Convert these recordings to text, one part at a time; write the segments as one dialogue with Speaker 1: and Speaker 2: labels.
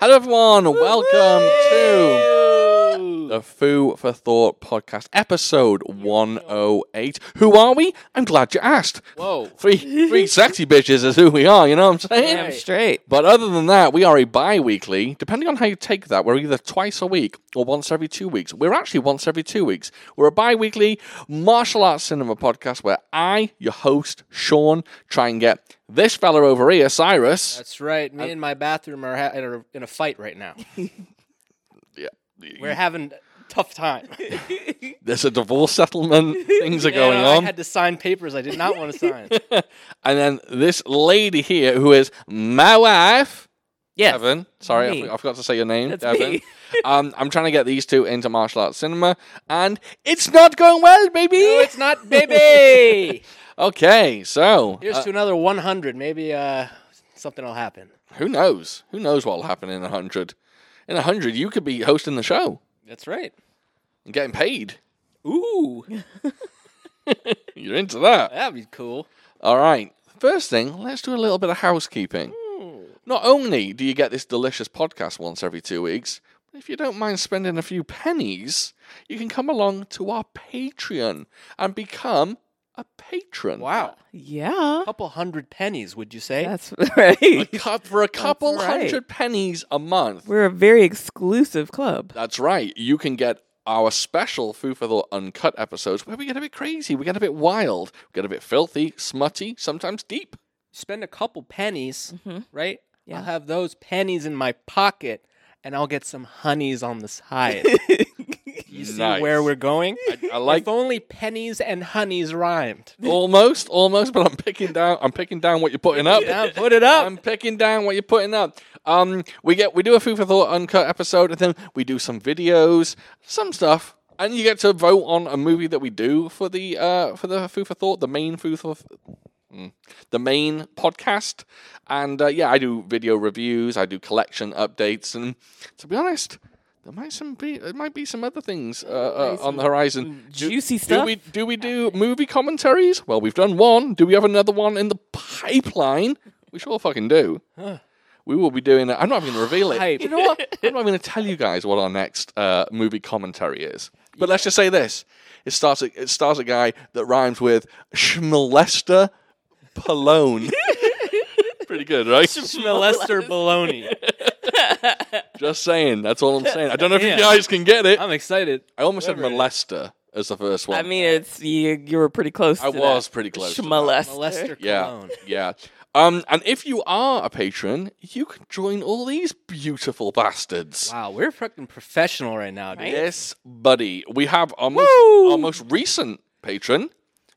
Speaker 1: Hello, everyone. Welcome to the Foo for Thought podcast, episode 108. Who are we? I'm glad you asked.
Speaker 2: Whoa.
Speaker 1: Three, three sexy bitches is who we are, you know what I'm saying?
Speaker 2: Damn
Speaker 3: straight.
Speaker 1: But other than that, we are a bi weekly. Depending on how you take that, we're either twice a week or once every two weeks. We're actually once every two weeks. We're a bi weekly martial arts cinema podcast where I, your host, Sean, try and get this fella over here, Cyrus.
Speaker 2: That's right. Me and my bathroom are ha- in, a, in a fight right now. We're having a tough time.
Speaker 1: There's a divorce settlement, things are going
Speaker 2: And
Speaker 1: on.
Speaker 2: I had to sign papers I did not want to sign.
Speaker 1: And then this lady here, who is my wife,
Speaker 3: Yes.
Speaker 1: Evan. Sorry,
Speaker 3: me.
Speaker 1: I, I forgot to say your name,
Speaker 3: That's
Speaker 1: Evan.
Speaker 3: me.
Speaker 1: um, I'm trying to get these two into martial arts cinema, and it's not going well, baby.
Speaker 2: no, it's not, baby.
Speaker 1: Okay, so
Speaker 2: Here's
Speaker 1: uh,
Speaker 2: to another 100. Maybe uh, something will happen.
Speaker 1: uh, who knows? Who knows what'll happen in a hundred? In a hundred, you could be hosting the show
Speaker 2: That's right.
Speaker 1: and getting paid.
Speaker 2: Ooh.
Speaker 1: You're into that.
Speaker 2: That'd be cool.
Speaker 1: All right. First thing, let's do a little bit of housekeeping. Not only do you get this delicious podcast once every two weeks, but if you don't mind spending a few pennies, you can come along to our Patreon and become a patron.
Speaker 2: Wow.
Speaker 3: Yeah.
Speaker 2: A couple hundred pennies, would you say?
Speaker 3: That's right.
Speaker 1: A cup for a couple
Speaker 3: right.
Speaker 1: hundred pennies a month.
Speaker 3: We're a very exclusive club.
Speaker 1: That's right. You can get our special Foo for Thought Uncut episodes where we get a bit crazy, we get a bit wild, we get a bit filthy, smutty, sometimes deep.
Speaker 2: Spend a couple pennies, right?
Speaker 3: Yeah.
Speaker 2: I'll have those pennies in my pocket and I'll get some honeys on the side. you see
Speaker 1: Nice.
Speaker 2: where we're going?
Speaker 1: I like
Speaker 2: if only pennies and honeys rhymed.
Speaker 1: almost, almost, but I'm picking down. I'm picking down what you're putting up.
Speaker 2: Now put it up.
Speaker 1: I'm picking down what you're putting up. Um, we get we do a food for thought uncut episode, and then we do some videos, some stuff, and you get to vote on a movie that we do for the uh for the food for thought, the main food for mm, the main podcast, and uh, yeah, I do video reviews, I do collection updates, and to be honest. There might some be there might be some other things uh, uh, on the horizon. Do-
Speaker 3: Juicy
Speaker 1: Do
Speaker 3: stuff.
Speaker 1: we do we do movie commentaries? Well, we've done one. Do we have another one in the pipeline? We sure fucking do. We will be doing. i I'm not even going to reveal it.
Speaker 2: Hype.
Speaker 1: You know what? I'm not going to tell you guys what our next uh, movie commentary is. But let's just say this: it starts. A, it starts a guy that rhymes with Schmolester Pallone. Pretty good, right?
Speaker 2: Molester baloney.
Speaker 1: Just saying. That's all I'm saying. I don't know if
Speaker 2: Yeah.
Speaker 1: you guys can get it.
Speaker 2: I'm excited.
Speaker 1: I almost said
Speaker 2: Whatever it
Speaker 1: molester as the first one.
Speaker 3: I mean, it's you. You were pretty close.
Speaker 1: Oh, I
Speaker 3: to
Speaker 1: was
Speaker 3: that.
Speaker 1: pretty close. to that.
Speaker 3: Schmolester.
Speaker 2: Molester
Speaker 1: Yeah,
Speaker 2: cologne.
Speaker 1: yeah. Um, and if you are a patron, you can join all these beautiful bastards.
Speaker 2: Wow, we're fucking professional right now, dude.
Speaker 1: Yes, buddy. We have our most,
Speaker 3: Woo!
Speaker 1: our most recent patron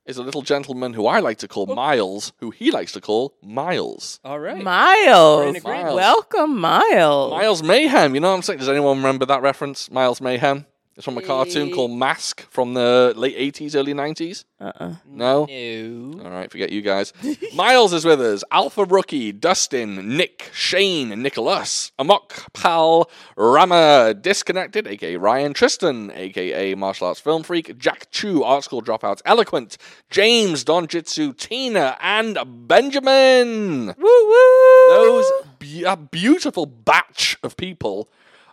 Speaker 1: is a little gentleman who I like to call
Speaker 2: Oh.
Speaker 1: Miles, who he likes to call Miles.
Speaker 2: All right. We're in
Speaker 3: Miles.
Speaker 2: agreement.
Speaker 1: Miles.
Speaker 3: Welcome, Miles.
Speaker 1: Miles Mayhem. You know what I'm saying? Does anyone remember that reference? Miles Mayhem. It's from a cartoon called Mask from the late 80s, early 90s.
Speaker 3: Uh-uh.
Speaker 1: No.
Speaker 2: No.
Speaker 1: All right, forget you guys. Miles is with us. Alpha Rookie, Dustin, Nick, Shane, Nicholas, Amok, Pal, Rama, Disconnected, aka Ryan, Tristan, aka Martial Arts Film Freak, Jack Chu, Art School Dropouts, Eloquent, James, Don Jitsu, Tina, and Benjamin.
Speaker 3: Woo woo.
Speaker 1: Those be- a beautiful batch of people.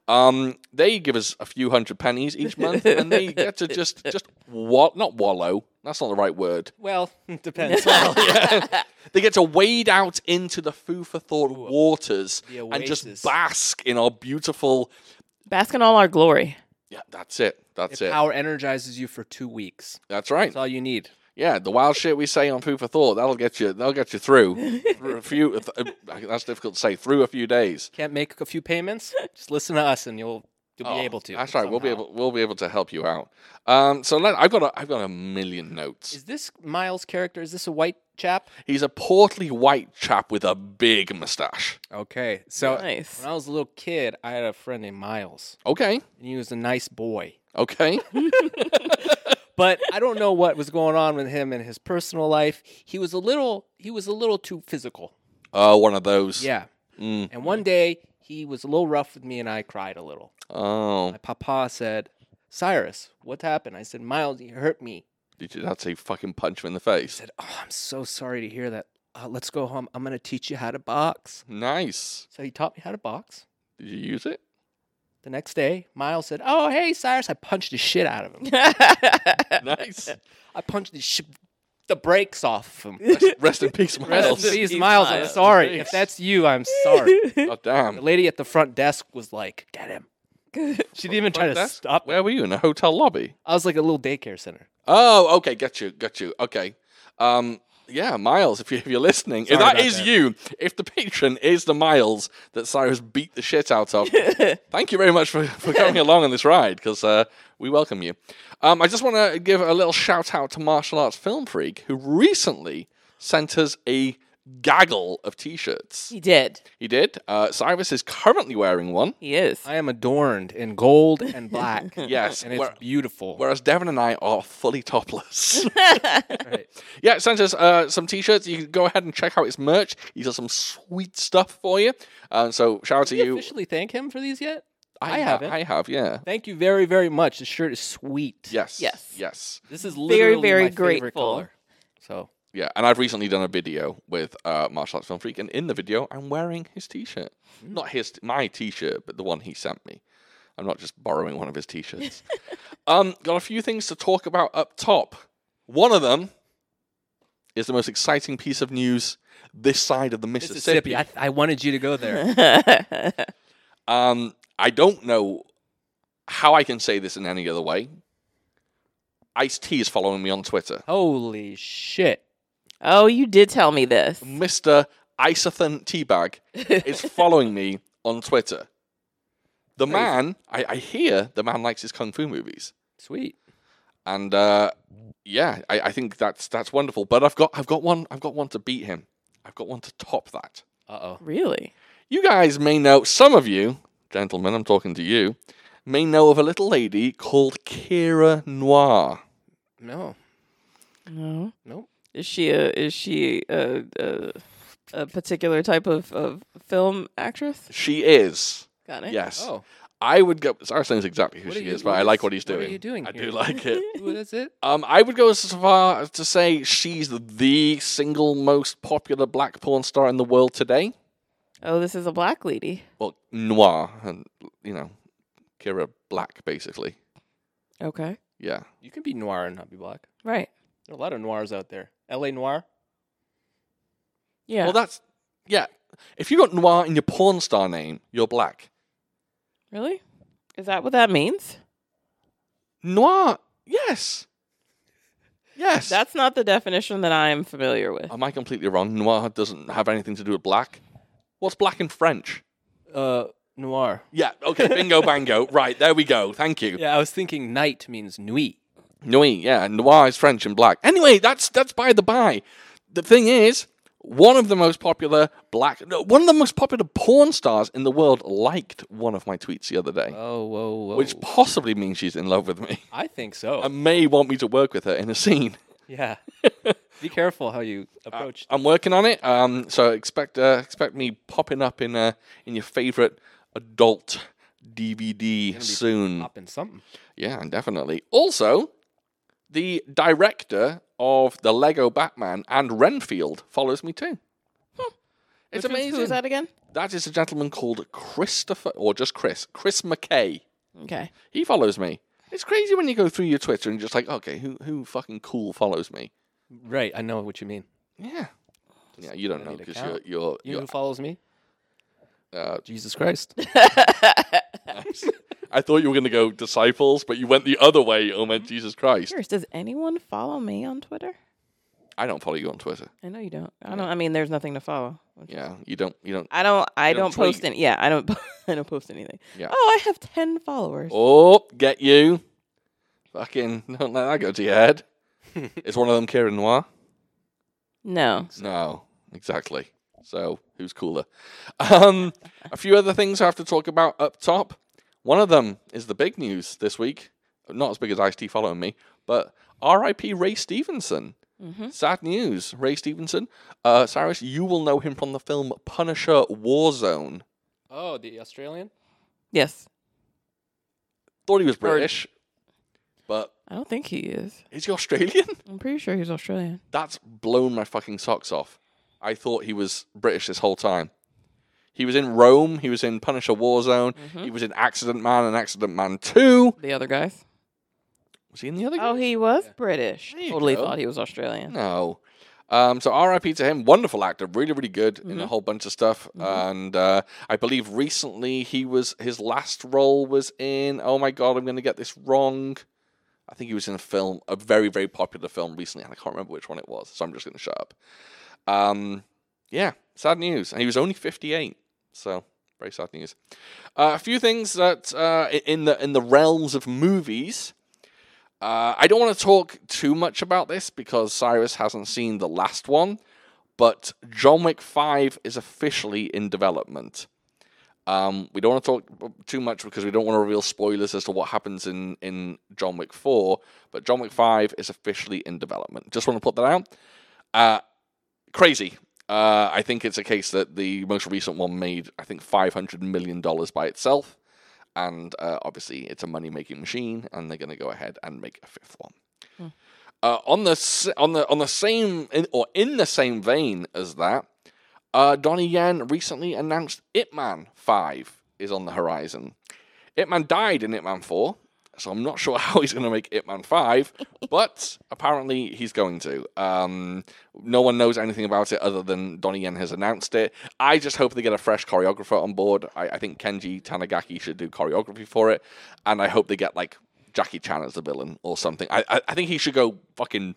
Speaker 1: Um, they give us a few hundred pennies each month, and they get to just just what not wallow. That's not the right word
Speaker 2: Well, it depends.
Speaker 1: they get to wade out into the food for thought waters
Speaker 2: The
Speaker 1: and
Speaker 2: oasis.
Speaker 1: just bask in our beautiful.
Speaker 3: Bask in all our glory.
Speaker 1: Yeah, that's it. That's it.
Speaker 2: Power energizes you for two weeks.
Speaker 1: That's right.
Speaker 2: That's all you need.
Speaker 1: Yeah, the wild shit we say on food for thought that'll get you. That'll get you through. through a few. th- uh, that's difficult to say. Through a few days.
Speaker 2: Can't make a few payments? Just listen to us, and you'll you'll
Speaker 1: Oh,
Speaker 2: be able to.
Speaker 1: That's right. We'll be
Speaker 2: somehow.
Speaker 1: able. We'll be able to help you out. Um. So let, I've got. A, I've got a million notes.
Speaker 2: Is this Miles character? Is this a white chap?
Speaker 1: He's a portly white chap with a big mustache.
Speaker 2: Okay. So
Speaker 3: Nice.
Speaker 2: when I was a little kid, I had a friend named Miles,
Speaker 1: Okay.
Speaker 2: and he was a nice boy.
Speaker 1: Okay.
Speaker 2: but I don't know what was going on with him in his personal life. He was a little he was a little too physical.
Speaker 1: Oh, one of those.
Speaker 2: Yeah.
Speaker 1: Mm.
Speaker 2: And one day he was a little rough with me and I cried a little.
Speaker 1: Oh.
Speaker 2: My papa said, "Cyrus, what happened?" I said, "Miles, he hurt me."
Speaker 1: Did you not say fucking punch him in the face?
Speaker 2: He said, "Oh, I'm so sorry to hear that. Uh, let's go home. I'm going to teach you how to box."
Speaker 1: Nice.
Speaker 2: So he taught me how to box.
Speaker 1: Did you use it?
Speaker 2: The next day, Miles said, "Oh, hey, Cyrus!" I punched the shit out of him.
Speaker 1: Nice.
Speaker 2: I punched the sh- the brakes off of him.
Speaker 1: Rest in peace,
Speaker 2: Rest
Speaker 1: Miles.
Speaker 2: in peace,
Speaker 3: Peace,
Speaker 2: Miles. I'm
Speaker 3: Miles.
Speaker 2: sorry.
Speaker 1: Thanks.
Speaker 2: If that's you, I'm sorry.
Speaker 1: Oh, damn.
Speaker 2: The lady at the front desk was like, "Get him." She didn't even try to
Speaker 1: That's-
Speaker 2: stop. me.
Speaker 1: Where were you? In a hotel lobby?
Speaker 2: I was like a little daycare center.
Speaker 1: Oh, okay. Got you. Got you. Okay. Um, yeah, Miles, if, you, if you're listening,
Speaker 2: Sorry
Speaker 1: if that
Speaker 2: about
Speaker 1: is
Speaker 2: that.
Speaker 1: you, if the patron is the Miles that Cyrus beat the shit out of, thank you very much for, for coming along on this ride because uh, we welcome you. Um, I just want to give a little shout out to Martial Arts Film Freak, who recently sent us a gaggle of t shirts.
Speaker 3: he did.
Speaker 1: He did. Uh, Cyrus is currently wearing one.
Speaker 3: He is.
Speaker 2: I am adorned in gold and black.
Speaker 1: Yes,
Speaker 2: and it's
Speaker 1: where-
Speaker 2: beautiful.
Speaker 1: Whereas Devon and I are fully topless.
Speaker 2: Right.
Speaker 1: Yeah, send us uh, some t-shirts. You can go ahead and check out his merch. He's got some sweet stuff for you. Um, so shout out to
Speaker 2: Did you
Speaker 1: you.
Speaker 2: officially thank him for these yet?
Speaker 1: I,
Speaker 2: I
Speaker 1: ha-
Speaker 2: haven't.
Speaker 1: I have. Yeah.
Speaker 2: Thank you very, very much. The shirt is sweet.
Speaker 1: Yes.
Speaker 3: Yes.
Speaker 1: Yes.
Speaker 2: This is
Speaker 3: Very,
Speaker 2: literally
Speaker 3: very
Speaker 2: my favorite
Speaker 3: grateful.
Speaker 2: color. So
Speaker 1: Yeah. And I've recently done a video with uh, Martial Arts Film Freak, and in the video, I'm wearing his t-shirt. Not his, my t-shirt, but the one he sent me. I'm not just borrowing one of his t-shirts. um, got a few things to talk about up top. One of them is the most exciting piece of news this side of the
Speaker 2: Mississippi, I, I wanted you to go there.
Speaker 1: Um, I don't know how I can say this in any other way. Ice T is following me on Twitter.
Speaker 2: Holy shit!
Speaker 3: oh, you did tell me this.
Speaker 1: Mr. Isothan Teabag is following me on Twitter. The
Speaker 2: Crazy.
Speaker 1: man, I, I hear the man likes his kung fu movies.
Speaker 2: Sweet.
Speaker 1: And uh, yeah, I, I think that's that's wonderful. But I've got I've got one I've got one to beat him. I've got one to top that.
Speaker 2: Uh oh.
Speaker 3: Really?
Speaker 1: You guys may know, some of you, gentlemen, I'm talking to you, may know of a little lady called Kira Noir.
Speaker 2: No.
Speaker 3: No.
Speaker 2: Nope.
Speaker 3: Is she a is she a a, a particular type of, of film actress?
Speaker 1: She is.
Speaker 3: Got it.
Speaker 1: Yes.
Speaker 2: Oh.
Speaker 1: I would go. Sarah knows exactly who
Speaker 2: What
Speaker 1: she
Speaker 2: are you-
Speaker 1: is, but
Speaker 2: what
Speaker 1: I like
Speaker 2: is-
Speaker 1: what he's
Speaker 2: what
Speaker 1: doing.
Speaker 2: are you doing
Speaker 1: I
Speaker 2: here?
Speaker 1: do like it.
Speaker 2: Ooh, that's it.
Speaker 1: Um, I would go so far as to say she's the single most popular black porn star in the world today.
Speaker 3: Oh, this is a black lady.
Speaker 1: Well, Noir, and you know, Kira Black, basically.
Speaker 3: Okay.
Speaker 1: Yeah.
Speaker 2: You can be noir and not be black.
Speaker 3: Right.
Speaker 2: There are a lot of noirs out there. L.A. noir.
Speaker 3: Yeah.
Speaker 1: Well, that's yeah. If you got Noir in your porn star name, you're black.
Speaker 3: really? Is that what that means?
Speaker 1: Noir. Yes. Yes.
Speaker 3: That's not the definition that I am familiar with.
Speaker 1: Am I completely wrong? Noir doesn't have anything to do with black. What's black in French?
Speaker 2: Uh, noir.
Speaker 1: Yeah. Okay. Bingo, bango. Right. There we go. Thank you.
Speaker 2: Yeah, I was thinking night means nuit.
Speaker 1: Noir. Yeah. Noir is French and black. Anyway, that's that's by the by. The thing is, one of the most popular black, no, one of the most popular porn stars in the world liked one of my tweets the other day,
Speaker 2: Oh, whoa, whoa. Um,
Speaker 1: which possibly means she's in love with me
Speaker 2: I think so.
Speaker 1: and may want me to work with her in a scene.
Speaker 2: yeah. be careful how you approach.
Speaker 1: I'm working on it. Um, so expect uh, expect me popping up in uh, in your favorite adult DVD soon.
Speaker 2: Up in something.
Speaker 1: Yeah, definitely. Also, the director of the Lego Batman and Renfield follows me too. It's
Speaker 3: Which one's-
Speaker 1: amazing.
Speaker 3: Who is that again?
Speaker 1: that is a gentleman called Christopher, or just Chris, Chris McKay.
Speaker 3: Okay.
Speaker 1: He follows me. It's crazy when you go through your Twitter and you're just like, okay, who who fucking cool follows me?
Speaker 2: Right. I know what you mean.
Speaker 1: Yeah, yeah, you don't know
Speaker 2: need to
Speaker 1: because you're
Speaker 2: count.
Speaker 1: you're,
Speaker 2: You
Speaker 1: you're
Speaker 2: who follows me?
Speaker 1: Uh,
Speaker 2: Jesus Christ.
Speaker 1: I thought you were going to go disciples, but you went the other way. Oh my Jesus Christ!
Speaker 3: Curious, does anyone follow me on Twitter?
Speaker 1: I don't follow you on Twitter.
Speaker 3: I know you don't. I don't. I mean, there's nothing to follow.
Speaker 1: Yeah, you don't. You don't.
Speaker 3: I don't. I
Speaker 1: You don't
Speaker 3: don't, post
Speaker 1: tweet.
Speaker 3: any. Yeah, I don't. I don't post anything.
Speaker 1: Yeah.
Speaker 3: Oh, I have ten followers.
Speaker 1: Oh, get you! Fucking don't let that go to your head. Is one of them Kieran Noir?
Speaker 3: No.
Speaker 1: No, exactly. So who's cooler? Um, a few other things I have to talk about up top. One of them is the big news this week. Not as big as Ice T following me, but R.I.P. Ray Stevenson. Sad news, Ray Stevenson. Uh, Cyrus, you will know him from the film Punisher Warzone.
Speaker 2: Oh, the Australian?
Speaker 3: Yes.
Speaker 1: Thought he was British, but
Speaker 3: I don't think he is.
Speaker 1: is he Australian?
Speaker 3: I'm pretty sure he's Australian.
Speaker 1: That's blown my fucking socks off. I thought he was British this whole time. He was in Rome. He was in Punisher Warzone.
Speaker 3: Hmm?
Speaker 1: He was in Accident Man and Accident Man 2.
Speaker 3: The other guy.
Speaker 1: Was he in the other
Speaker 3: Oh, he was British.
Speaker 1: There you
Speaker 3: Totally
Speaker 1: go.
Speaker 3: thought he was Australian.
Speaker 1: No. Um, so RIP to him. Wonderful actor, really, really good in a
Speaker 3: Mhm.
Speaker 1: whole bunch of stuff.
Speaker 3: Mhm.
Speaker 1: And uh, I believe recently he was his last role was in. Oh my god, I'm going to get this wrong. I think he was in a film, a very, very popular film recently, and I can't remember which one it was. So I'm just going to shut up. Um, yeah, sad news. And he was only 58, so very sad news. Uh, a few things that uh, i- in the in the realms of movies. Uh, I don't want to talk too much about this because Cyrus hasn't seen the last one, but John Wick 5 is officially in development. Um, we don't want to talk too much because we don't want to reveal spoilers as to what happens in, in John Wick 4, but John Wick 5 is officially in development. Just want to put that out. Uh, crazy. Uh, I think it's a case that the most recent one made, I think, $500 million by itself and uh, obviously it's a money making machine, and they're going to go ahead and make a fifth one. Uh, on the s- on the on the same in, or in the same vein as that, uh, Donnie Yen recently announced Ip Man Five is on the horizon. Ip Man died in Ip Man Four, so I'm not sure how he's going to make Ip Man Five, but apparently he's going to. Um, no one knows anything about it other than Donnie Yen has announced it. I just hope they get a fresh choreographer on board. I, I think Kenji Tanigaki should do choreography for it, and I hope they get like Jackie Chan as the villain or something. I I, I think he should go fucking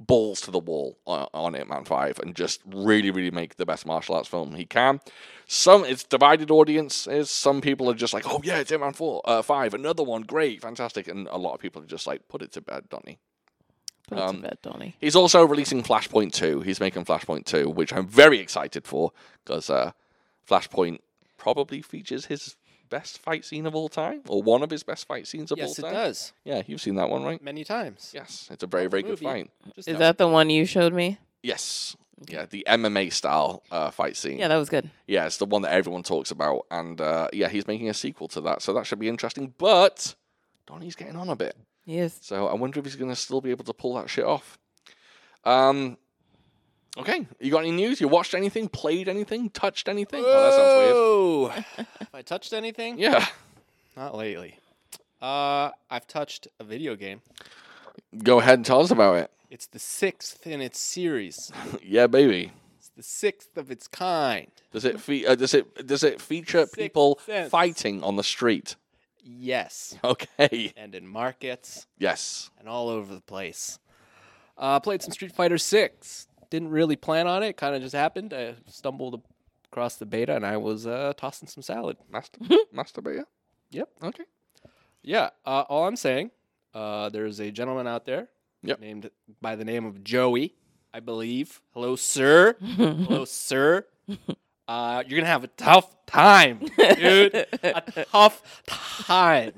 Speaker 1: balls to the wall on, on Ip Man Five and just really, really make the best martial arts film he can. Some it's divided audiences. Some people are just like, oh yeah, it's Ip Man Four uh, Five, another one, great, fantastic, and a lot of people are just like, put it to bed, Donnie.
Speaker 3: Put it to
Speaker 1: Um,
Speaker 3: bed, Donnie.
Speaker 1: He's also releasing Flashpoint 2. He's making Flashpoint 2, which I'm very excited for because uh, Flashpoint probably features his best fight scene of all time or one of his best fight scenes of all
Speaker 2: Yes, it
Speaker 1: time.
Speaker 2: does.
Speaker 1: Yeah, you've seen that one, right?
Speaker 2: Many times.
Speaker 1: Yes, it's a very, very good
Speaker 2: Movie.
Speaker 1: fight.
Speaker 2: Just
Speaker 3: Is
Speaker 2: now.
Speaker 3: that the one you showed me?
Speaker 1: Yes. Yeah, the MMA style uh, fight scene.
Speaker 3: Yeah, that was good.
Speaker 1: yeah, it's the one that everyone talks about. And uh, yeah, he's making a sequel to that. So that should be interesting. But Donnie's getting on a bit.
Speaker 3: Yes.
Speaker 1: So I wonder if he's going to still be able to pull that shit off. Um. Okay, you got any news? You watched anything? Played anything? Touched anything? Oh, that sounds weird.
Speaker 2: Whoa. Have I touched anything?
Speaker 1: Yeah,
Speaker 2: Not lately. Uh, I've touched a video game.
Speaker 1: go ahead and tell us about it.
Speaker 2: It's the sixth in its series.
Speaker 1: yeah, baby.
Speaker 2: It's the sixth of its kind.
Speaker 1: Does it fe- uh, does it does it feature
Speaker 2: Sixth
Speaker 1: people
Speaker 2: Sense.
Speaker 1: fighting on the street?
Speaker 2: Yes.
Speaker 1: Okay.
Speaker 2: And in markets
Speaker 1: Yes.
Speaker 2: and all over the place. Uh, played some Street Fighter Six. Didn't really plan on it. Kind of just happened. I stumbled across the beta and I was uh, tossing some salad.
Speaker 1: Master masturbator.
Speaker 2: Yep.
Speaker 1: Okay.
Speaker 2: Yeah. Uh, all I'm saying, uh, there's a gentleman out there
Speaker 1: Yep.
Speaker 2: named by the name of Joey, I believe. Hello, sir. Hello, sir. Uh, you're gonna have a tough time, dude. a tough time.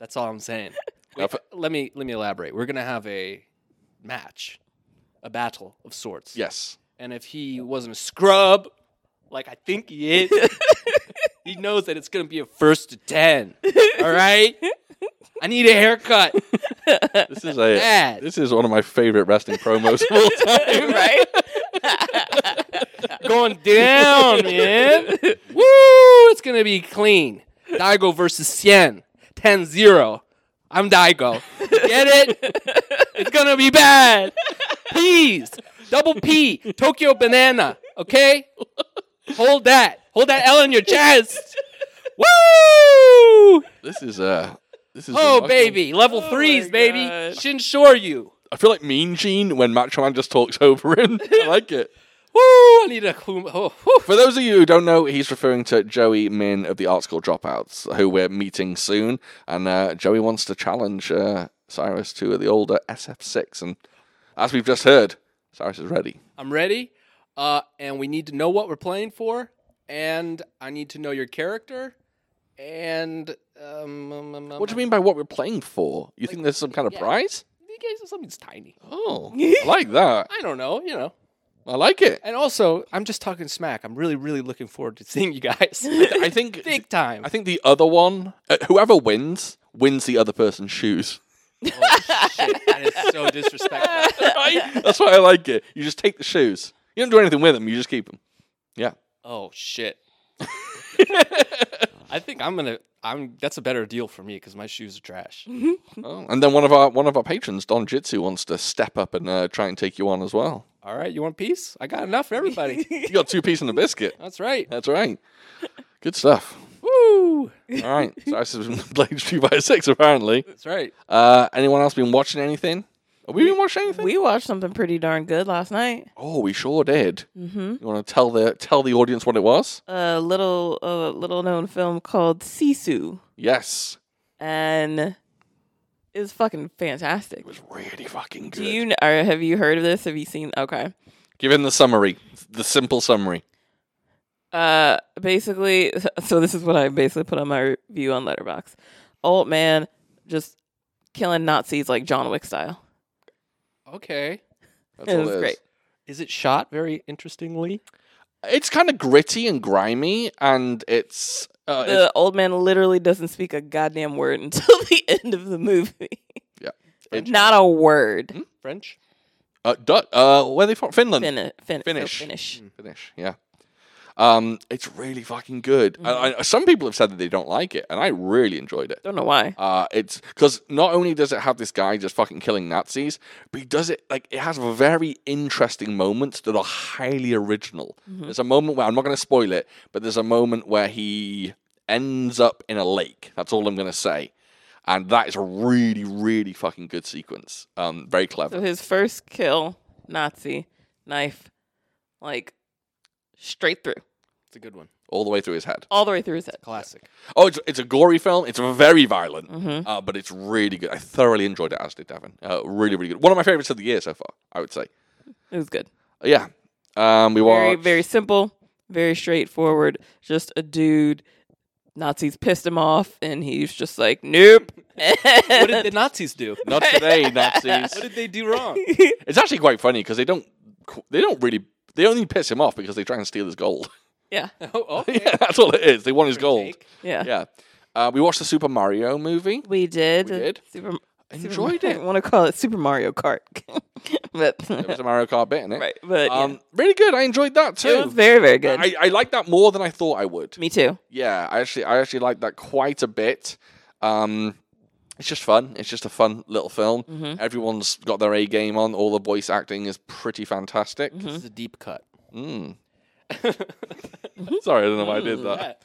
Speaker 2: That's all I'm saying. Wait,
Speaker 1: Now,
Speaker 2: let me let me elaborate. We're gonna have a match, a battle of sorts.
Speaker 1: Yes.
Speaker 2: And if he wasn't a scrub, like I think he is, he knows that it's gonna be a first to ten. All right. I need a haircut.
Speaker 1: This is a
Speaker 2: Bad.
Speaker 1: this is one of my favorite wrestling promos of all time.
Speaker 3: right?
Speaker 2: Going down, man. Woo! It's gonna be clean. Daigo versus Sien. 10-0. I'm Daigo. Get it? It's gonna be bad. Please. Double P. Tokyo banana. Okay? Hold that. Hold that L in your chest. Woo!
Speaker 1: This is uh this is
Speaker 2: Oh
Speaker 1: remarkable.
Speaker 2: baby. Level
Speaker 3: Oh
Speaker 2: threes,
Speaker 3: my
Speaker 2: baby.
Speaker 3: God.
Speaker 2: Shinshore you.
Speaker 1: I feel like Mean Gene when Macho Man just talks over him. I like it.
Speaker 2: Woo! I need a oh, whew.
Speaker 1: For those of you who don't know, he's referring to Joey Min of the Art School Dropouts, who we're meeting soon. And uh, Joey wants to challenge uh, Cyrus to the older SF6. And as we've just heard, Cyrus is ready.
Speaker 2: I'm ready, uh, and we need to know what we're playing for, and I need to know your character, and um, um, um,
Speaker 1: What do you mean by what we're playing for? You think there's some kind of
Speaker 2: yeah.
Speaker 1: prize?
Speaker 2: You guys, something's tiny.
Speaker 1: Oh, I like that.
Speaker 2: I don't know, you know.
Speaker 1: I like it.
Speaker 2: And also, I'm just talking smack. I'm really, really looking forward to seeing you guys. I
Speaker 1: I think
Speaker 2: Big time.
Speaker 1: I think the other one, uh, whoever wins, wins the other person's shoes.
Speaker 2: Shit, that is so disrespectful.
Speaker 1: Right? That's why I like it. You just take the shoes. You don't do anything with them. You just keep them. Yeah.
Speaker 2: oh shit. I think I'm gonna. I'm. That's a better deal for me because my shoes are trash.
Speaker 1: Oh, and then one of our one of our patrons, Don Jitsu, wants to step up and uh, try and take you on as well.
Speaker 2: All right, you want peace? I got enough for everybody.
Speaker 1: You got two piece and a biscuit.
Speaker 2: That's right.
Speaker 1: That's right. Good stuff. All
Speaker 2: Woo!
Speaker 1: right. So this has been Blade Two by Six. Apparently,
Speaker 2: That's right.
Speaker 1: uh, anyone else been watching anything? Have we been watching anything?
Speaker 3: We watched something pretty darn good last night.
Speaker 1: oh, we sure did. Mm-hmm. You want to tell the tell the audience what it was?
Speaker 3: A little, a little known film called Sisu,
Speaker 1: Yes,
Speaker 3: and is fucking fantastic.
Speaker 1: it was really fucking good.
Speaker 3: Do you kn- or have you heard of this? Have you seen? Okay.
Speaker 1: Give him the summary, the simple summary.
Speaker 3: Uh, basically, so this is what I basically put on my review on Letterbox. Old man just killing Nazis like John Wick style.
Speaker 2: Okay.
Speaker 1: That's
Speaker 3: It
Speaker 1: all
Speaker 3: was
Speaker 1: is.
Speaker 3: great.
Speaker 2: Is it shot very interestingly?
Speaker 1: It's kind of gritty and grimy, and it's. Uh, it's
Speaker 3: The old man literally doesn't speak a goddamn word until the end of the movie.
Speaker 1: Yeah. It's-
Speaker 3: Not a word.
Speaker 2: French.
Speaker 1: uh, du- uh, where are they from? Finland.
Speaker 3: Fini- fin- so
Speaker 1: Finish. Mm.
Speaker 3: Finish.
Speaker 1: Finish. Yeah. Um, it's really fucking good.
Speaker 3: Mm-hmm.
Speaker 1: I, I, some people have said that they don't like it, and I really enjoyed it.
Speaker 3: Don't know why.
Speaker 1: Uh, it's because not only does it have this guy just fucking killing Nazis, but he does it like it has very interesting moments that are highly original.
Speaker 3: Mm-hmm.
Speaker 1: There's a moment where I'm not going to spoil it, but there's a moment where he ends up in a lake. That's all I'm going to say, and that is a really, really fucking good sequence. Um, very
Speaker 3: So
Speaker 1: clever.
Speaker 3: his first kill, Nazi knife, like straight through,
Speaker 2: It's a good one.
Speaker 1: All the way through his head.
Speaker 3: all the way through his head.
Speaker 2: Classic.
Speaker 1: Oh, it's, it's a gory film. It's very violent,
Speaker 3: Mm-hmm.
Speaker 1: uh, but it's really good. I thoroughly enjoyed it, as did Devin. Uh, really, really good. One of my favorites of the year so far, I would say.
Speaker 3: It was good.
Speaker 1: Yeah. Um, we
Speaker 3: Very,
Speaker 1: watched.
Speaker 3: very simple, very straightforward. Just a dude. Nazis pissed him off, and he's just like, "Nope."
Speaker 2: What did the Nazis do?
Speaker 1: Not today,
Speaker 2: What
Speaker 1: Nazis.
Speaker 2: did they do wrong?
Speaker 1: It's actually quite funny because they don't. qu- They don't really. They only piss him off because they try and steal his gold.
Speaker 3: yeah,
Speaker 2: oh, okay.
Speaker 1: yeah, that's all it is. They want his gold.
Speaker 2: Take.
Speaker 3: yeah,
Speaker 1: Yeah. Uh, we watched the Super Mario movie.
Speaker 3: We did.
Speaker 1: We did.
Speaker 3: Super,
Speaker 1: Enjoyed
Speaker 3: Super,
Speaker 1: it.
Speaker 3: I want to call it Super Mario Kart, but
Speaker 1: There was a Mario Kart bit in it.
Speaker 3: right, but yeah.
Speaker 1: Um, really good. I enjoyed that too.
Speaker 3: it was very, very good.
Speaker 1: I, I liked that more than I thought I would.
Speaker 3: Me too.
Speaker 1: yeah, I actually I actually like that quite a bit. Um, it's just fun. It's just a fun little film.
Speaker 3: Mm-hmm.
Speaker 1: Everyone's got their A game on. All the voice acting is pretty fantastic.
Speaker 3: Mm-hmm.
Speaker 2: This is a deep cut.
Speaker 1: Mm. Sorry, I don't know why I did that.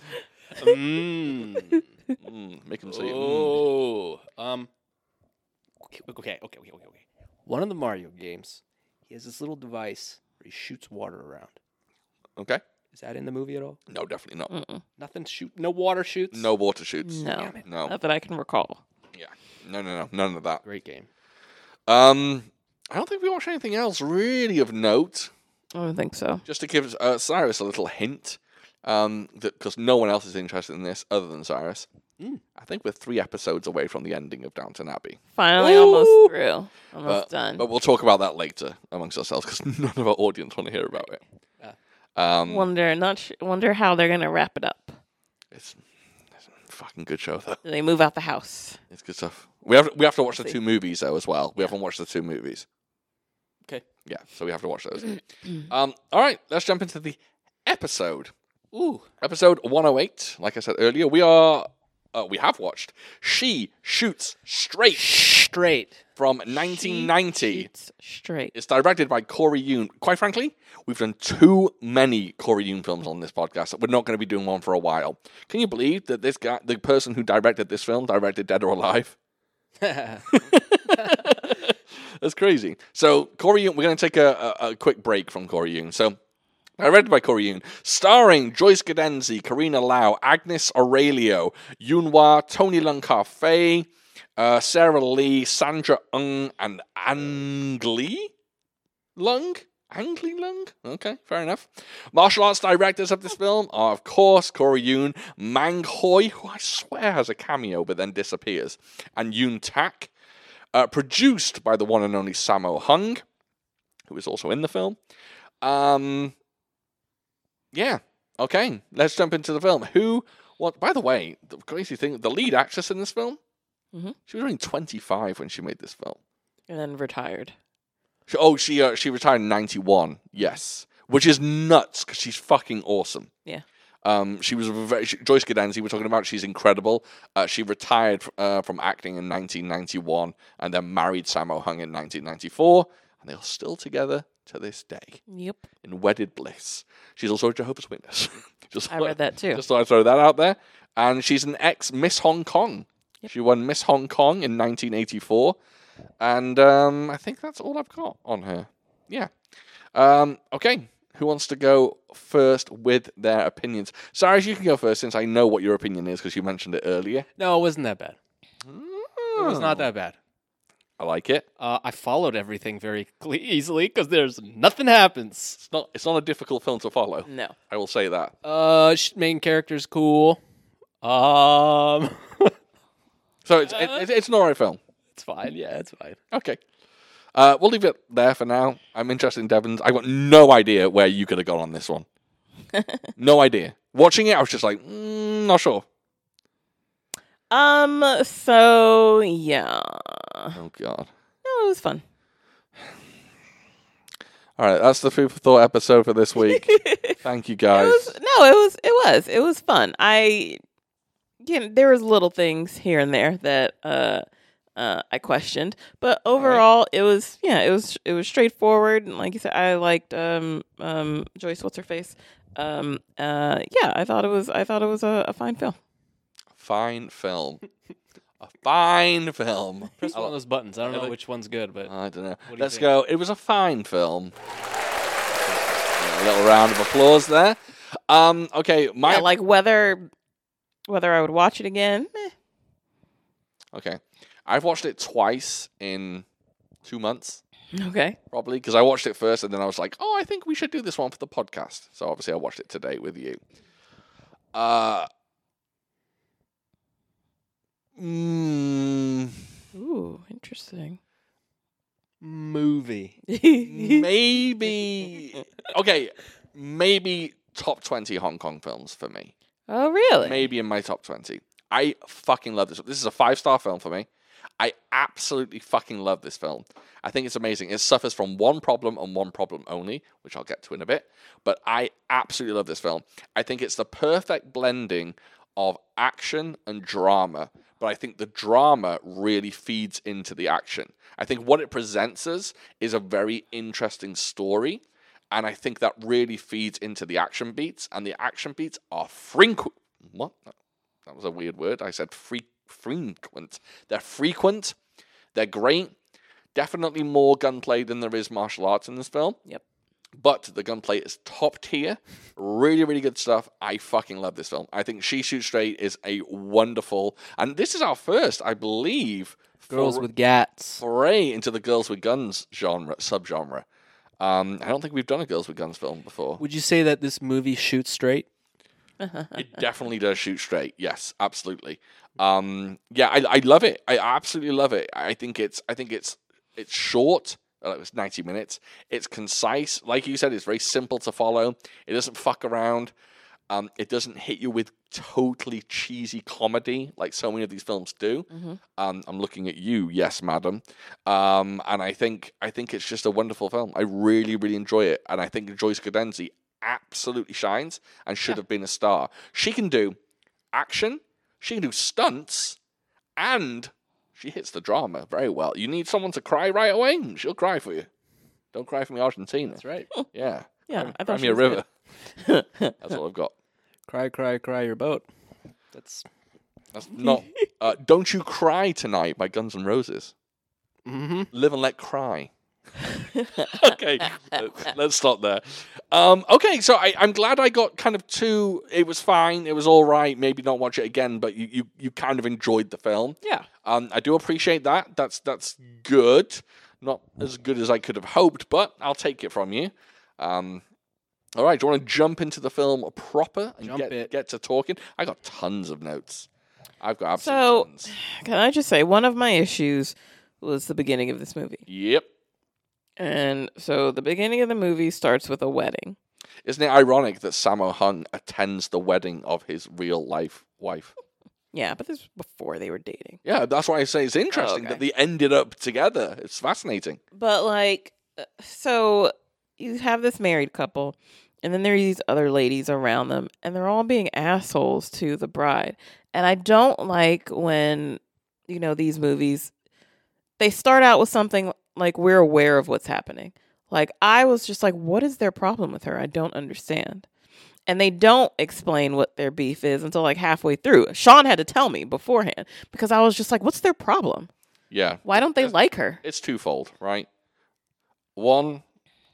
Speaker 2: Mm.
Speaker 1: Mm, make them say. mm.
Speaker 2: Oh. Um. Okay. Okay. Okay. Okay. Okay. okay. One of the Mario games, he has this little device where he shoots water around.
Speaker 1: Okay.
Speaker 2: Is that in the movie at all?
Speaker 1: No, definitely not.
Speaker 2: Nothing shoot. No water shoots.
Speaker 1: No water shoots.
Speaker 3: Mm. No,
Speaker 1: No.
Speaker 3: not that I can recall.
Speaker 1: Yeah. No. No. No. None of that.
Speaker 2: Great game.
Speaker 1: Um, I don't think we watched anything else really of note.
Speaker 3: I don't think so.
Speaker 1: just to give uh, Cyrus a little hint, um, because no one else is interested in this other than Cyrus. I think we're three episodes away from the ending of Downton Abbey,
Speaker 3: Finally,
Speaker 2: Ooh.
Speaker 3: almost through.
Speaker 1: but,
Speaker 3: Almost done.
Speaker 1: but we'll talk about that later amongst ourselves because none of our audience want to hear about it. Um,
Speaker 3: wonder, not sh- wonder how they're gonna wrap it up.
Speaker 1: it's, it's a fucking good show though.
Speaker 3: Do they move out the house?
Speaker 1: It's good stuff. We have we have to watch the two movies though as well. We haven't watched the two movies.
Speaker 2: Okay.
Speaker 1: Yeah, so we have to watch those. um, all right, let's jump into the episode.
Speaker 2: Ooh.
Speaker 1: Episode 108, like I said earlier, we are uh, we have watched She Shoots Straight
Speaker 2: Straight.
Speaker 1: from 1990.
Speaker 3: Shoots straight.
Speaker 1: It's directed by Corey Yoon. Quite frankly, we've done too many Corey Yoon films on this podcast. We're not going to be doing one for a while. Can you believe that this guy, the person who directed this film, directed Dead or Alive? That's crazy. So Corey Yoon, we're going to take a, a, a quick break from Corey Yoon. So directed by Corey Yoon, starring Joyce Gadenzi, Karina Lau, Agnes Aurelio, Yunhwa, Tony Lancar Fay, uh, Sarah Lee, Sandra Ung, and Ang Lee Lung. Ang Lee Lung? Okay, fair enough. Martial arts directors of this film are, of course, Corey Yoon, Mang Hoi, who I swear has a cameo but then disappears, and Yoon Tak. Uh, produced by the one and only Sammo Hung, who is also in the film. Um, yeah. Okay. Let's jump into the film. Who? What? By the way, the crazy thing: the lead actress in this film,
Speaker 3: Mhm.
Speaker 1: she was only twenty-five when she made this film.
Speaker 3: And then retired.
Speaker 1: She, oh, she uh, she retired in ninety-one. Yes, which is nuts because she's fucking awesome.
Speaker 3: Yeah.
Speaker 1: Um, she was a ve- she- Joyce Gadanzi. We're talking about. She's incredible. Uh, she retired uh, from acting in 1991 and then married Sammo Hung in 1994, and they are still together to this day
Speaker 3: Yep.
Speaker 1: in wedded bliss. She's also a Jehovah's Witness. just
Speaker 3: I
Speaker 1: thought-
Speaker 3: read that too.
Speaker 1: Just thought I'd throw that out there. And she's an ex Miss Hong Kong. She won Miss Hong Kong in 1984, and um, I think that's all I've got on her. Yeah. Um, okay. Who wants to go first with their opinions? Sarah, you can go first since I know what your opinion is because you mentioned it earlier.
Speaker 2: No, it wasn't that bad. It was not that bad.
Speaker 1: I like it.
Speaker 2: Uh, I followed everything very cle- easily because there's nothing happens.
Speaker 1: It's not. It's not a difficult film to follow.
Speaker 3: No.
Speaker 1: I will say that.
Speaker 2: Uh, sh- main character's cool. Um,
Speaker 1: So it's it, it's an alright film.
Speaker 2: it's fine. Yeah, it's fine.
Speaker 1: Okay. Uh, we'll leave it there for now. I'm interested in Devon's. I got no idea where you could have gone on this one. no idea. Watching it, I was just like, mm, not sure.
Speaker 3: Um. So yeah.
Speaker 1: Oh God.
Speaker 3: No, it was fun.
Speaker 1: All right, that's the food for thought episode for this week. Thank you
Speaker 3: It
Speaker 1: guys.
Speaker 3: was no, it was it was it was fun. I you know, there was little things here and there that uh, uh, I questioned, but overall it was yeah it was it was straightforward and like you said I liked um, um, Joyce what's her face um, uh, yeah I thought it was I thought it was a, a fine film.
Speaker 1: Fine film. A fine film.
Speaker 2: Press one of those buttons. I don't know
Speaker 1: like-
Speaker 2: which one's good,
Speaker 3: Uh,
Speaker 2: but
Speaker 1: I don't know.
Speaker 2: do you
Speaker 1: Let's
Speaker 2: think?
Speaker 1: go. It was a fine film. A little round of applause there. Um, okay, my
Speaker 3: Yeah, like whether whether I would watch it again. eh.
Speaker 1: okay. I've watched it twice in two months.
Speaker 3: eh, Okay,
Speaker 1: probably because I watched it first and then I was like, oh, I think we should do this one for the podcast. So obviously I watched it today with you. Uh, mm,
Speaker 3: ooh, interesting.
Speaker 2: movie.
Speaker 1: maybe okay, maybe top twenty Hong Kong films for me.
Speaker 3: oh really?
Speaker 1: Maybe in my top twenty. I fucking love this. This is a five star film for me. I absolutely fucking love this film. I think it's amazing. It suffers from one problem and one problem only, which I'll get to in a bit. But I absolutely love this film. I think it's the perfect blending of action and drama. But I think the drama really feeds into the action. I think what it presents us is a very interesting story. And I think that really feeds into the action beats. And the action beats are frequent. What? That was a weird word. I said free, frequent. They're frequent. They're great. Definitely more gunplay than there is martial arts in this film.
Speaker 3: Yep.
Speaker 1: But the gunplay is top tier. Really, really good stuff. I fucking love this film. I think She Shoots Straight is a wonderful, and this is our first, I believe,
Speaker 2: Girls
Speaker 1: for-
Speaker 2: with gats.
Speaker 1: foray into the girls with guns genre subgenre. Um, I don't think we've done a girls with guns film before.
Speaker 2: Would you say that this movie shoots straight?
Speaker 1: it definitely does shoot straight. Yes, absolutely. Um, yeah, I, I love it. I absolutely love it. I think it's I think it's it's short. uh, It was ninety minutes. It's concise, like you said. It's very simple to follow. It doesn't fuck around. Um, it doesn't hit you with totally cheesy comedy like so many of these films do.
Speaker 2: Mm-hmm.
Speaker 1: Um, I'm looking at you, yes, madam. Um, and I think I think it's just a wonderful film. I really, really enjoy it, and I think Joyce Godenzi absolutely shines and should have been a star. She can do action, she can do stunts, and she hits the drama very well. You need someone to cry right away, she'll cry for you. Don't cry for me, Argentina.
Speaker 2: That's right.
Speaker 1: Yeah,
Speaker 3: Yeah, I
Speaker 1: cry me
Speaker 3: thought she
Speaker 1: a
Speaker 3: was good.
Speaker 1: river. That's all I've got.
Speaker 2: cry, cry, cry your boat. That's
Speaker 1: That's not. Uh, Don't you cry tonight by Guns N' Roses.
Speaker 2: mm-hmm.
Speaker 1: Live and Let Cry. okay, let's, let's stop there. Um, okay, so I, I'm glad I got kind of two. It was fine. It was all right. Maybe not watch it again, but you, you, you kind of enjoyed the film.
Speaker 2: yeah.
Speaker 1: Um, I do appreciate that. That's that's good. Not as good as I could have hoped, but I'll take it from you. Um, all right, do you want to jump into the film proper and
Speaker 2: Jump
Speaker 1: get,
Speaker 2: it.
Speaker 1: get to talking? I got tons of notes. I've got absolute
Speaker 3: So-
Speaker 1: tons.
Speaker 3: Can I just say one of my issues was the beginning of this movie.
Speaker 1: Yep.
Speaker 3: And so the beginning of the movie starts with a wedding.
Speaker 1: Isn't it ironic that Sammo Hung attends the wedding of his real life wife?
Speaker 3: Yeah, but this was before they were dating.
Speaker 1: Yeah, that's why I say it's interesting
Speaker 3: okay.
Speaker 1: that they ended up together. It's fascinating.
Speaker 3: But like uh, so you have this married couple And then there are these other ladies around them, and they're all being assholes to the bride. And I don't like when, you know, these movies, they start out with something like we're aware of what's happening. Like, I was just like, what is their problem with her? I don't understand. And they don't explain what their beef is until like halfway through. Sean had to tell me beforehand because I was just like, what's their problem?
Speaker 1: Yeah.
Speaker 3: Why don't they
Speaker 1: That's-
Speaker 3: like her?
Speaker 1: It's twofold, right? One,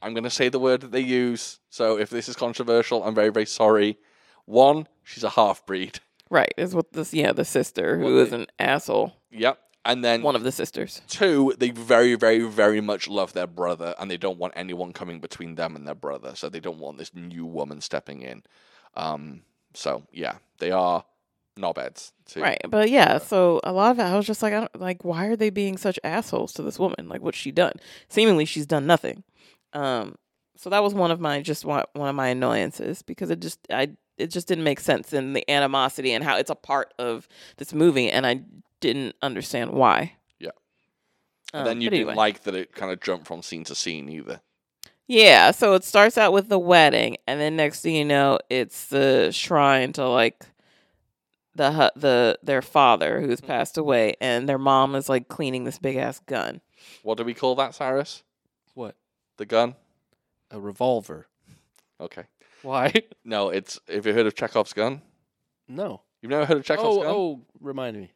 Speaker 1: I'm going to say the word that they use. So if this is controversial, I'm very, very sorry. One, she's a half breed.
Speaker 3: Right, is what this yeah, the sister who
Speaker 1: Well,
Speaker 3: is an asshole.
Speaker 1: Yep. And then
Speaker 3: One of the sisters.
Speaker 1: two, they very, very, very much love their brother and they don't want anyone coming between them and their brother. So they don't want this new woman stepping in. Um, so yeah, they are knobheads. Too.
Speaker 3: Right. But yeah, so a lot of it I was just like I don't, like why are they being such assholes to this woman? Like what's she done? Seemingly she's done nothing. Um so that was one of my just one, one of my annoyances because it just I it just didn't make sense in the animosity and how it's a part of this movie and I didn't understand why.
Speaker 1: Yeah.
Speaker 3: Um,
Speaker 1: And then you
Speaker 3: but
Speaker 1: didn't
Speaker 3: anyway.
Speaker 1: like that it kind of jumped from scene to scene either.
Speaker 3: Yeah, so it starts out with the wedding, and then next thing you know, it's the shrine to like the hu- the their father who's
Speaker 1: Mm-hmm.
Speaker 3: passed away, and their mom is like cleaning this big ass gun.
Speaker 1: What do we call that, Cyrus?
Speaker 2: What?
Speaker 1: The gun?
Speaker 2: A revolver.
Speaker 1: Okay.
Speaker 2: Why?
Speaker 1: No, it's have you heard of Chekhov's gun?
Speaker 2: No.
Speaker 1: You've never heard of Chekhov's
Speaker 2: Oh,
Speaker 1: gun?
Speaker 2: oh, remind me.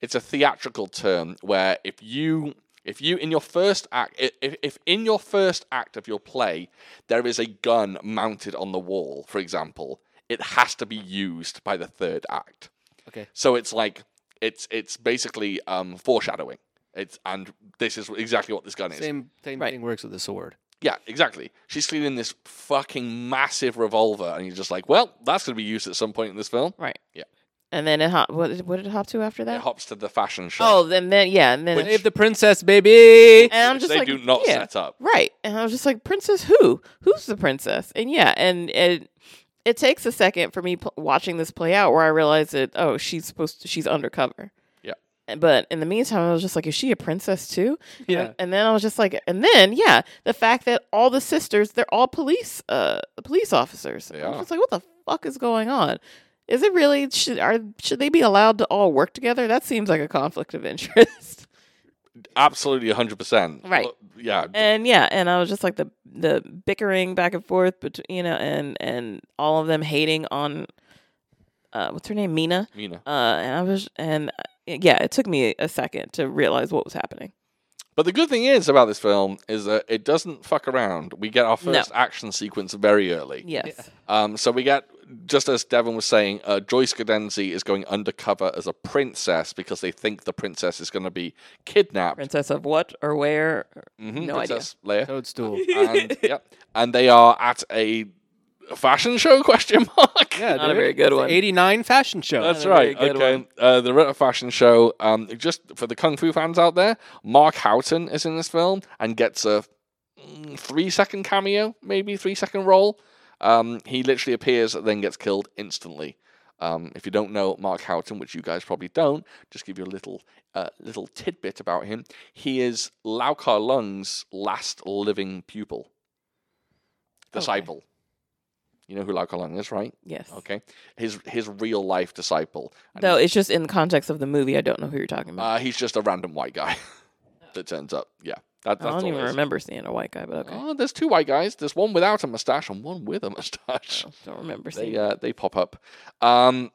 Speaker 1: It's a theatrical term where if you if you in your first act i- if, if in your first act of your play there is a gun mounted on the wall, for example, it has to be used by the third act.
Speaker 2: Okay.
Speaker 1: So it's like it's it's basically um, foreshadowing. It's and this is exactly what this gun is.
Speaker 2: Same same
Speaker 3: Right.
Speaker 2: thing works with the sword.
Speaker 1: Yeah, exactly. She's cleaning this fucking massive revolver, and you're just like, well, that's going to be used at some point in this film.
Speaker 3: Right.
Speaker 1: Yeah.
Speaker 3: And then it hop. What did, what did it hop to after that?
Speaker 1: It hops to the fashion show.
Speaker 3: oh, and then yeah, and then
Speaker 1: Which-
Speaker 2: Save the princess, baby.
Speaker 3: and I'm
Speaker 1: which
Speaker 3: just
Speaker 1: they
Speaker 3: like
Speaker 1: do not
Speaker 3: yeah.
Speaker 1: set up.
Speaker 3: Right. And I was just like, Princess who? Who's the princess? And yeah, and it it takes a second for me pl- watching this play out where I realized that oh, she's supposed to, she's undercover.
Speaker 1: Yeah.
Speaker 3: And- But in the meantime, I was just like, is she a princess too?
Speaker 2: Yeah.
Speaker 3: And, and then I was just like, and then yeah, the fact that all the sisters they're all police uh police officers.
Speaker 1: They
Speaker 3: I
Speaker 1: are.
Speaker 3: was just like, what the fuck is going on? Is it really should are should they be allowed to all work together? That seems like a conflict of interest.
Speaker 1: Absolutely, hundred percent.
Speaker 3: Right.
Speaker 1: Yeah.
Speaker 3: and yeah and i was just like the the bickering back and forth between you know and and all of them hating on uh what's her name mina
Speaker 1: Mina.
Speaker 3: uh and i was and uh, yeah it took me a second to realize what was happening
Speaker 1: But the good thing is about this film is that it doesn't fuck around. We get our
Speaker 3: No.
Speaker 1: first action sequence very early.
Speaker 3: yes
Speaker 1: Um, so we get, just as Devon was saying, uh, Joyce Godenzi is going undercover as a princess because they think the princess is going to be kidnapped.
Speaker 3: princess of what or where
Speaker 1: Mhm,
Speaker 3: no idea
Speaker 1: princess idea. Leia.
Speaker 2: Toadstool.
Speaker 1: and yeah, and they are at a fashion show question mark.
Speaker 2: Yeah,
Speaker 3: Not a
Speaker 2: dude.
Speaker 3: very good
Speaker 2: It's a
Speaker 3: one.
Speaker 2: 89 fashion show.
Speaker 1: That's
Speaker 3: a very
Speaker 1: right.
Speaker 3: good
Speaker 1: Okay,
Speaker 3: one.
Speaker 1: uh, they're at a fashion show. Um, just for the kung fu fans out there, Mark Houghton is in this film and gets a mm, three-second cameo, maybe three-second role. Um, he literally appears and then gets killed instantly. Um, if you don't know Mark Houghton, which you guys probably don't, just give you a little uh, little tidbit about him. He is Lau Kar Lung's last living pupil, disciple. You know who Lau Kar Lung is, right?
Speaker 3: yes
Speaker 1: Okay, his his real life disciple. And
Speaker 3: though
Speaker 1: he's-
Speaker 3: it's just in the context of the movie i don't know who you're talking about
Speaker 1: uh, he's just a random white guy that turns up. Yeah, that, Ah, that's
Speaker 3: i don't
Speaker 1: all
Speaker 3: even
Speaker 1: it is.
Speaker 3: remember seeing a white guy but okay
Speaker 1: Oh, there's two white guys. There's one without a mustache and one with a mustache.
Speaker 3: No, don't remember seeing
Speaker 1: They uh, they pop up. Um,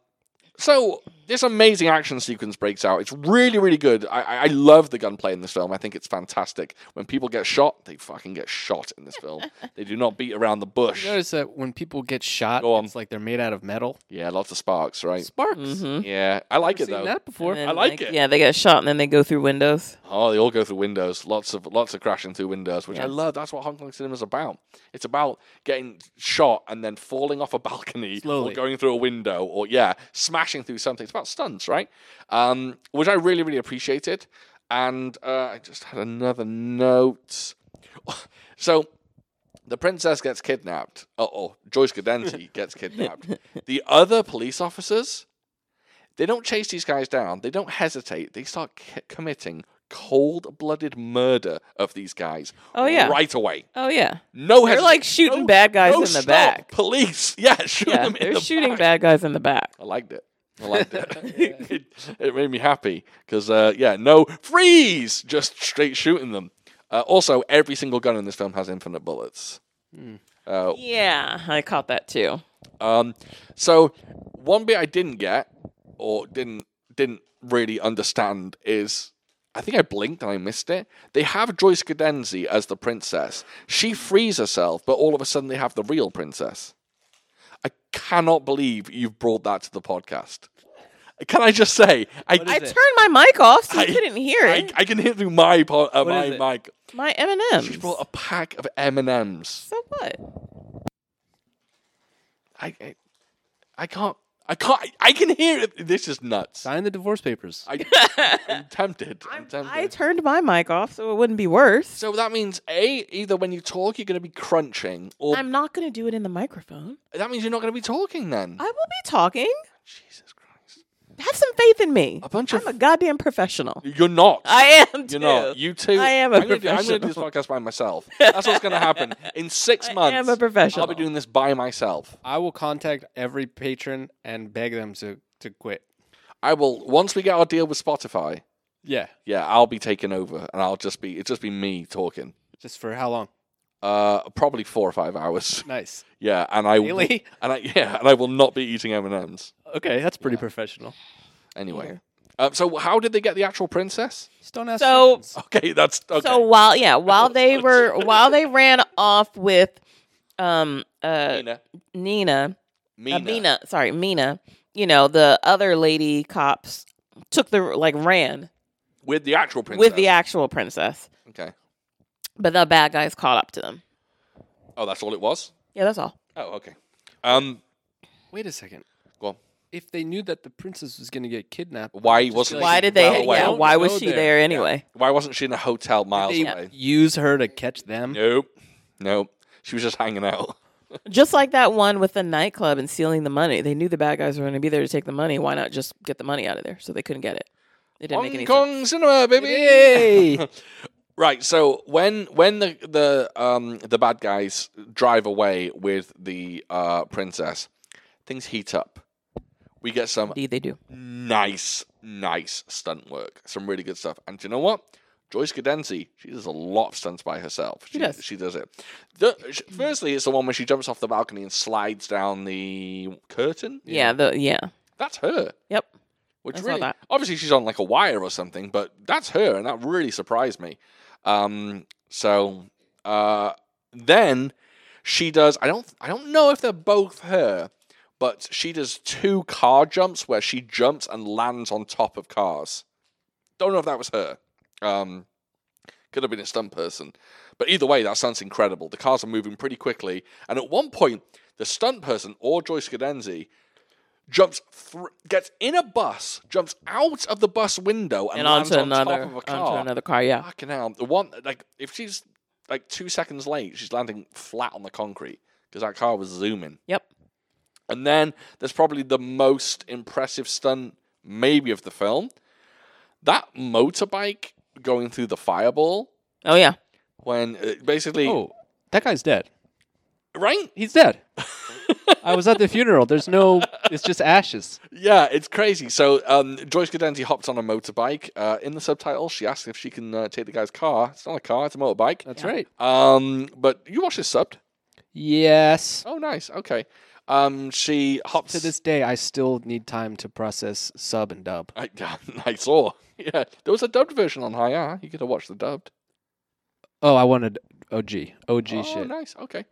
Speaker 1: so this amazing action sequence breaks out. It's really really good. I, I I love the gunplay in this film. I think it's fantastic. When people get shot, they fucking get shot in this film. they do not beat around the bush.
Speaker 2: You notice that when people get shot,
Speaker 1: Go on.
Speaker 2: it's like they're made out of metal.
Speaker 1: Yeah, lots of sparks, right?
Speaker 2: Sparks.
Speaker 3: mm-hmm.
Speaker 1: Yeah, I like
Speaker 2: Never
Speaker 1: it though.
Speaker 2: seen that before.
Speaker 1: I like it.
Speaker 3: yeah they get shot and then they go through windows
Speaker 1: Oh, they all go through windows. Lots of lots of crashing through windows, which I
Speaker 3: Yes.
Speaker 1: love. That's what Hong Kong cinema's about. It's about getting shot and then falling off a balcony
Speaker 2: Slowly.
Speaker 1: or going through a window or yeah, smashing through something. It's about stunts, right? Um, which I really really appreciated. And uh, I just had another note. so the princess gets kidnapped. Uh oh, Joyce Gadanti gets kidnapped. The other police officers, they don't chase these guys down. They don't hesitate. They start c- committing cold blooded murder of these guys
Speaker 3: Oh, yeah.
Speaker 1: right away.
Speaker 3: Oh yeah,
Speaker 1: No
Speaker 3: they're
Speaker 1: hesitation.
Speaker 3: like shooting
Speaker 1: No-
Speaker 3: bad guys
Speaker 1: no
Speaker 3: in the
Speaker 1: stop.
Speaker 3: back.
Speaker 1: Police. Yeah, shoot
Speaker 3: Yeah,
Speaker 1: them in
Speaker 3: they're
Speaker 1: the
Speaker 3: shooting
Speaker 1: back.
Speaker 3: bad guys in the back.
Speaker 1: I liked it. I liked it. it. It made me happy because, uh, yeah, no freeze, just straight shooting them. Uh, also, every single gun in this film has infinite bullets.
Speaker 3: Hmm.
Speaker 1: Uh,
Speaker 3: Yeah, I caught that too.
Speaker 1: um, so one bit I didn't get or didn't didn't really understand is I think I blinked and I missed it. They have Joyce Cadenzi as the princess. She frees herself, but all of a sudden they have the real princess. I cannot believe you've brought that to the podcast. Can I just say I
Speaker 2: What
Speaker 3: I
Speaker 2: is it?
Speaker 3: turned my mic off so
Speaker 1: I-
Speaker 3: you couldn't hear
Speaker 1: I,
Speaker 3: it.
Speaker 1: I can hear through my po- uh,
Speaker 2: What
Speaker 1: my
Speaker 2: is it?
Speaker 1: mic.
Speaker 3: my M and M's.
Speaker 1: She brought a pack of M and M's.
Speaker 3: So what?
Speaker 1: I I- I can't. I can't. I, I can hear it. This is nuts.
Speaker 2: Sign the divorce papers.
Speaker 1: I, I'm tempted. I'm, tempted.
Speaker 3: I turned my mic off so it wouldn't be worse.
Speaker 1: so that means a either when you talk you're going to be crunching, or
Speaker 3: I'm not going to do it in the microphone.
Speaker 1: that means you're not going to be talking then.
Speaker 3: I will be talking.
Speaker 1: Jesus Christ!
Speaker 3: Have some faith in me.
Speaker 1: A bunch
Speaker 3: I'm
Speaker 1: of
Speaker 3: a goddamn professional.
Speaker 1: you're not.
Speaker 3: I am too.
Speaker 1: you're not. You too.
Speaker 3: I am a
Speaker 1: I'm gonna do- I'm going to do this
Speaker 3: professional.
Speaker 1: podcast by myself. That's what's going to happen in six
Speaker 3: I
Speaker 1: months.
Speaker 3: am a professional.
Speaker 1: I'll be doing this by myself.
Speaker 2: I will contact every patron and beg them to to quit.
Speaker 1: I will once we get our deal with Spotify.
Speaker 2: Yeah,
Speaker 1: Yeah, I'll be taking over, and I'll just be it's just be me talking.
Speaker 2: just for how long?
Speaker 1: Uh, probably four or five hours.
Speaker 2: Nice.
Speaker 1: Yeah, and I will,
Speaker 2: Really?
Speaker 1: and I yeah, and I will not be eating M and M's
Speaker 2: Okay, that's pretty professional.
Speaker 1: anyway.
Speaker 3: Either.
Speaker 1: Um, so how did they get the actual princess?
Speaker 2: Just don't ask.
Speaker 3: So-
Speaker 2: questions.
Speaker 1: Okay, that's okay.
Speaker 3: So while yeah, while they were while they ran off with um uh
Speaker 1: Mina,
Speaker 3: Nina,
Speaker 1: Mina,
Speaker 3: Uh, Mina, sorry, Mina, you know, the other lady cops took the like ran
Speaker 1: with the actual princess.
Speaker 3: with the actual princess,
Speaker 1: okay.
Speaker 3: but the bad guys caught up to them.
Speaker 1: Oh, that's all it was.
Speaker 3: Yeah, that's all.
Speaker 1: Oh, okay. Um,
Speaker 2: wait a second.
Speaker 1: Go on.
Speaker 2: If they knew that the princess was going to get kidnapped,
Speaker 1: Why
Speaker 2: just be
Speaker 1: wasn't-
Speaker 2: like,
Speaker 3: why did they?
Speaker 1: well, why
Speaker 3: yeah,
Speaker 1: don't
Speaker 3: why
Speaker 2: you
Speaker 3: was
Speaker 2: go
Speaker 3: she
Speaker 2: there?
Speaker 3: there, anyway?
Speaker 1: why wasn't she in a hotel miles
Speaker 2: they
Speaker 1: away?
Speaker 2: use her to catch them?
Speaker 1: Nope, nope. She was just hanging out.
Speaker 3: Just like that one with the nightclub and stealing the money. They knew the bad guys were going to be there to take the money. Why not just get the money out of there? So they couldn't get it. It didn't make
Speaker 1: Hong
Speaker 3: any
Speaker 1: Kong
Speaker 3: sense.
Speaker 1: cinema, baby.
Speaker 2: Yay!
Speaker 1: Right, so when when the the um the bad guys drive away with the uh princess, things heat up. We get some
Speaker 3: Indeed, they do.
Speaker 1: nice, nice stunt work, some really good stuff. And do you know what? Joyce Cadenzi, she does a lot of stunts by herself. She,
Speaker 3: does.
Speaker 1: She does it. The, sh- firstly, it's the one where she jumps off the balcony and slides down the curtain.
Speaker 3: Yeah, the yeah.
Speaker 1: That's her.
Speaker 3: Yep.
Speaker 1: Which
Speaker 3: I saw
Speaker 1: really,
Speaker 3: that.
Speaker 1: obviously, she's on like a wire or something, but that's her, and that really surprised me. Um, so uh, then she does. I don't. I don't know if they're both her, but she does two car jumps where she jumps and lands on top of cars. Don't know if that was her. Um, could have been a stunt person, but either way, that sounds incredible. The cars are moving pretty quickly, and at one point, the stunt person or Joyce Cadenzi jumps thr gets in a bus, jumps out of the bus window, and,
Speaker 3: And
Speaker 1: lands
Speaker 3: onto
Speaker 1: on
Speaker 3: another
Speaker 1: top of a
Speaker 3: onto
Speaker 1: car.
Speaker 3: another car. Yeah.
Speaker 1: Fucking hell! The one like if she's like two seconds late, she's landing flat on the concrete because that car was zooming.
Speaker 3: Yep.
Speaker 1: And then there's probably the most impressive stunt maybe of the film. That motorbike going through the fireball
Speaker 3: Oh yeah.
Speaker 1: when uh, basically
Speaker 2: oh, that guy's dead.
Speaker 1: right
Speaker 2: He's dead. I was at the funeral. There's no. It's just ashes.
Speaker 1: Yeah, it's crazy. So um, Joyce Gadenzi hopped on a motorbike. Uh, in the subtitle, she asks if she can uh, take the guy's car. It's not a car; it's a motorbike.
Speaker 2: That's right.
Speaker 1: Um, but you watched this subbed.
Speaker 2: Yes.
Speaker 1: Oh, nice. Okay. Um, she hops
Speaker 2: To this day, I still need time to process sub and dub.
Speaker 1: I, I saw. Yeah, there was a dubbed version on Hi R. You could have watched the dubbed.
Speaker 2: Oh, I wanted OG. OG
Speaker 1: oh,
Speaker 2: shit.
Speaker 1: nice. Okay.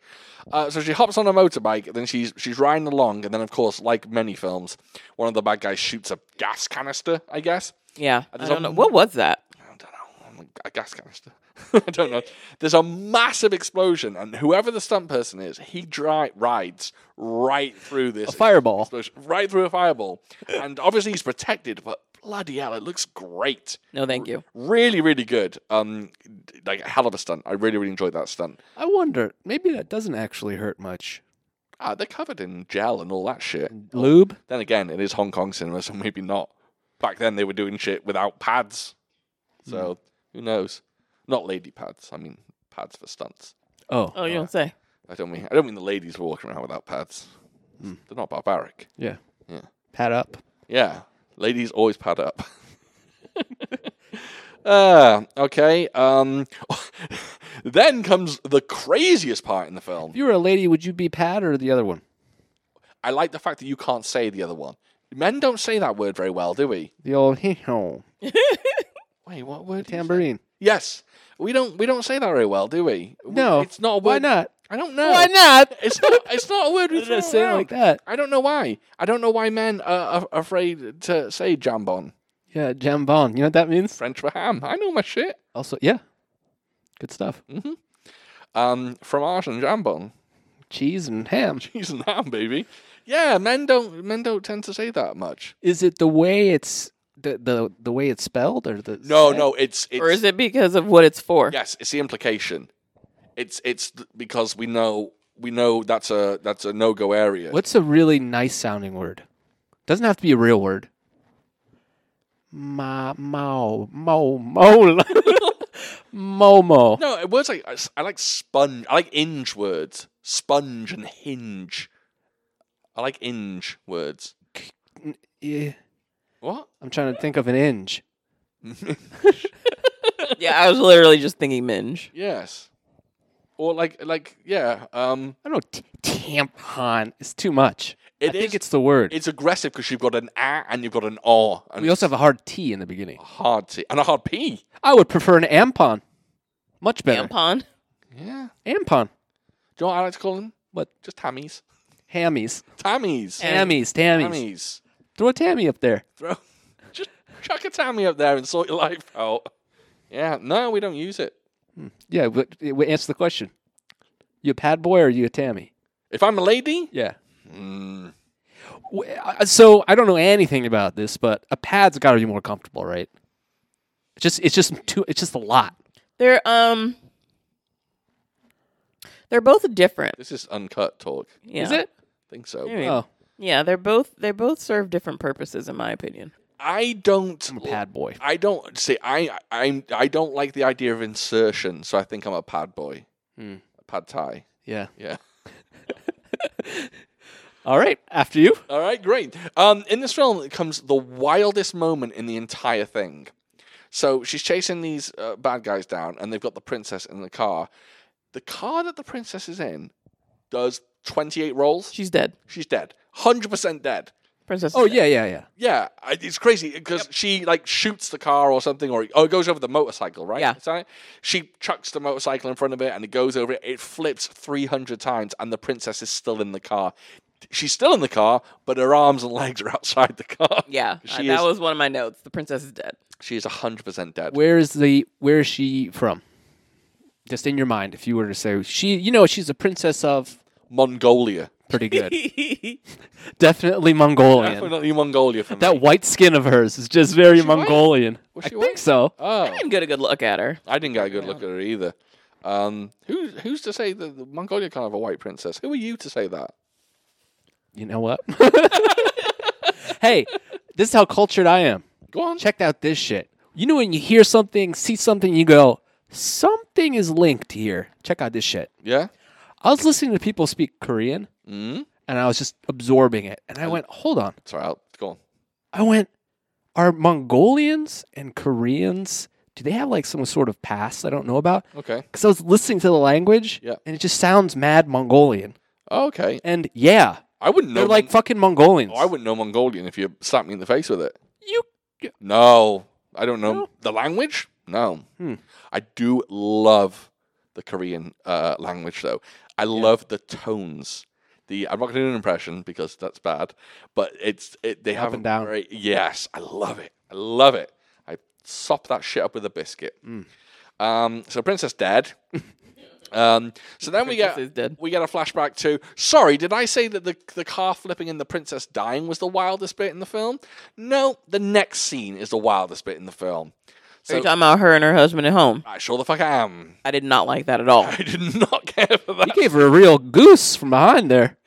Speaker 1: Uh, so she hops on a motorbike. Then she's she's riding along, and then of course, like many films, one of the bad guys shoots a gas canister. I guess.
Speaker 3: Yeah.
Speaker 1: And
Speaker 3: I
Speaker 1: there's
Speaker 3: don't
Speaker 1: a-
Speaker 3: know. What was that?
Speaker 1: I don't know, I'm like, a gas canister. I don't know. There's a massive explosion, and whoever the stunt person is, he dri- rides right through this
Speaker 2: A fireball.
Speaker 1: explosion, right through a fireball. and obviously he's protected, but bloody hell, it looks great.
Speaker 3: No, thank you.
Speaker 1: Really, really good. Um, d- like a hell of a stunt. I really, really enjoyed that stunt.
Speaker 2: I wonder. Maybe that doesn't actually hurt much.
Speaker 1: Ah, they're covered in gel and all that shit.
Speaker 2: Lube.
Speaker 1: Then again, it is Hong Kong cinema, so maybe not. Back then, they were doing shit without pads. So who knows? Not lady pads. I mean pads for stunts.
Speaker 2: Oh,
Speaker 3: Oh, you don't say.
Speaker 1: I don't mean I don't mean the ladies were walking around without pads. They're not barbaric.
Speaker 2: yeah.
Speaker 1: Yeah.
Speaker 2: Pat up.
Speaker 1: Yeah. Ladies always pad up. uh, okay. Um, then comes the craziest part in the
Speaker 2: If
Speaker 1: film.
Speaker 2: you were a lady, would you be Pat or the other one?
Speaker 1: I like the fact that you can't say the other one. Men don't say that word very well, do we?
Speaker 2: The old hee haw,
Speaker 1: Wait, what word? did you say?
Speaker 2: tambourine.
Speaker 1: Yes. We don't we don't say that very well, do we? W-
Speaker 2: No.
Speaker 1: It's not a word.
Speaker 2: Why not?
Speaker 1: I don't know.
Speaker 2: not?
Speaker 1: It's not it's not a word we
Speaker 2: Did
Speaker 1: throw
Speaker 2: I say it
Speaker 1: around.
Speaker 2: like that?
Speaker 1: I don't know why. I don't know why men are, are afraid to say jambon.
Speaker 2: Yeah, jambon. You know what that means?
Speaker 1: French for ham. I know my shit.
Speaker 2: Also, yeah. Good stuff.
Speaker 1: Hmm? Um, fromage and jambon.
Speaker 2: Cheese and ham.
Speaker 1: Cheese and ham, baby. Yeah, men don't men don't tend to say that much.
Speaker 2: Is it the way it's the the, the way it's spelled or the
Speaker 1: No, no, it's it's
Speaker 3: Or is it because of what it's for?
Speaker 1: yes, it's the implication. It's it's th- because we know we know that's a that's a no go area.
Speaker 2: What's a really nice sounding word? Doesn't have to be a real word. Ma mao mo mo momo.
Speaker 1: No, uh, words like I s- I like sponge. I like inge words. Sponge and hinge. I like inge words.
Speaker 2: Yeah.
Speaker 1: What?
Speaker 2: I'm trying to think of an inch.
Speaker 3: Yeah, I was literally just thinking minge.
Speaker 1: Yes. Or like like yeah. Um,
Speaker 2: I don't know. T- tampon is too much.
Speaker 1: It
Speaker 2: I think
Speaker 1: is-
Speaker 2: it's the word.
Speaker 1: it's aggressive because you've got an ah and you've got an r. And
Speaker 2: we also have a hard T in the beginning.
Speaker 1: a hard t and a hard p.
Speaker 2: I would prefer an ampon. Much better.
Speaker 3: Tampon.
Speaker 1: Yeah.
Speaker 2: Ampon.
Speaker 1: Do you know what I like to call them?
Speaker 2: What?
Speaker 1: Just tammies.
Speaker 2: Hammies.
Speaker 1: Tammies.
Speaker 2: Tammies. Tammies.
Speaker 1: Tammies.
Speaker 2: Throw a tammy up there.
Speaker 1: Throw. Just chuck a tammy up there and sort your life out. Yeah. No, we don't use it.
Speaker 2: Yeah, but it would answer the question. You a pad boy or you a tammy?
Speaker 1: If I'm a lady,
Speaker 2: Yeah.
Speaker 1: mm,
Speaker 2: W- uh, So I don't know anything about this, but a pad's got to be more comfortable, right? It's just it's just too it's just a lot.
Speaker 3: They're um They're both different.
Speaker 1: this is uncut talk. I
Speaker 3: Yeah.
Speaker 2: Is it?
Speaker 1: think so.
Speaker 3: Yeah.
Speaker 2: Oh,
Speaker 3: Yeah, they're both they both serve different purposes in my opinion.
Speaker 1: I don't.
Speaker 2: I'm a pad boy.
Speaker 1: I don't see. I I'm. I don't like the idea of insertion, so I think I'm a pad boy.
Speaker 2: Hmm.
Speaker 1: A pad thai.
Speaker 2: Yeah.
Speaker 1: Yeah.
Speaker 2: All right, after you.
Speaker 1: All right, great. Um, in this film comes the wildest moment in the entire thing. So she's chasing these uh, bad guys down, and they've got the princess in the car. The car that the princess is in does 28 rolls.
Speaker 3: She's dead.
Speaker 1: She's dead. 100% dead.
Speaker 3: Princess. is
Speaker 2: Oh
Speaker 3: dead.
Speaker 2: yeah, yeah, yeah.
Speaker 1: Yeah, I- it's crazy because she like shoots the car or something, or oh, it goes over the motorcycle, right?
Speaker 3: Yeah.
Speaker 1: Is that it? She chucks the motorcycle in front of it, and it goes over it. It flips three hundred times, and the princess is still in the car. She's still in the car, but her arms and legs are outside the car.
Speaker 3: Yeah. uh,
Speaker 1: She
Speaker 3: that
Speaker 1: is-
Speaker 3: was one of my notes. The princess is dead.
Speaker 1: She is hundred percent dead.
Speaker 2: Where is the where is she from? Just in your mind, if you were to say she, you know, she's a princess of
Speaker 1: Mongolia,
Speaker 2: pretty good. Definitely Mongolian.
Speaker 1: definitely Mongolia for me.
Speaker 2: That white skin of hers is just very
Speaker 1: white?
Speaker 2: Mongolian.
Speaker 1: Was
Speaker 2: I
Speaker 1: she
Speaker 2: think
Speaker 1: white?
Speaker 2: so.
Speaker 1: oh,
Speaker 3: I didn't get a good look at her.
Speaker 1: I didn't get a good look at her either. Um, who, who's to say that the Mongolia can't have a white princess? Who are you to say that?
Speaker 2: You know what? hey, this is how cultured I am.
Speaker 1: Go on.
Speaker 2: Check out this shit. You know when you hear something, see something, you go, something is linked here. Check out this shit.
Speaker 1: Yeah.
Speaker 2: I was listening to people speak Korean
Speaker 1: Mm?
Speaker 2: and I was just absorbing it. And I went, hold on.
Speaker 1: Sorry, I'll, go on.
Speaker 2: I went, are Mongolians and Koreans, do they have like some sort of past I don't know about?
Speaker 1: Okay.
Speaker 2: Because I was listening to the language
Speaker 1: Oh. Yeah.
Speaker 2: and it just sounds mad Mongolian.
Speaker 1: Okay.
Speaker 2: And yeah,
Speaker 1: I wouldn't know.
Speaker 2: they're like fucking Mongolians.
Speaker 1: Mon- Oh, I wouldn't know Mongolian if you slapped me in the face with it.
Speaker 2: You
Speaker 1: No, I don't know
Speaker 2: No?
Speaker 1: the language. No,
Speaker 2: Hmm.
Speaker 1: I do love the Korean uh, language though. I love the tones. The I'm not going to do an impression because that's bad, but it's it, they have
Speaker 2: and
Speaker 1: a
Speaker 2: down.
Speaker 1: Very, yes, I love it. I love it. I sop that shit up with a biscuit. Um, so Princess Dead. um, so then we
Speaker 3: Princess is
Speaker 1: get
Speaker 3: dead.
Speaker 1: we get a flashback to. Sorry, did I say that the the car flipping and the princess dying was the wildest bit in the film? No, the next scene is the wildest bit in the film.
Speaker 3: Are
Speaker 1: So
Speaker 3: you talking about her and her husband at home?
Speaker 1: I sure the fuck am.
Speaker 3: I did not like that at all.
Speaker 1: I did not care for that.
Speaker 2: You gave her a real goose from behind there.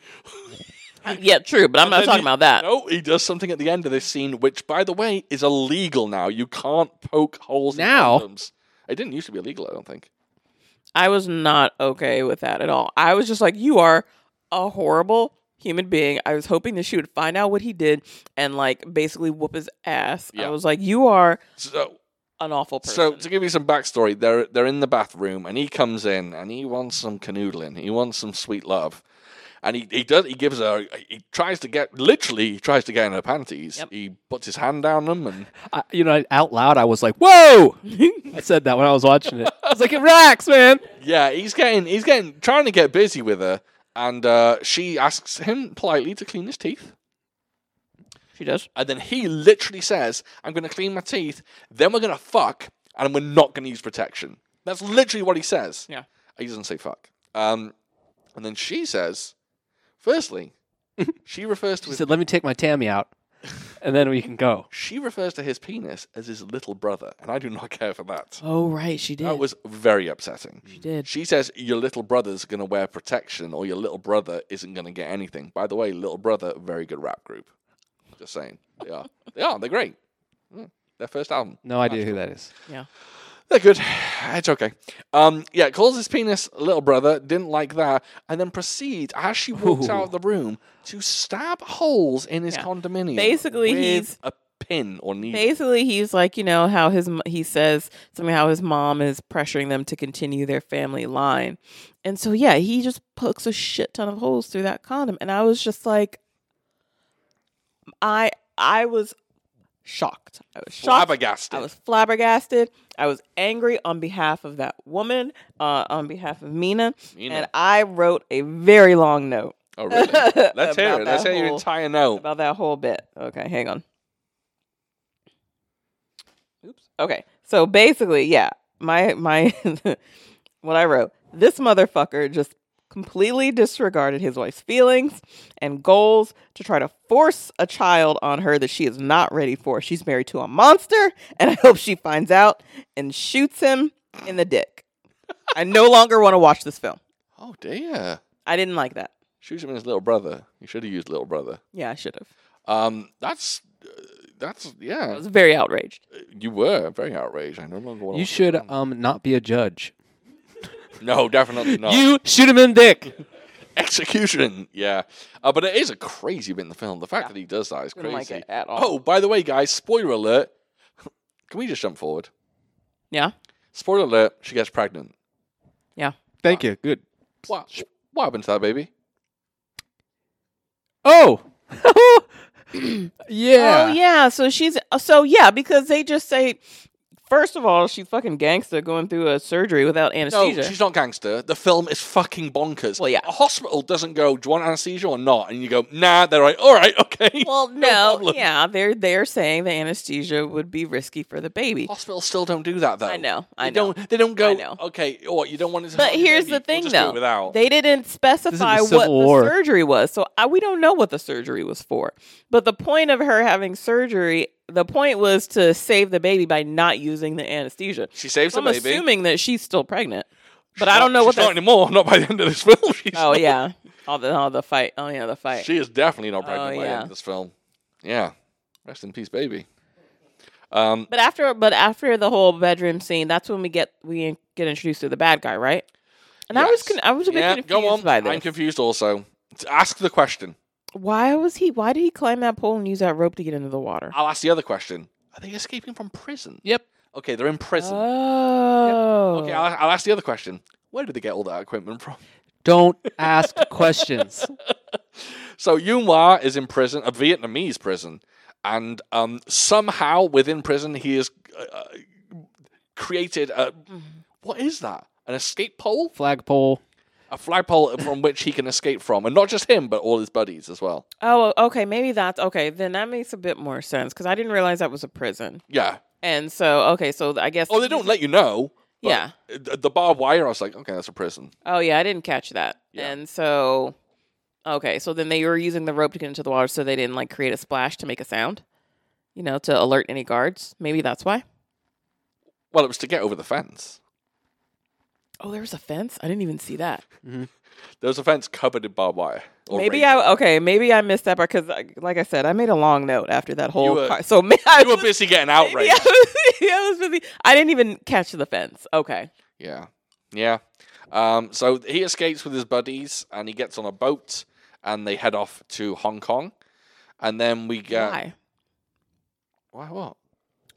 Speaker 3: yeah, true, but I'm not talking about that.
Speaker 1: No, he does something at the end of this scene, which, by the way, is illegal now. You can't poke holes
Speaker 2: Now?
Speaker 1: in condoms. It didn't used to be illegal, I don't think.
Speaker 3: I was not okay with that at all. I was just like, you are a horrible human being. I was hoping that she would find out what he did and like basically whoop his ass.
Speaker 1: Yeah.
Speaker 3: I was like, you are
Speaker 1: So,
Speaker 3: an awful person.
Speaker 1: so to give you some backstory, they're they're in the bathroom, and he comes in, and he wants some canoodling. He wants some sweet love, and he, he does. He gives her. He tries to get literally. He tries to get in her panties.
Speaker 3: Yep.
Speaker 1: He puts his hand down them, and
Speaker 2: I, you know, out loud, I was like, "Whoa!" I said that when I was watching it. I was like, "Relax, man."
Speaker 1: Yeah, he's getting he's getting trying to get busy with her, and uh, she asks him politely to clean his teeth,
Speaker 3: she does.
Speaker 1: and then he literally says, "I'm going to clean my teeth, then we're going to fuck, and we're not going to use protection." That's literally what he says.
Speaker 3: Yeah.
Speaker 1: he doesn't say fuck. Um, and then she says, firstly, she refers to
Speaker 2: She
Speaker 1: his,
Speaker 2: said, "Let me take my Tammy out, and then we can go."
Speaker 1: she refers to his penis as his little brother, and I do not care for that.
Speaker 3: Oh right, she did.
Speaker 1: That was very upsetting.
Speaker 3: she did.
Speaker 1: She says your little brother's going to wear protection or your little brother isn't going to get anything. By the way, Little Brother, very good rap group. Just saying. They are. They are. They're great. Mm, Their first album.
Speaker 2: No idea who that is.
Speaker 1: They're good. It's okay. Um, yeah, calls his penis Little Brother, didn't like that, and then proceeds, as she walks out of the room, to stab holes in his
Speaker 3: Yeah.
Speaker 1: condominium.
Speaker 3: Basically,
Speaker 1: with
Speaker 3: he's-
Speaker 1: A pin or needle.
Speaker 3: Basically, he's like, you know, how his m- he says something how his mom is pressuring them to continue their family line, and so yeah, he just pokes a shit ton of holes through that condom, and I was just like, I I was shocked. I was shocked.
Speaker 1: Flabbergasted.
Speaker 3: I was flabbergasted. I was angry on behalf of that woman, uh, on behalf of Mina,
Speaker 1: Mina.
Speaker 3: and I wrote a very long note
Speaker 1: Oh, really? Let's hear it.
Speaker 3: About
Speaker 1: Let's
Speaker 3: that
Speaker 1: hear your
Speaker 3: whole-
Speaker 1: entire note.
Speaker 3: about that whole bit. Okay, hang on. Oops. Okay. So basically, yeah, my my what I wrote. This motherfucker just completely disregarded his wife's feelings and goals to try to force a child on her that she is not ready for. She's married to a monster, and I hope she finds out and shoots him in the dick. I no longer want to watch this film.
Speaker 1: Oh, dear.
Speaker 3: I didn't like that.
Speaker 1: Shoots him in his little brother. You should have used Little Brother.
Speaker 3: Yeah, I should have.
Speaker 1: Um, that's uh, that's
Speaker 3: I
Speaker 1: yeah.
Speaker 3: was very outraged.
Speaker 1: You were very outraged. I no longer want
Speaker 2: You should um not be a judge.
Speaker 1: No, definitely not.
Speaker 2: You shoot him in dick.
Speaker 1: execution. Yeah, uh, but it is a crazy bit in the film. The fact that he does that is
Speaker 3: Didn't
Speaker 1: crazy.
Speaker 3: like it at all.
Speaker 1: Oh, by the way, guys, spoiler alert. Can we just jump forward?
Speaker 3: Yeah.
Speaker 1: Spoiler alert: She gets pregnant.
Speaker 2: Thank you. Good.
Speaker 1: What? What happened to that baby?
Speaker 2: Oh. yeah.
Speaker 3: Oh yeah, so she's so yeah because they just say first of all she's fucking gangster going through a surgery without
Speaker 1: No,
Speaker 3: anesthesia.
Speaker 1: she's not gangster. The film is fucking bonkers.
Speaker 3: Well, yeah.
Speaker 1: A hospital doesn't go, do you want anesthesia or not? And you go, nah, they're like, all right, okay.
Speaker 3: well,
Speaker 1: no
Speaker 3: no,
Speaker 1: problem.
Speaker 3: yeah, they're they're saying the anesthesia would be risky for the baby.
Speaker 1: Hospitals still don't do that, though.
Speaker 3: I know,
Speaker 1: They
Speaker 3: I know.
Speaker 1: don't. They don't go.
Speaker 3: I know.
Speaker 1: Okay, or you don't want it to.
Speaker 3: But
Speaker 1: harm your
Speaker 3: here's
Speaker 1: baby,
Speaker 3: the thing,
Speaker 1: we'll just do it
Speaker 3: though.
Speaker 1: without.
Speaker 3: They didn't specify
Speaker 2: Civil
Speaker 3: what the
Speaker 2: War.
Speaker 3: surgery was, so I, we don't know what the surgery was for. But the point of her having surgery, the point was to save the baby by not using the anesthesia.
Speaker 1: she saves
Speaker 3: So I'm
Speaker 1: the baby,
Speaker 3: assuming that she's still pregnant, but
Speaker 1: She's
Speaker 3: I don't
Speaker 1: not-
Speaker 3: know what
Speaker 1: she's not
Speaker 3: that.
Speaker 1: anymore. Not by the end of this film. She's
Speaker 3: Oh
Speaker 1: not-
Speaker 3: yeah, all the all the fight. Oh yeah, the fight.
Speaker 1: she is definitely not pregnant by the end
Speaker 3: Oh, yeah.
Speaker 1: of this film. Yeah, rest in peace, baby. Um,
Speaker 3: But after, but after the whole bedroom scene, that's when we get we get introduced to the bad guy, right? And I was
Speaker 1: Yes.
Speaker 3: con- I was a bit
Speaker 1: yeah,
Speaker 3: confused
Speaker 1: go on.
Speaker 3: by this.
Speaker 1: I'm confused also. Ask the question.
Speaker 3: why was he? Why did he climb that pole and use that rope to get into the water?
Speaker 1: I'll ask the other question. Are they escaping from prison?
Speaker 2: Yep.
Speaker 1: Okay, they're in prison.
Speaker 3: Oh,
Speaker 1: Okay, I'll, I'll ask the other question. Where did they get all that equipment from?
Speaker 2: Don't ask questions.
Speaker 1: So Yuen Wah is in prison, a Vietnamese prison, and um, somehow within prison he has uh, uh, created a
Speaker 3: Mm-hmm.
Speaker 1: what is that? An escape pole,
Speaker 2: Flagpole.
Speaker 1: a flagpole from which he can escape from, and not just him, but all his buddies as well.
Speaker 3: oh, okay. Maybe that's okay. Then that makes a bit more sense because I didn't realize that was a prison.
Speaker 1: Yeah.
Speaker 3: And so, okay, so I guess.
Speaker 1: Oh, they don't let you know. but
Speaker 3: Yeah.
Speaker 1: th- The barbed wire. I was like, okay, that's a prison.
Speaker 3: Oh yeah, I didn't catch that.
Speaker 1: Yeah.
Speaker 3: And so, okay, so then they were using the rope to get into the water, so they didn't like create a splash to make a sound, you know, to alert any guards. Maybe that's why.
Speaker 1: Well, it was to get over the fence.
Speaker 3: Oh, there was a fence. I didn't even see that.
Speaker 1: There's a fence covered in barbed wire. or
Speaker 3: maybe
Speaker 1: razor.
Speaker 3: I okay. Maybe I missed that part because, like I said, I made a long note after that whole.
Speaker 1: were-
Speaker 3: car- so ma- I
Speaker 1: You were
Speaker 3: was-
Speaker 1: busy getting
Speaker 3: maybe
Speaker 1: outraged.
Speaker 3: I was, maybe I was busy. I didn't even catch the fence. Okay.
Speaker 1: Yeah. Yeah. Um, so he escapes with his buddies and he gets on a boat and they head off to Hong Kong. And then we get.
Speaker 3: Why?
Speaker 1: Why what?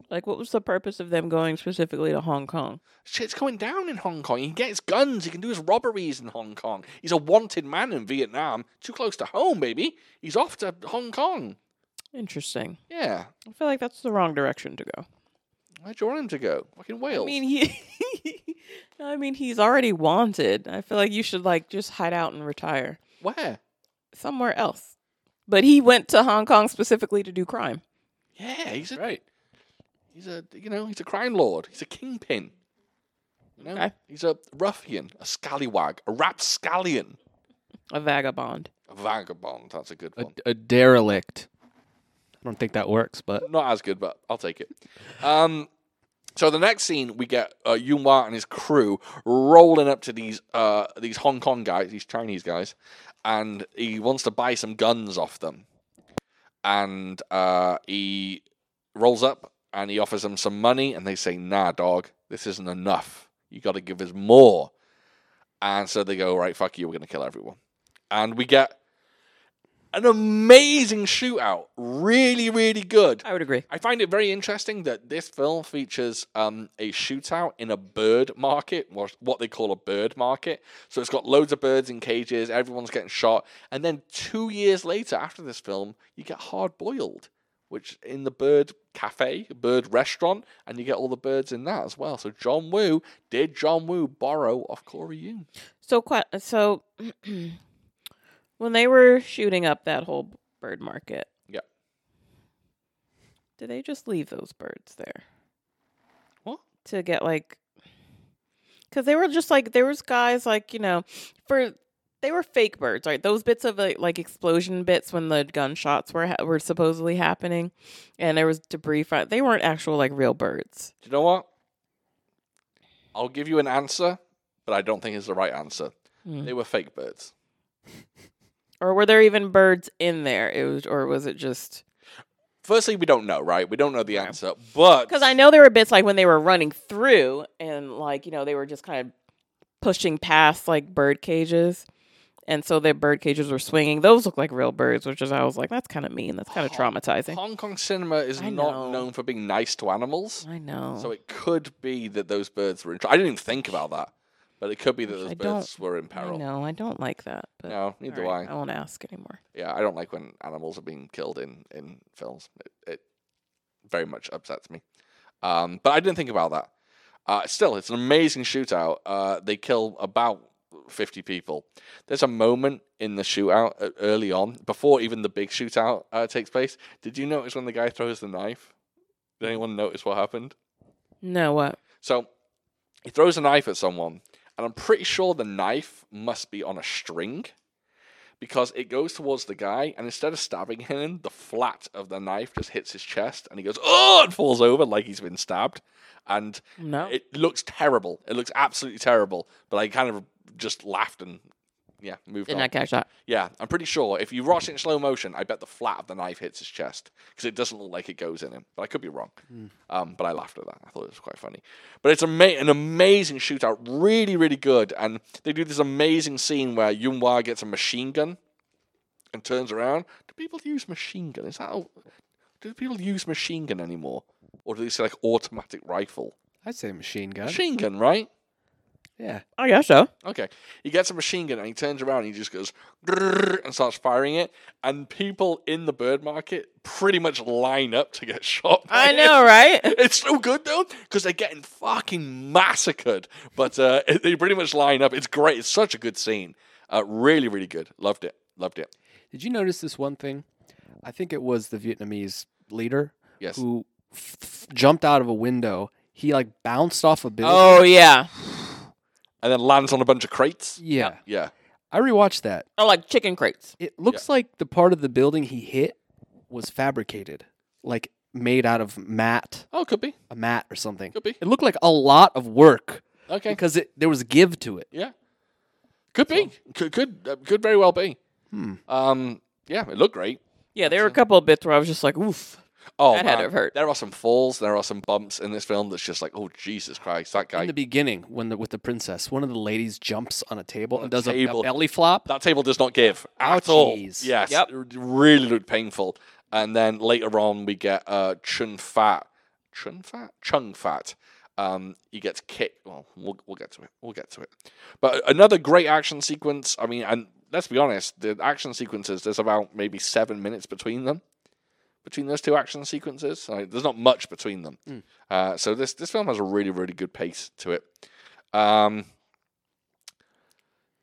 Speaker 3: Like, what was the purpose of them going specifically to Hong Kong?
Speaker 1: Shit's going down in Hong Kong. He can get his guns. He can do his robberies in Hong Kong. He's a wanted man in Vietnam. Too close to home, baby. He's off to Hong Kong.
Speaker 3: Interesting.
Speaker 1: Yeah.
Speaker 3: I feel like that's the wrong direction to go.
Speaker 1: Where'd you want him to go? Fucking Wales.
Speaker 3: I mean, he. I mean, he's already wanted. I feel like you should like just hide out and retire
Speaker 1: Where?
Speaker 3: somewhere else. But he went to Hong Kong specifically to do crime.
Speaker 1: Yeah, he's a
Speaker 2: Right.
Speaker 1: he's a you know he's a crime lord. He's a kingpin. You know,
Speaker 3: Okay.
Speaker 1: he's a ruffian, a scallywag, a rapscallion.
Speaker 3: A vagabond.
Speaker 1: A vagabond. That's a good
Speaker 2: A,
Speaker 1: one.
Speaker 2: a derelict. I don't think that works, but
Speaker 1: Not as good, but I'll take it. Um, so the next scene, we get uh, Yun Wah and his crew rolling up to these uh, these Hong Kong guys, these Chinese guys, and he wants to buy some guns off them. And uh, he rolls up and he offers them some money, and they say, "Nah, dog, this isn't enough. You got to give us more." And so they go, "Right, fuck you, we're gonna kill everyone." And we get an amazing shootout, really, really good.
Speaker 3: I would agree.
Speaker 1: I find it very interesting that this film features um, a shootout in a bird market, what what they call a bird market. So it's got loads of birds in cages, everyone's getting shot, and then two years later, after this film, you get hard boiled, which in the bird cafe, bird restaurant, and you get all the birds in that as well. So John Woo did John Woo borrow off Corey Yoon?
Speaker 3: So quite so when they were shooting up that whole bird market.
Speaker 1: Yeah.
Speaker 3: Did they just leave those birds there?
Speaker 1: What?
Speaker 3: To get like cuz they were just like there was guys like, you know, for they were fake birds, right? Those bits of like, like explosion bits when the gunshots were ha- were supposedly happening and there was debris from they weren't actual like real birds.
Speaker 1: Do you know what? I'll give you an answer, but I don't think it's the right answer.
Speaker 3: Hmm.
Speaker 1: They were fake birds.
Speaker 3: Or were there even birds in there? It was or was it just
Speaker 1: Firstly, we don't know, right? We don't know the
Speaker 3: Yeah.
Speaker 1: answer, but
Speaker 3: Because I know there were bits like when they were running through and like, you know, they were just kind of pushing past like bird cages. And so their bird cages were swinging. Those look like real birds, which is, I was like, that's kind of mean. That's kind of
Speaker 1: Hon-
Speaker 3: traumatizing.
Speaker 1: Hong Kong cinema is
Speaker 3: I
Speaker 1: not
Speaker 3: know.
Speaker 1: known for being nice to animals,
Speaker 3: I know.
Speaker 1: so it could be that those birds were in. tr- I didn't even think about that, but it could be that
Speaker 3: Gosh,
Speaker 1: those
Speaker 3: I
Speaker 1: birds were in
Speaker 3: I
Speaker 1: peril.
Speaker 3: know. I don't like that. But
Speaker 1: No, neither
Speaker 3: all right,
Speaker 1: do
Speaker 3: I won't ask anymore.
Speaker 1: I. Yeah, I don't like when animals are being killed in in films. It, it very much upsets me. Um, but I didn't think about that. Uh, still, it's an amazing shootout. Uh, they kill about 50 people. There's a moment in the shootout uh, early on, before even the big shootout uh, takes place. Did you notice when the guy throws the knife? Did anyone notice what happened?
Speaker 3: No, what?
Speaker 1: So he throws a knife at someone, and I'm pretty sure the knife must be on a string because it goes towards the guy, and instead of stabbing him, the flat of the knife just hits his chest, and he goes, oh, and falls over like he's been stabbed. And
Speaker 3: No.
Speaker 1: it looks terrible. It looks absolutely terrible. But I kind of just laughed and yeah, moved
Speaker 3: Did
Speaker 1: on.
Speaker 3: not catch that.
Speaker 1: Yeah, I'm pretty sure if you watch it in slow motion, I bet the flat of the knife hits his chest because it doesn't look like it goes in him. But I could be wrong. Um, but I laughed at that. I thought it was quite funny. But it's ama- an amazing shootout, really, really good. And they do this amazing scene where Yun Wah gets a machine gun and turns around. Do people use machine gun? Is that how- do people use machine gun anymore, or do they say like automatic rifle?
Speaker 2: I'd say machine gun.
Speaker 1: Machine gun, right?
Speaker 2: yeah.
Speaker 3: I guess so.
Speaker 1: Okay. He gets a machine gun and he turns around and he just goes "Grrr," and starts firing it. And people in the bird market pretty much line up to get shot. by
Speaker 3: I
Speaker 1: it.
Speaker 3: know, right?
Speaker 1: It's so good though, because they're getting fucking massacred. But uh, they pretty much line up. It's great. It's such a good scene. Uh, really, really good. Loved it. Loved it.
Speaker 2: Did you notice this one thing? I think it was the Vietnamese leader
Speaker 1: Yes.
Speaker 2: who f- f- jumped out of a window. He like bounced off a building.
Speaker 3: Oh, yeah.
Speaker 1: And then lands on a bunch of crates.
Speaker 2: yeah.
Speaker 1: Yeah.
Speaker 2: I rewatched that.
Speaker 3: Oh, like chicken crates.
Speaker 2: It looks like the part of the building he hit was fabricated, like made out of mat,
Speaker 1: Oh, could be.
Speaker 2: a mat or something.
Speaker 1: Could be.
Speaker 2: It looked like a lot of work
Speaker 1: Okay.
Speaker 2: because it, there was give to it.
Speaker 1: Yeah, could be. Could could uh, could very well be. Um. Yeah, it looked great.
Speaker 3: Yeah, there were a couple of bits where I was just like, oof.
Speaker 1: Oh,
Speaker 3: That had
Speaker 1: man,
Speaker 3: to have hurt.
Speaker 1: There are some falls. There are some bumps in this film. That's just like, oh Jesus Christ, that guy.
Speaker 2: In the beginning, when the, with the princess, one of the ladies jumps on a table and does a- a,
Speaker 1: table.
Speaker 2: belly flop.
Speaker 1: that table does not give at
Speaker 2: Oh,
Speaker 1: all.
Speaker 2: jeez.
Speaker 1: Yes,
Speaker 3: Yep.
Speaker 1: it really looked painful. And then later on, we get uh, Chun Fat, Chun Fat, Chung Fat. Um, he gets kicked. Well, well, we'll get to it. We'll get to it. But another great action sequence. I mean, and let's be honest, the action sequences. There's about maybe seven minutes between them, between those two action sequences. Like, there's not much between them.
Speaker 2: Hmm.
Speaker 1: Uh, so this this film has a really really good pace to it. Um,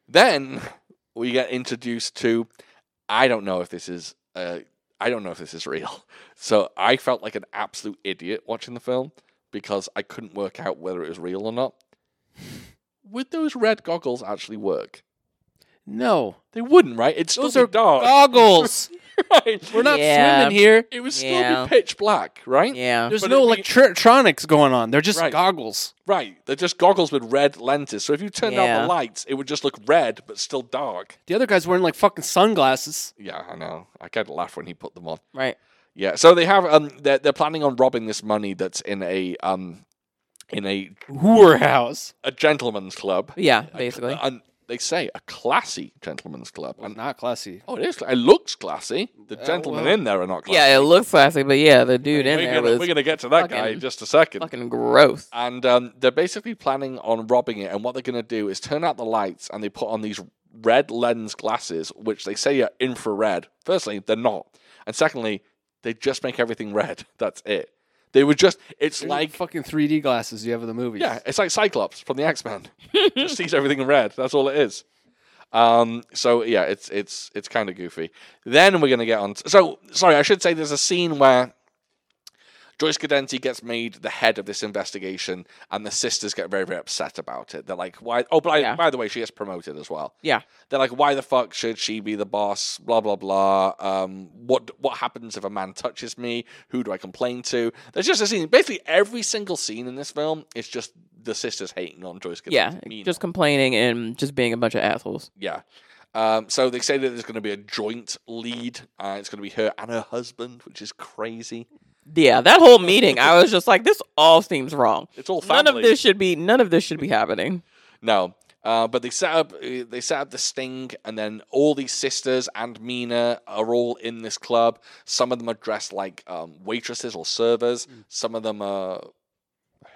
Speaker 1: then we get introduced to I don't know if this is uh, I don't know if this is real. So I felt like an absolute idiot watching the film because I couldn't work out whether it was real or not. Would those red goggles actually work?
Speaker 2: No,
Speaker 1: They wouldn't, right? It's still
Speaker 2: those
Speaker 1: be
Speaker 2: are
Speaker 1: dark.
Speaker 2: goggles.
Speaker 1: right?
Speaker 2: We're not
Speaker 3: Yeah.
Speaker 2: swimming here.
Speaker 1: It would still
Speaker 3: Yeah.
Speaker 1: be pitch black, right?
Speaker 3: Yeah.
Speaker 2: There's
Speaker 1: But
Speaker 2: no
Speaker 1: it'd be-
Speaker 2: electronics going on. They're just
Speaker 1: Right.
Speaker 2: goggles.
Speaker 1: Right. They're just goggles with red lenses. So if you turned out
Speaker 3: Yeah.
Speaker 1: the lights, it would just look red but still dark.
Speaker 2: The other guy's wearing like fucking sunglasses.
Speaker 1: Yeah, I know. I kind of laughed when he put them on.
Speaker 3: Right.
Speaker 1: Yeah, so they have um they're, they're planning on robbing this money that's in a um in a
Speaker 2: Whorehouse.
Speaker 1: a gentleman's club.
Speaker 3: Yeah, basically.
Speaker 1: And they say a classy gentleman's club.
Speaker 2: Well,
Speaker 1: And
Speaker 2: not classy.
Speaker 1: oh, it is. It looks classy. The
Speaker 2: Uh,
Speaker 1: gentlemen
Speaker 2: well-
Speaker 1: in there are not classy.
Speaker 3: Oh, yeah, it looks classy, but yeah, the dude in
Speaker 1: we're
Speaker 3: there
Speaker 1: gonna,
Speaker 3: was
Speaker 1: we're gonna get to that guy
Speaker 3: fucking-
Speaker 1: in just a second.
Speaker 3: fucking gross.
Speaker 1: And um, they're basically planning on robbing it. And what they're going to do is turn out the lights and they put on these red lens glasses, which they say are infrared. Firstly, they're not. And secondly, they just make everything red. That's it. They were just, it's
Speaker 2: They're
Speaker 1: like,
Speaker 2: fucking 3D glasses you have in the movies.
Speaker 1: yeah, it's like Cyclops from the X Men. just sees everything in red. That's all it is. Um, so yeah, it's it's it's kind of goofy. Then we're gonna get on. so sorry, I should say there's a scene where Joyce Cadenti gets made the head of this investigation, and the sisters get very very upset about it. They're like, why? Oh, by,
Speaker 3: Yeah.
Speaker 1: by the way, she gets promoted as well.
Speaker 3: Yeah.
Speaker 1: They're like, why the fuck should she be the boss? Blah blah blah. Um, what what happens if a man touches me? Who do I complain to? There's just a scene. Basically, every single scene in this film is just the sisters hating on Joyce. Galecki.
Speaker 3: Yeah.
Speaker 1: Mean
Speaker 3: Just complaining and just being a bunch of assholes.
Speaker 1: yeah. Um, so they say that there's going to be a joint lead. Uh, it's going to be her and her husband, which is crazy.
Speaker 3: Yeah, that whole meeting, I was just like, this all seems wrong.
Speaker 1: It's all family.
Speaker 3: None of this should be none of this should be happening.
Speaker 1: No. Uh, but they set up uh, they set up the sting, and then all these sisters and Mina are all in this club. Some of them are dressed like um, waitresses or servers.
Speaker 3: Mm.
Speaker 1: Some of them are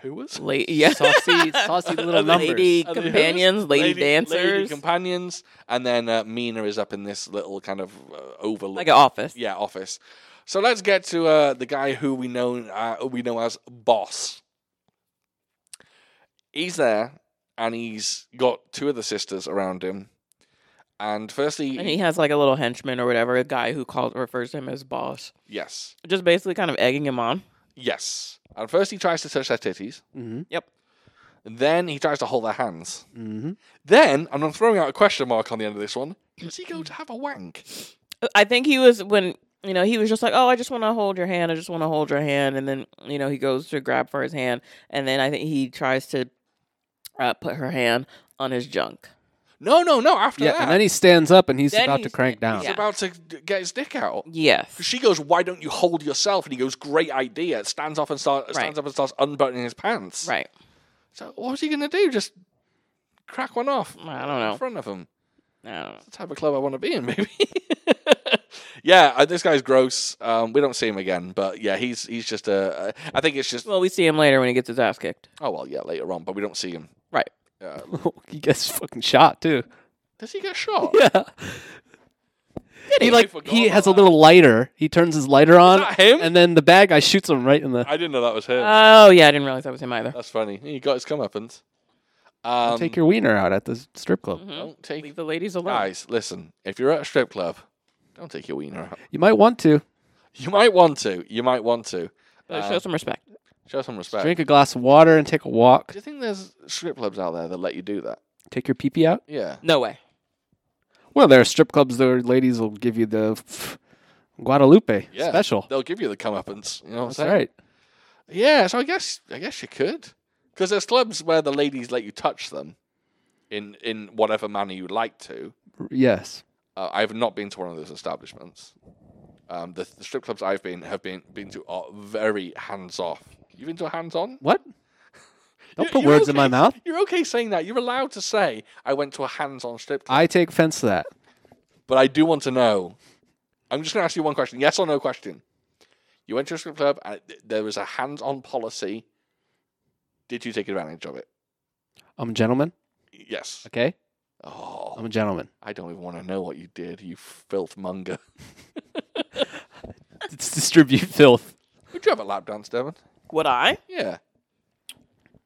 Speaker 1: hooers,
Speaker 3: Late yeah.
Speaker 2: Saucy, saucy little numbers.
Speaker 3: lady
Speaker 1: Are they
Speaker 3: companions, lady,
Speaker 1: lady
Speaker 3: dancers.
Speaker 1: companions, and then uh, Mina is up in this little kind of uh, overlook,
Speaker 3: like an office.
Speaker 1: yeah, office. So let's get to uh, the guy who we know uh, we know as Boss. He's there, and he's got two of the sisters around him. And firstly,
Speaker 3: And he has like a little henchman or whatever, a guy who calls refers to him as boss.
Speaker 1: yes,
Speaker 3: Just basically kind of egging him on.
Speaker 1: yes. And first, he tries to touch their titties.
Speaker 2: Mm-hmm.
Speaker 1: Then he tries to hold their hands.
Speaker 2: Mm-hmm.
Speaker 1: Then, and I'm throwing out a question mark on the end of this one. Does he go to have a wank?
Speaker 3: I think he was when you know he was just like, "Oh, I just want to hold your hand. I just want to hold your hand." And then you know he goes to grab for his hand, and then I think he tries to uh, put her hand on his junk.
Speaker 1: No, no, no. After
Speaker 2: Yeah,
Speaker 1: that,
Speaker 2: and then he stands up and he's
Speaker 3: Then
Speaker 2: about
Speaker 3: he
Speaker 2: to crank down.
Speaker 1: he's
Speaker 3: yeah.
Speaker 1: about to d- get his dick out.
Speaker 3: Yes,
Speaker 1: She goes, "Why don't you hold yourself?" And he goes, "Great idea." Stands off and start, stands
Speaker 3: Right.
Speaker 1: up and starts unbuttoning his pants.
Speaker 3: right.
Speaker 1: So what was he gonna do? Just crack one off
Speaker 3: I don't
Speaker 1: in
Speaker 3: know.
Speaker 1: front of him.
Speaker 3: I don't know.
Speaker 1: That's the type of club I want to be in, maybe. yeah, uh, this guy's gross. Um, we don't see him again, but yeah, he's he's just a. a- I think it's just.
Speaker 3: Well, we see him later when he gets his ass kicked.
Speaker 1: Oh well, yeah, later on, but we don't see him.
Speaker 3: Right.
Speaker 1: Uh,
Speaker 2: he gets fucking shot too.
Speaker 1: does he get shot?
Speaker 2: Yeah.
Speaker 1: he?
Speaker 2: He
Speaker 1: I
Speaker 2: like
Speaker 1: forgot
Speaker 2: he
Speaker 1: about
Speaker 2: has a
Speaker 1: that.
Speaker 2: little lighter. He turns his lighter on,
Speaker 1: that him?
Speaker 2: and then the bad guy shoots him right in the.
Speaker 1: I didn't know that was him.
Speaker 3: Oh yeah, I didn't realize that was him either.
Speaker 1: That's funny. He got his comeuppance. Um, Mm-hmm.
Speaker 2: Take your wiener out at the strip club.
Speaker 3: Mhm.
Speaker 1: Don't take
Speaker 3: Leave the ladies alone.
Speaker 1: Guys, listen. If you're at a strip club, don't take your wiener out.
Speaker 2: You might want to
Speaker 1: You might want to. You might want to.
Speaker 3: But
Speaker 1: Uh,
Speaker 3: show some respect.
Speaker 1: Show some respect.
Speaker 2: drink a glass of water and take a walk.
Speaker 1: Do you think there's strip clubs out there that let you do that?
Speaker 2: Take your pee pee out.
Speaker 1: Yeah.
Speaker 3: No way.
Speaker 2: Well, there are strip clubs where ladies will give you the f- Guadalupe
Speaker 1: Yeah.
Speaker 2: special.
Speaker 1: They'll give you the comeuppance. You know what
Speaker 2: That's
Speaker 1: I'm saying?
Speaker 2: right.
Speaker 1: Yeah. So I guess I guess you could. Because there's clubs where the ladies let you touch them in in whatever manner you like to.
Speaker 2: Yes.
Speaker 1: Uh, I have not been to one of those establishments. Um, the, the strip clubs I've been have been been to are very hands off. You've been to a hands on?
Speaker 2: What? Don't
Speaker 1: You-
Speaker 2: put
Speaker 1: you're
Speaker 2: words in my
Speaker 1: okay-
Speaker 2: mouth.
Speaker 1: You're okay saying that. You're allowed to say I went to a hands on strip club.
Speaker 2: I take offense to that.
Speaker 1: but I do want to know. I'm just going to ask you one question. Yes or no question. You went to a strip club and it- there was a hands on policy. Did you take advantage of it?
Speaker 2: I'm a gentleman.
Speaker 1: Yes.
Speaker 2: Okay. I'm
Speaker 1: Oh,
Speaker 2: a gentleman.
Speaker 1: I don't even want to know what you did, you filth monger.
Speaker 2: It's distribute filth.
Speaker 1: Would you have a lap dance, Devon?
Speaker 3: Would I?
Speaker 1: Yeah.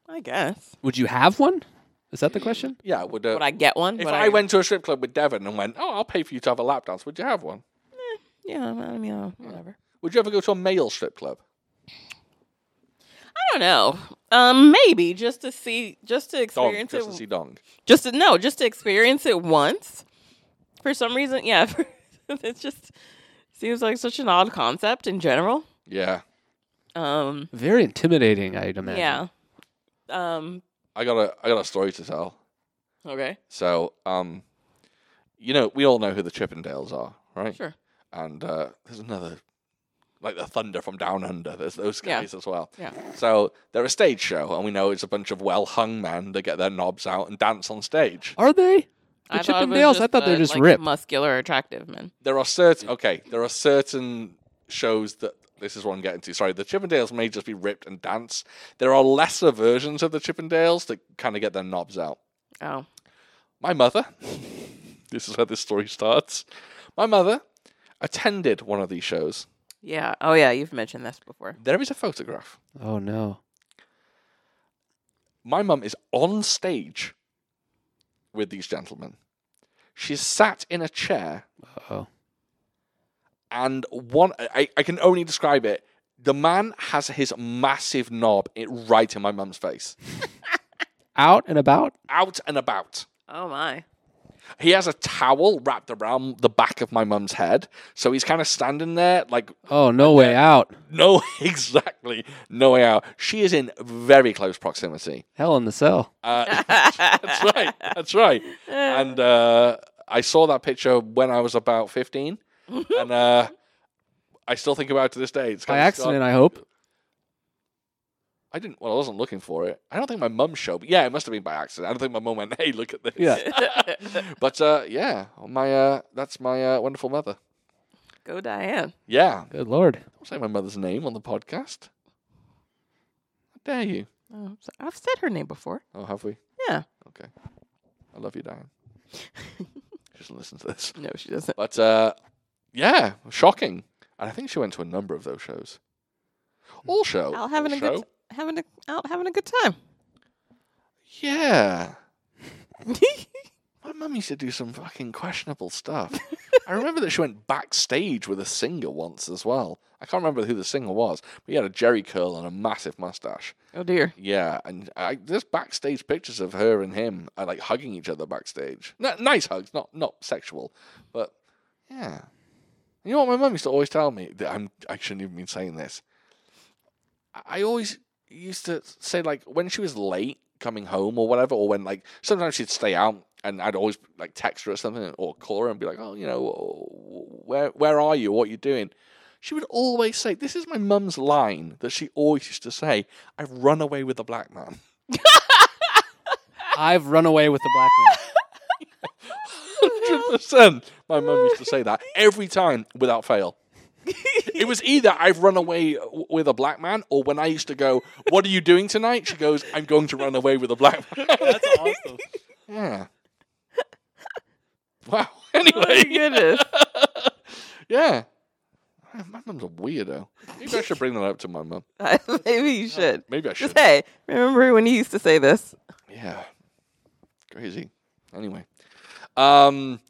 Speaker 3: I guess.
Speaker 2: Would you have one? Is that the question?
Speaker 1: Yeah. Would, uh,
Speaker 3: Would I get one?
Speaker 1: if
Speaker 3: Would
Speaker 1: I, went to a strip club with Devon and went, oh, I'll pay for you to have a lap dance, would you have one?
Speaker 3: Yeah, I mean, uh, whatever.
Speaker 1: Would you ever go to a male strip club?
Speaker 3: I don't know. Um, maybe just to see, just to
Speaker 1: Dong,
Speaker 3: experience
Speaker 1: just
Speaker 3: it,
Speaker 1: to see Dong.
Speaker 3: just to no, just to experience it once. For some reason, yeah, it just seems like such an odd concept in general.
Speaker 1: Yeah.
Speaker 3: Um,
Speaker 2: Very intimidating, I'd imagine.
Speaker 3: yeah. Um,
Speaker 1: I got a, I got a story to tell.
Speaker 3: okay,
Speaker 1: So, um, you know, we all know who the Chippendales are, right?
Speaker 3: sure.
Speaker 1: And uh, there's another, like the Thunder from Down Under. There's those
Speaker 3: Yeah.
Speaker 1: guys as well.
Speaker 3: Yeah.
Speaker 1: So they're a stage show, and we know it's a bunch of well-hung men that get their knobs out and dance on stage.
Speaker 2: Are they? The
Speaker 3: I thought it was
Speaker 2: Chippendales, I thought they
Speaker 3: the,
Speaker 2: were just
Speaker 3: like,
Speaker 2: ripped.
Speaker 3: muscular, attractive men.
Speaker 1: There are certain, okay, there are certain shows that this is what I'm getting to. Sorry, the Chippendales may just be ripped and dance. There are lesser versions of the Chippendales that kind of get their knobs out.
Speaker 3: Oh,
Speaker 1: My mother, this is where this story starts. My mother attended one of these shows.
Speaker 3: yeah. Oh, yeah. You've mentioned this before.
Speaker 1: There is a photograph.
Speaker 2: Oh no.
Speaker 1: My mum is on stage with these gentlemen. She's sat in a chair,
Speaker 2: Oh.
Speaker 1: and one, I, I can only describe it. The man has his massive knob i- right in my mum's face,
Speaker 2: Out and about?
Speaker 1: out and about.
Speaker 3: Oh my.
Speaker 1: He has a towel wrapped around the back of my mum's head. So he's kind of standing there, like
Speaker 2: Oh no way out.
Speaker 1: No, exactly. No way out. She is in very close proximity.
Speaker 2: Hell in the cell.
Speaker 1: Uh, that's right. That's right. And uh, I saw that picture when I was about 15. And uh, I still think about it to this day. It's
Speaker 2: By
Speaker 1: kinda
Speaker 2: accident,
Speaker 1: scar-
Speaker 2: I hope.
Speaker 1: I didn't, well, I wasn't looking for it. I don't think my mum showed me. Yeah, it must have been by accident. I don't think my mum went, hey, look at this.
Speaker 2: Yeah.
Speaker 1: But uh, yeah, my uh, that's my uh, wonderful mother.
Speaker 3: Go Diane.
Speaker 1: Yeah.
Speaker 2: Good lord.
Speaker 1: Don't say my mother's name on the podcast. How dare you?
Speaker 3: Oh, so- I've said her name before.
Speaker 1: Oh, have we?
Speaker 3: Yeah.
Speaker 1: Okay. I love you, Diane. she doesn't listen to this.
Speaker 3: No, she doesn't.
Speaker 1: But uh, yeah, shocking. And I think she went to a number of those shows.
Speaker 2: Oh,
Speaker 1: Also,
Speaker 3: Out having a
Speaker 1: show,
Speaker 3: good having a out having a good time.
Speaker 1: yeah. My mum used to do some fucking questionable stuff. I remember that she went backstage with a singer once as well. I can't remember who the singer was, but he had a jerry curl and a massive mustache.
Speaker 3: oh dear.
Speaker 1: Yeah, and I, there's backstage pictures of her and him uh, like hugging each other backstage. N- nice hugs, not not sexual, but yeah. You know what my mum used to always tell me that I'm I shouldn't even be saying this. I I always used to say like when she was late coming home or whatever, or when like sometimes she'd stay out and I'd always like text her or something or call her and be like, oh, you know, where where are you? What are you doing? She would always say, "This is my mum's line that she always used to say." I've run away with a black man.
Speaker 2: I've run away with the black man.
Speaker 1: Hundred percent. My mum used to say that every time without fail. It was either I've run away w- with a black man, or when I used to go, "What are you doing tonight?" She goes, "I'm going to run away with a black man."
Speaker 2: That's awesome.
Speaker 1: yeah. Wow.
Speaker 3: Oh my
Speaker 1: Anyway,
Speaker 3: goodness.
Speaker 1: yeah. My mum's a weirdo. Maybe I should bring that up to my mum.
Speaker 3: Maybe you should.
Speaker 1: Maybe I should.
Speaker 3: Just hey, remember when you used to say this?
Speaker 1: Yeah. Crazy. Anyway. Um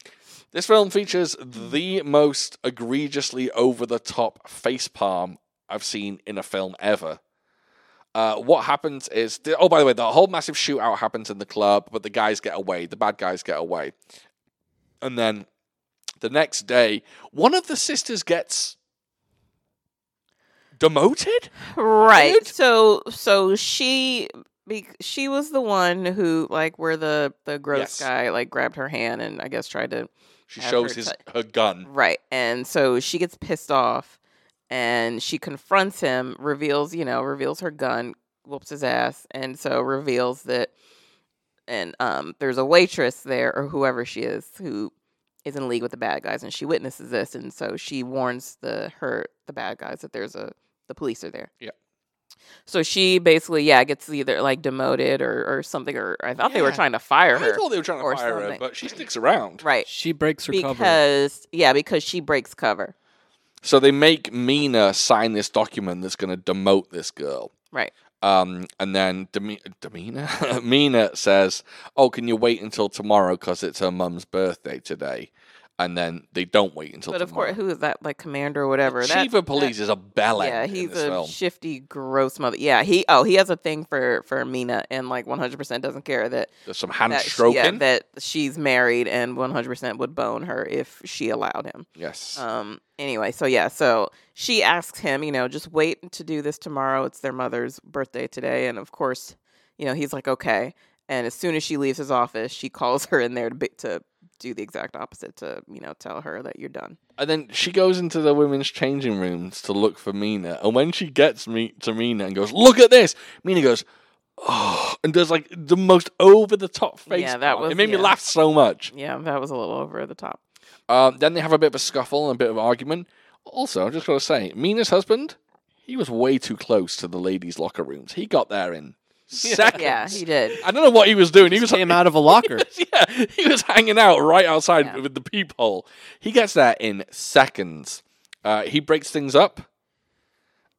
Speaker 1: this film features the most egregiously over the top face palm I've seen in a film ever. Uh, what happens is, the, oh, by the way, the whole massive shootout happens in the club, but the guys get away. The bad guys get away. And then the next day, one of the sisters gets demoted?
Speaker 3: Right.
Speaker 1: Dude.
Speaker 3: So so she Bec she was the one who, like, where the the
Speaker 1: Yes.
Speaker 3: gross guy like grabbed her hand and I guess tried to
Speaker 1: She
Speaker 3: Have
Speaker 1: shows
Speaker 3: her
Speaker 1: his
Speaker 3: tou-
Speaker 1: her gun.
Speaker 3: right, and so she gets pissed off, and she confronts him, reveals, you know, reveals her gun, whoops his ass, and so reveals that, and um, there's a waitress there or whoever she is who is in league with the bad guys, and she witnesses this, and so she warns the her the bad guys that there's a the police are there.
Speaker 1: Yeah.
Speaker 3: So she basically, yeah, gets either like demoted or, or something, or I thought they were
Speaker 1: Yeah.
Speaker 3: trying to fire
Speaker 1: I
Speaker 3: her.
Speaker 1: thought they were trying
Speaker 3: or
Speaker 1: to fire her,
Speaker 3: something.
Speaker 1: but she sticks around.
Speaker 3: Right.
Speaker 2: She breaks her cover.
Speaker 3: Because, yeah, because she breaks cover.
Speaker 1: So they make Mina sign this document that's going to demote this girl.
Speaker 3: Right.
Speaker 1: Um, and then Demi- Demina Mina says, "Oh, can you wait until tomorrow because it's her mum's birthday today?" And then they don't wait until
Speaker 3: But of
Speaker 1: tomorrow.
Speaker 3: course, who is that? Like commander or whatever.
Speaker 1: The
Speaker 3: That-
Speaker 1: Chief of Police is a bell
Speaker 3: that- yeah,
Speaker 1: end in
Speaker 3: he's
Speaker 1: this
Speaker 3: a
Speaker 1: film.
Speaker 3: shifty, gross mother. Yeah, he. Oh, he has a thing for for Mina, and like 100% doesn't care that
Speaker 1: There's some hand
Speaker 3: that she-
Speaker 1: stroking.
Speaker 3: yeah, that she's married, and 100% would bone her if she allowed him.
Speaker 1: yes.
Speaker 3: Um. Anyway, so yeah, so she asks him, you know, just wait to do this tomorrow. It's their mother's birthday today, and of course, you know, he's like, okay. And as soon as she leaves his office, she calls her in there to be, to do the exact opposite to you know tell her that you're done.
Speaker 1: And then she goes into the women's changing rooms to look for Mina. And when she gets me to Mina and goes, "Look at this," Mina goes, "Oh," and does like the most over the top face.
Speaker 3: Yeah, that
Speaker 1: palm.
Speaker 3: was-
Speaker 1: it made
Speaker 3: yeah.
Speaker 1: me laugh so much.
Speaker 3: Yeah, that was a little over the top.
Speaker 1: Um, then they have a bit of a scuffle and a bit of argument. Also, I'm just gonna say, Mina's husband, he was way too close to the ladies' locker rooms. He got there in seconds.
Speaker 3: Yeah, he did.
Speaker 1: I don't know what he was doing. He was
Speaker 2: Came out of a locker.
Speaker 1: yeah, he was hanging out right outside
Speaker 3: Yeah.
Speaker 1: with the peephole. He gets there in seconds. Uh, he breaks things up,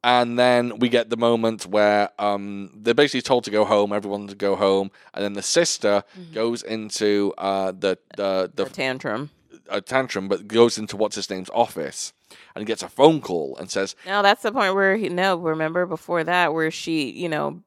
Speaker 1: and then we get the moment where um, they're basically told to go home. Everyone to go home, and then the sister goes into uh, the the, the
Speaker 3: The Mm-hmm. tantrum.
Speaker 1: a tantrum, but goes into what's his name's office and gets a phone call and says,
Speaker 3: No, that's the point where he, no, remember before that where she, you know,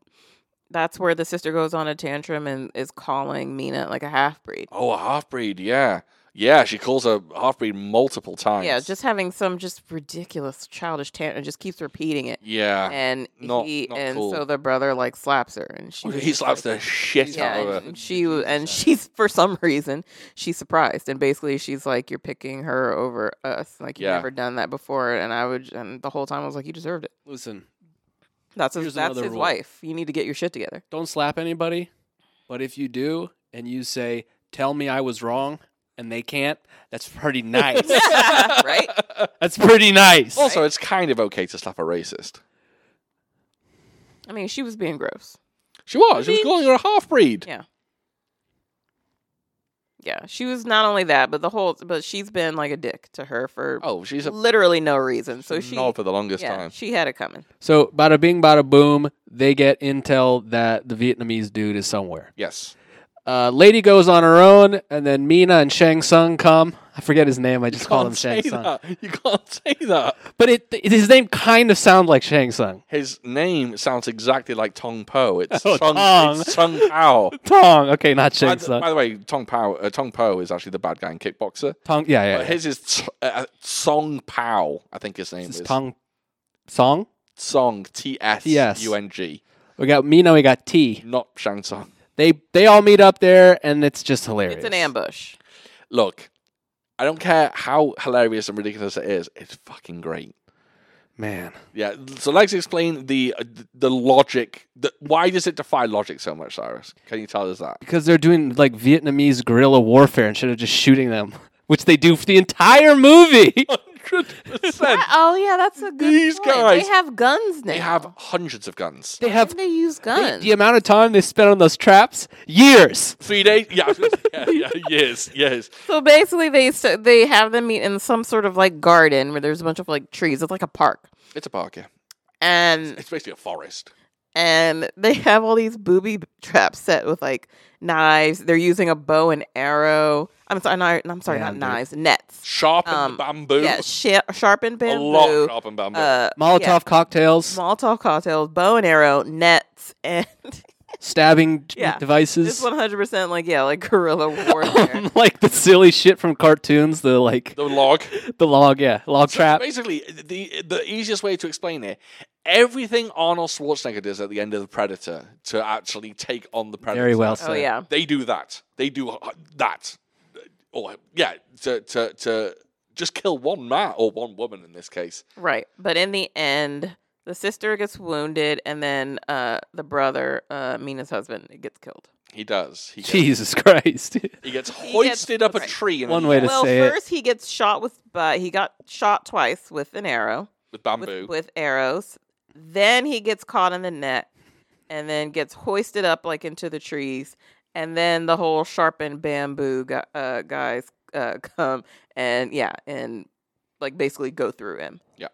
Speaker 3: that's where the sister goes on a tantrum and is calling Mina like a half breed.
Speaker 1: "Oh, a half breed, yeah, yeah." She calls a half breed multiple times.
Speaker 3: Yeah, just having some just ridiculous childish tantrum just keeps repeating it.
Speaker 1: yeah.
Speaker 3: And
Speaker 1: Ah, Not-
Speaker 3: he
Speaker 1: not
Speaker 3: and
Speaker 1: cool.
Speaker 3: so the brother like slaps her and she was
Speaker 1: he
Speaker 3: just
Speaker 1: slaps
Speaker 3: like-
Speaker 1: the shit
Speaker 3: yeah,
Speaker 1: out of her.
Speaker 3: and she was, and she's for some reason she's surprised and basically she's like you're picking her over us like you've
Speaker 1: Yeah.
Speaker 3: never done that before and I would and the whole time I was like you deserved it
Speaker 2: Listen,
Speaker 3: that's his,
Speaker 2: Here's
Speaker 3: that's
Speaker 2: another
Speaker 3: his
Speaker 2: rule.
Speaker 3: wife you need to get your shit together
Speaker 2: don't slap anybody, but if you do and you say, "Tell me I was wrong," and they can't, that's pretty nice.
Speaker 3: right
Speaker 2: that's pretty nice.
Speaker 1: Also, it's kind of okay to slap a racist.
Speaker 3: I mean she was being gross
Speaker 1: She was. She was
Speaker 3: mean-
Speaker 1: calling her a half breed.
Speaker 3: Yeah. yeah she was not only that but the whole but she's been like a dick to her for
Speaker 1: Oh, she's a
Speaker 3: literally no reason so she
Speaker 1: knob for the longest
Speaker 3: yeah,
Speaker 1: time.
Speaker 3: she had it coming
Speaker 2: So, bada bing, bada boom, they get intel that the Vietnamese dude is somewhere.
Speaker 1: Yes.
Speaker 2: Uh, lady goes on her own, and then Mina and Shang Tsung come. I forget his name. I just call him
Speaker 1: Can't say
Speaker 2: Shang Tsung.
Speaker 1: that. You can't say that.
Speaker 2: But it, th- his name kind of sounds like Shang Tsung.
Speaker 1: His name sounds exactly like Tong Po. It's
Speaker 2: Oh,
Speaker 1: Sung,
Speaker 2: Tong.
Speaker 1: It's Sung Pao.
Speaker 2: Tong. Okay, not
Speaker 1: by,
Speaker 2: Shang
Speaker 1: the,
Speaker 2: Tsung.
Speaker 1: by the way, Tong Pao, uh, Tong Po is actually the bad guy in Kickboxer.
Speaker 2: Tong. Yeah, yeah.
Speaker 1: But
Speaker 2: yeah.
Speaker 1: his is t- uh, Song Pao, I think his name
Speaker 2: This is
Speaker 1: is.
Speaker 2: Tong. Song.
Speaker 1: Song, T S
Speaker 2: Yes.
Speaker 1: U N G.
Speaker 2: We got Mina. We got T.
Speaker 1: Not Shang Tsung.
Speaker 2: They they all meet up there, and it's just hilarious.
Speaker 3: it's an ambush
Speaker 1: Look, I don't care how hilarious and ridiculous it is, it's fucking great.
Speaker 2: Man.
Speaker 1: Yeah. So let's explain the uh, th- the logic. The, why does it defy logic so much, Cyrus? Can you tell us that?
Speaker 2: Because they're doing like Vietnamese guerrilla warfare instead of just shooting them, which they do for the entire movie.
Speaker 3: oh yeah that's a good
Speaker 1: These
Speaker 3: point.
Speaker 1: guys-
Speaker 3: they have guns now
Speaker 1: They have hundreds of guns.
Speaker 2: They have
Speaker 3: they use guns
Speaker 2: the amount of time they spent on those traps, years.
Speaker 1: Three days? Yeah, I was gonna say- yeah, yeah, yes, yes.
Speaker 3: So basically, they s they have them meet in some sort of like garden where there's a bunch of like trees. It's like a park,
Speaker 1: It's a park, yeah.
Speaker 3: and
Speaker 1: It's basically a forest.
Speaker 3: and they have all these booby traps set with like knives. They're using a bow and arrow. I'm sorry, not, I'm sorry,
Speaker 2: Man,
Speaker 3: not
Speaker 2: dude.
Speaker 3: knives, nets.
Speaker 1: Sharpened
Speaker 3: Um,
Speaker 1: bamboo.
Speaker 3: Yeah, sh- sharpened
Speaker 1: a
Speaker 3: bamboo.
Speaker 1: lot of sharpened bamboo.
Speaker 3: uh,
Speaker 2: Molotov
Speaker 3: yeah,
Speaker 2: cocktails,
Speaker 3: Molotov cocktails, bow and arrow, nets, and
Speaker 2: stabbing d-
Speaker 3: Yeah. it's
Speaker 2: devices,
Speaker 3: 100 percent like yeah, like guerrilla warfare.
Speaker 2: like the silly shit from cartoons. The like
Speaker 1: the log.
Speaker 2: the log, yeah, log
Speaker 1: So
Speaker 2: trap.
Speaker 1: Basically, the the easiest way to explain it everything Arnold Schwarzenegger does at the end of the Predator to actually take on the Predator.
Speaker 2: Very well
Speaker 3: Oh
Speaker 2: said.
Speaker 3: yeah.
Speaker 1: They do that. They do uh, that. Or yeah, to to to just kill one man or one woman in this case.
Speaker 3: Right. But in the end, the sister gets wounded and then uh the brother, uh Mina's husband, gets killed.
Speaker 1: He does. He gets,
Speaker 2: Jesus Christ.
Speaker 1: he gets
Speaker 3: gets-
Speaker 1: hoisted up a
Speaker 3: right.
Speaker 1: tree and
Speaker 2: One way to
Speaker 3: well,
Speaker 2: say it.
Speaker 3: first he gets shot with but he got shot twice with an arrow.
Speaker 1: with
Speaker 3: with,
Speaker 1: bamboo.
Speaker 3: with arrows. Then he gets caught in the net and then gets hoisted up like into the trees. And then the whole sharpened bamboo gu- uh, guys uh, come and yeah, and like basically go through him.
Speaker 1: Yeah.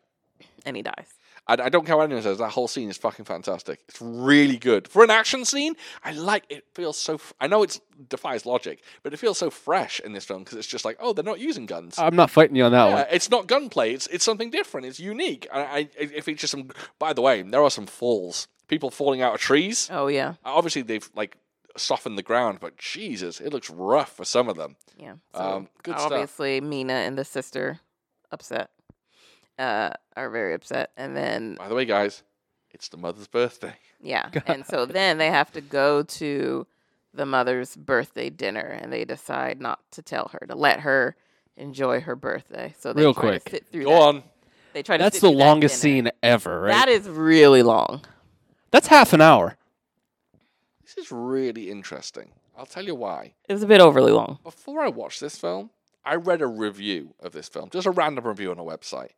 Speaker 3: And he dies.
Speaker 1: I, I don't care what anyone says. That whole scene is fucking fantastic. It's really good for an action scene. I like it. Feels so. F- I know it's defies logic, but it feels so fresh in this film because it's just like, oh, they're not using guns.
Speaker 2: I'm not fighting you on that
Speaker 1: Yeah,
Speaker 2: one.
Speaker 1: it's not gunplay. It's it's something different. It's unique. I, I if it's just some. By the way, there are some falls. People falling out of trees.
Speaker 3: Oh, yeah.
Speaker 1: Obviously, they've like softened the ground, but Jesus, it looks rough for some of them.
Speaker 3: Yeah. So
Speaker 1: Um, good stuff.
Speaker 3: obviously, Mina and the sister upset, uh, are very upset. And then
Speaker 1: By the way, guys, it's the mother's birthday.
Speaker 3: Yeah. And so then they have to go to the mother's birthday dinner and they decide not to tell her, to let her enjoy her birthday. So they
Speaker 2: Real
Speaker 3: try to
Speaker 2: quick.
Speaker 3: sit through
Speaker 1: Go
Speaker 3: that.
Speaker 1: on.
Speaker 3: They try to
Speaker 2: That's
Speaker 3: sit
Speaker 2: the
Speaker 3: through that
Speaker 2: longest
Speaker 3: dinner.
Speaker 2: scene ever, right?
Speaker 3: That is really long.
Speaker 2: That's half an hour.
Speaker 1: This is really interesting. I'll tell you why.
Speaker 3: It was a bit overly long.
Speaker 1: before I watched this film, I read a review of this film, just a random review on a website,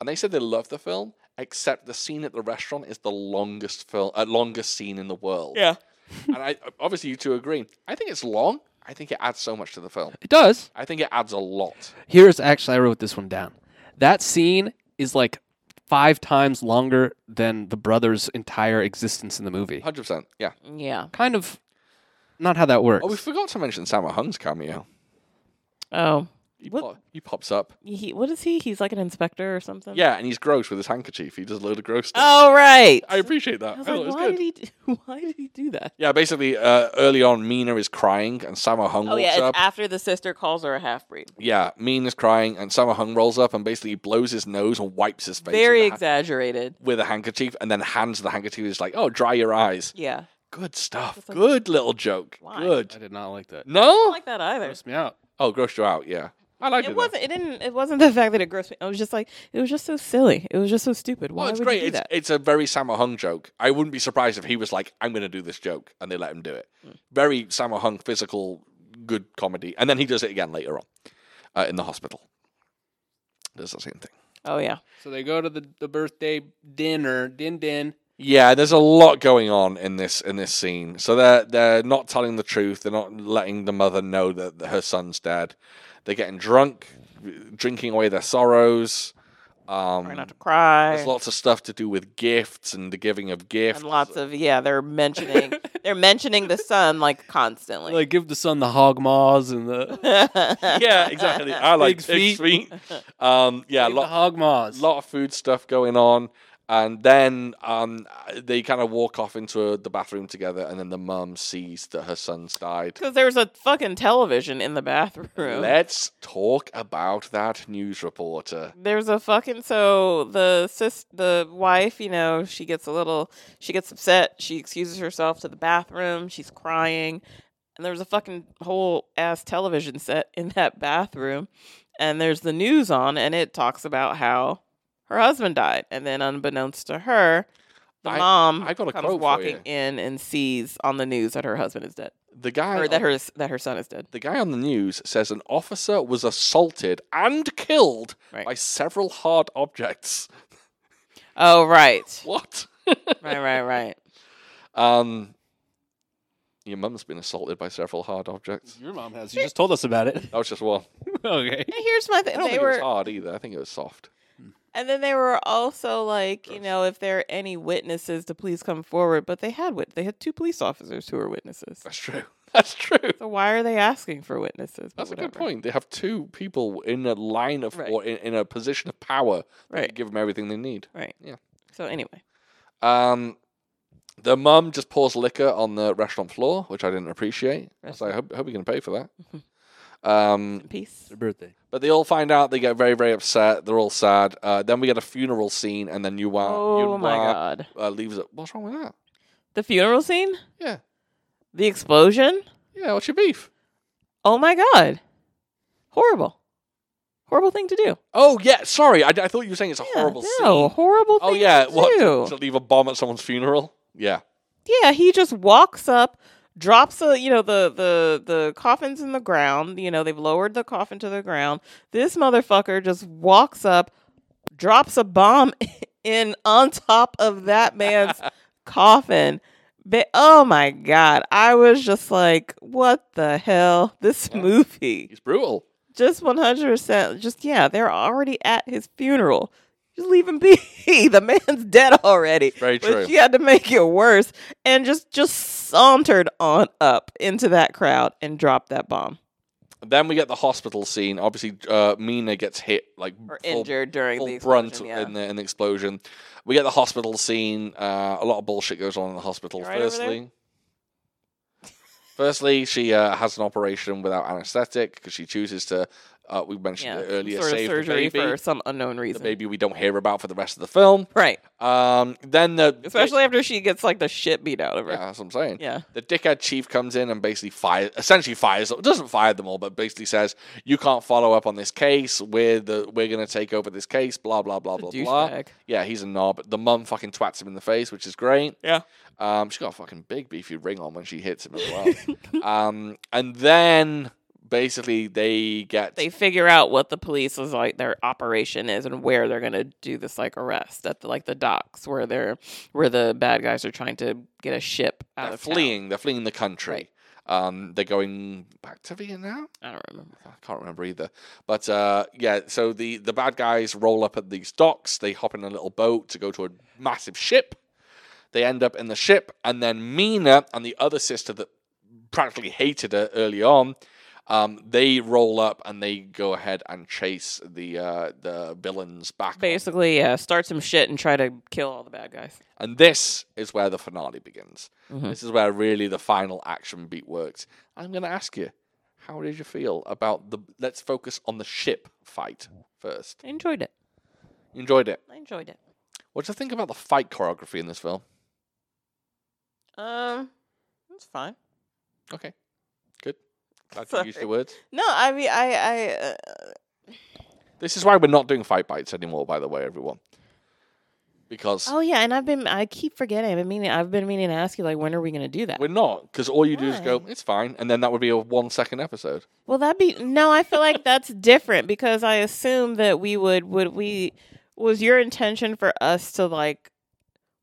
Speaker 1: and they said they loved the film, except the scene at the restaurant is the longest film, uh, longest scene in the world.
Speaker 3: Yeah.
Speaker 1: and I obviously you two agree. I think it's long. I think it adds so much to the film.
Speaker 2: It does.
Speaker 1: I think it adds a lot.
Speaker 2: Here's actually, I wrote this one down. That scene is like five times longer than the brother's entire existence in the movie.
Speaker 1: Hundred percent. Yeah.
Speaker 3: Yeah.
Speaker 2: Kind of not how that works.
Speaker 1: Oh, we forgot to mention Sammo Hung's cameo.
Speaker 3: Oh.
Speaker 1: He,
Speaker 3: What?
Speaker 1: pop- he pops up.
Speaker 3: He, what is he? He's like an inspector or something?
Speaker 1: Yeah, and he's gross with his handkerchief. He does a load of gross stuff.
Speaker 3: Oh, right.
Speaker 1: I appreciate that.
Speaker 3: I was
Speaker 1: I thought
Speaker 3: like,
Speaker 1: it was
Speaker 3: why
Speaker 1: good.
Speaker 3: did, he do, why did he do that?
Speaker 1: Yeah, basically, uh, early on, Mina is crying, and Sammo Hung
Speaker 3: Oh,
Speaker 1: walks
Speaker 3: yeah. It's
Speaker 1: up.
Speaker 3: after the sister calls her a half breed.
Speaker 1: Yeah, Mean is crying, and Sammo Hung rolls up and basically blows his nose and wipes his face
Speaker 3: Very
Speaker 1: with, a, ha-
Speaker 3: exaggerated.
Speaker 1: with a handkerchief, and then hands the handkerchief. He's like, "Oh, dry your eyes."
Speaker 3: Yeah.
Speaker 1: Good stuff.
Speaker 3: It's like-
Speaker 1: Good little joke.
Speaker 3: Why?
Speaker 1: Good.
Speaker 2: I did not like that.
Speaker 3: I don't
Speaker 1: No.
Speaker 3: like that either.
Speaker 2: Grossed me out.
Speaker 1: Oh, grossed you out. Yeah, I liked it.
Speaker 3: it
Speaker 1: though.
Speaker 3: wasn't. It didn't. It wasn't the fact that it grossed me. I was just like, it was just so silly. It was just so stupid. Why
Speaker 1: Well, it's
Speaker 3: would
Speaker 1: great.
Speaker 3: you
Speaker 1: It's,
Speaker 3: do that?
Speaker 1: it's a very Sammo Hung joke. I wouldn't be surprised if he was like, "I'm going to do this joke," and they let him do it.
Speaker 3: Hmm.
Speaker 1: Very Sammo Hung physical, good comedy, and then he does it again later on uh, in the hospital. Does the same thing.
Speaker 3: oh yeah.
Speaker 2: So they go to the, the birthday dinner, din din.
Speaker 1: Yeah, there's a lot going on in this in this scene. So they're they're not telling the truth. They're not letting the mother know that that her son's dead. They're getting drunk, drinking away their sorrows.
Speaker 3: Try
Speaker 1: Um,
Speaker 3: not to cry.
Speaker 1: there's lots of stuff to do with gifts and the giving of gifts.
Speaker 3: and lots of yeah. They're mentioning. they're mentioning the sun like constantly.
Speaker 2: Like give the son the hog maws and the
Speaker 1: yeah, exactly. I like big
Speaker 2: Big
Speaker 1: feet. Um, yeah,
Speaker 2: Give the
Speaker 1: lot
Speaker 2: hog maws.
Speaker 1: lot of food stuff going on. And then um, they kind of walk off into the bathroom together, and then the mum sees that her son's died.
Speaker 3: Because there was a fucking television in the bathroom.
Speaker 1: Let's talk about that news reporter.
Speaker 3: there's a fucking so the sis the wife you know she gets a little she gets upset she excuses herself to the bathroom she's crying and there's a fucking whole ass television set in that bathroom and there's the news on and it talks about how her husband died and then unbeknownst to her the
Speaker 1: I-
Speaker 3: mom
Speaker 1: I got a
Speaker 3: Mm-hmm. comes
Speaker 1: quote for
Speaker 3: walking
Speaker 1: you.
Speaker 3: in and sees on the news that her husband is dead
Speaker 1: The guy,
Speaker 3: or that
Speaker 1: on,
Speaker 3: her that her son is dead
Speaker 1: the guy on the news says an officer was assaulted and killed
Speaker 3: Right.
Speaker 1: by several hard objects.
Speaker 3: oh right
Speaker 1: What?
Speaker 3: right right right
Speaker 1: Um, your mum's been assaulted by several hard objects.
Speaker 2: Your mom has. You just told us about it.
Speaker 1: That was just one.
Speaker 2: okay.
Speaker 3: And here's my
Speaker 1: I
Speaker 3: thing
Speaker 1: don't
Speaker 3: they
Speaker 1: think it was
Speaker 3: were
Speaker 1: hard either. I think it was soft.
Speaker 3: And then they were also like, you
Speaker 1: Gross.
Speaker 3: know, if there are any witnesses to please come forward, but they had wit- they had two police officers who were witnesses.
Speaker 1: That's true. That's true.
Speaker 3: So why are they asking for witnesses? But
Speaker 1: That's a good
Speaker 3: whatever.
Speaker 1: point. They have two people in a line of
Speaker 3: Right.
Speaker 1: or in, in a position of power that
Speaker 3: Right.
Speaker 1: could give them everything they need.
Speaker 3: Right.
Speaker 1: Yeah.
Speaker 3: So anyway.
Speaker 1: Um, the mum just pours liquor on the restaurant floor, which I didn't appreciate. I was
Speaker 3: Restaurant.
Speaker 1: like, I hope, hope you can pay for that.
Speaker 3: Mm-hmm.
Speaker 1: Um,
Speaker 3: Peace.
Speaker 2: birthday.
Speaker 1: but they all find out. They get very, very upset. They're all sad. Uh, then we get a funeral scene, and then you are
Speaker 3: Oh my god.
Speaker 1: uh, leaves it. What's wrong with that?
Speaker 3: The funeral scene?
Speaker 1: Yeah,
Speaker 3: The explosion?
Speaker 1: yeah. What's your beef?
Speaker 3: Oh my god. Horrible. Horrible thing to do.
Speaker 1: Oh yeah, sorry. I, I thought you were saying it's a
Speaker 3: Yeah,
Speaker 1: horrible
Speaker 3: no,
Speaker 1: scene.
Speaker 3: horrible thing
Speaker 1: Oh yeah,
Speaker 3: to
Speaker 1: what
Speaker 3: do.
Speaker 1: to, to leave a bomb at someone's funeral? Yeah,
Speaker 3: Yeah, he just walks up, drops the you know the the the coffins in the ground. You know they've lowered the coffin to the ground. This motherfucker just walks up, drops a bomb in on top of that man's coffin. Ba- oh my god! I was just like, what the hell? This movie
Speaker 1: it's brutal.
Speaker 3: just one hundred percent. Just yeah, they're already at his funeral. Just leave him be. The man's dead already
Speaker 1: Very true.
Speaker 3: but she had to make it worse and just just sauntered on up into that crowd and dropped that bomb
Speaker 1: Then we get the hospital scene. Obviously, uh, Mina gets hit like
Speaker 3: or
Speaker 1: full-
Speaker 3: injured during
Speaker 1: full
Speaker 3: the
Speaker 1: brunt
Speaker 3: explosion, yeah.
Speaker 1: in, the, in the explosion. We get the hospital scene. Uh, a lot of bullshit goes on in the hospital.
Speaker 3: You all right over there?
Speaker 1: firstly, firstly, she uh, has an operation without anesthetic because she chooses to. Uh, we mentioned
Speaker 3: yeah,
Speaker 1: it earlier.
Speaker 3: sort of
Speaker 1: save the
Speaker 3: surgery
Speaker 1: baby.
Speaker 3: for some unknown
Speaker 1: the
Speaker 3: reason,
Speaker 1: baby we don't hear about for the rest of the film.
Speaker 3: right?
Speaker 1: Um, then the
Speaker 3: Especially after she gets like the shit beat out of
Speaker 1: yeah,
Speaker 3: her.
Speaker 1: that's what I'm saying.
Speaker 3: Yeah,
Speaker 1: The dickhead chief comes in and basically fires, essentially fires, doesn't fire them all, but basically says, "You can't follow up on this case. We're the we're gonna take over this case." Blah blah blah
Speaker 3: The
Speaker 1: blah blah.
Speaker 3: douchebag.
Speaker 1: Yeah, he's a knob. The mum fucking twats him in the face, which is great.
Speaker 3: Yeah.
Speaker 1: um, she's got a fucking big beefy ring on when she hits him as well. um, and then basically they get
Speaker 3: they figure out what the police is like their operation is and where they're gonna do this like arrest at the, like the docks where they're where the bad guys are trying to get a ship out
Speaker 1: they're
Speaker 3: of town.
Speaker 1: fleeing. They're fleeing the country. Um, they're going back to Vietnam.
Speaker 3: I don't remember.
Speaker 1: I can't remember either. But uh, yeah, so the the bad guys roll up at these docks. They hop in a little boat to go to a massive ship. They end up in the ship, and then Mina and the other sister that practically hated her early on, um, they roll up and they go ahead and chase the uh, the villains back.
Speaker 3: Basically, yeah, start some shit and try to kill all the bad guys.
Speaker 1: And this is where the finale begins.
Speaker 3: Mhm.
Speaker 1: This is where really the final action beat works. I'm going to ask you, how did you feel about the? Let's focus on the ship fight first.
Speaker 3: I enjoyed it.
Speaker 1: You enjoyed it.
Speaker 3: I enjoyed it.
Speaker 1: What do you think about the fight choreography in this film?
Speaker 3: Um, it's fine.
Speaker 1: Okay, good. Glad you used the
Speaker 3: Sorry.
Speaker 1: words.
Speaker 3: No, I mean, I, I, uh,
Speaker 1: This is why we're not doing fight bites anymore, by the way, everyone. Because
Speaker 3: oh yeah, and I've been, I keep forgetting. I've been meaning, I've been meaning to ask you, like, when are we gonna do that?
Speaker 1: we're not. Because all you do is go,
Speaker 3: Why?
Speaker 1: it's fine, and then that would be a one-second episode.
Speaker 3: Well, that be no. I feel like that's different because I assume that we would, would we, was your intention for us to like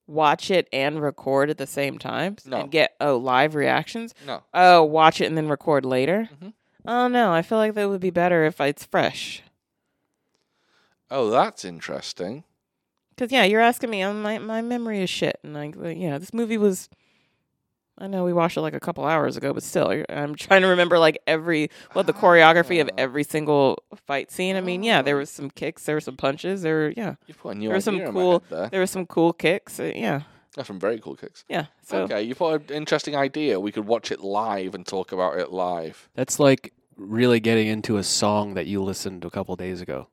Speaker 3: watch it and record at the same time
Speaker 1: No.
Speaker 3: and get oh live reactions?
Speaker 1: No,
Speaker 3: Oh, watch it and then record later.
Speaker 1: Mhm.
Speaker 3: Oh no, I feel like that would be better if it's fresh.
Speaker 1: oh, that's interesting.
Speaker 3: Because yeah, you're asking me. um, My my memory is shit, and like uh, yeah, this movie was. I know we watched it like a couple hours ago, but still, I- I'm trying to remember like every what the choreography of
Speaker 1: Ah.
Speaker 3: every single fight scene. I mean, yeah, there
Speaker 1: Ah.
Speaker 3: was some kicks, there were some punches, there were, yeah,
Speaker 1: You put a new idea
Speaker 3: There was some
Speaker 1: in
Speaker 3: cool-
Speaker 1: my head there.
Speaker 3: there were some cool kicks. uh, yeah,
Speaker 1: That's some very cool kicks.
Speaker 3: yeah. So
Speaker 1: Okay, you put an interesting idea. We could watch it live and talk about it live.
Speaker 2: That's like really getting into a song that you listened to a couple days ago.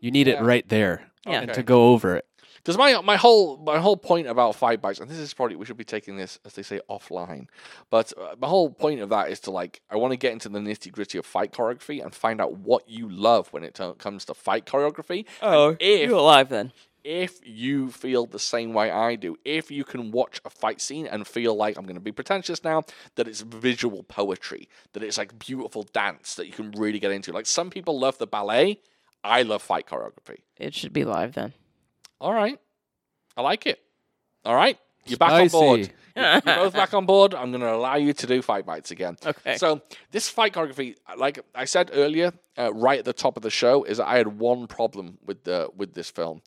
Speaker 2: You need
Speaker 1: Yeah.
Speaker 2: it right there
Speaker 3: Yeah.
Speaker 2: and
Speaker 1: Okay.
Speaker 2: to go over it.
Speaker 1: Because my my whole my whole point about fight bikes, and this is probably we should be taking this as they say offline, but uh, my whole point of that is to like I want to get into the nitty gritty of fight choreography and find out what you love when it to- comes to fight choreography.
Speaker 3: oh,
Speaker 1: if-
Speaker 3: you alive then?
Speaker 1: If you feel the same way I do, if you can watch a fight scene and feel like I'm going to be pretentious now, that it's visual poetry, that it's like beautiful dance that you can really get into. Like some people love the ballet, I love fight choreography.
Speaker 3: It should be live then.
Speaker 1: All right. I like it. All right. You're back on board.
Speaker 2: Spicy.
Speaker 1: You're, you're both back on board. I'm going to allow you to do fight bites again.
Speaker 3: Okay.
Speaker 1: So, this fight choreography, like I said earlier, uh, right at the top of the show, is that I had one problem with the with this film.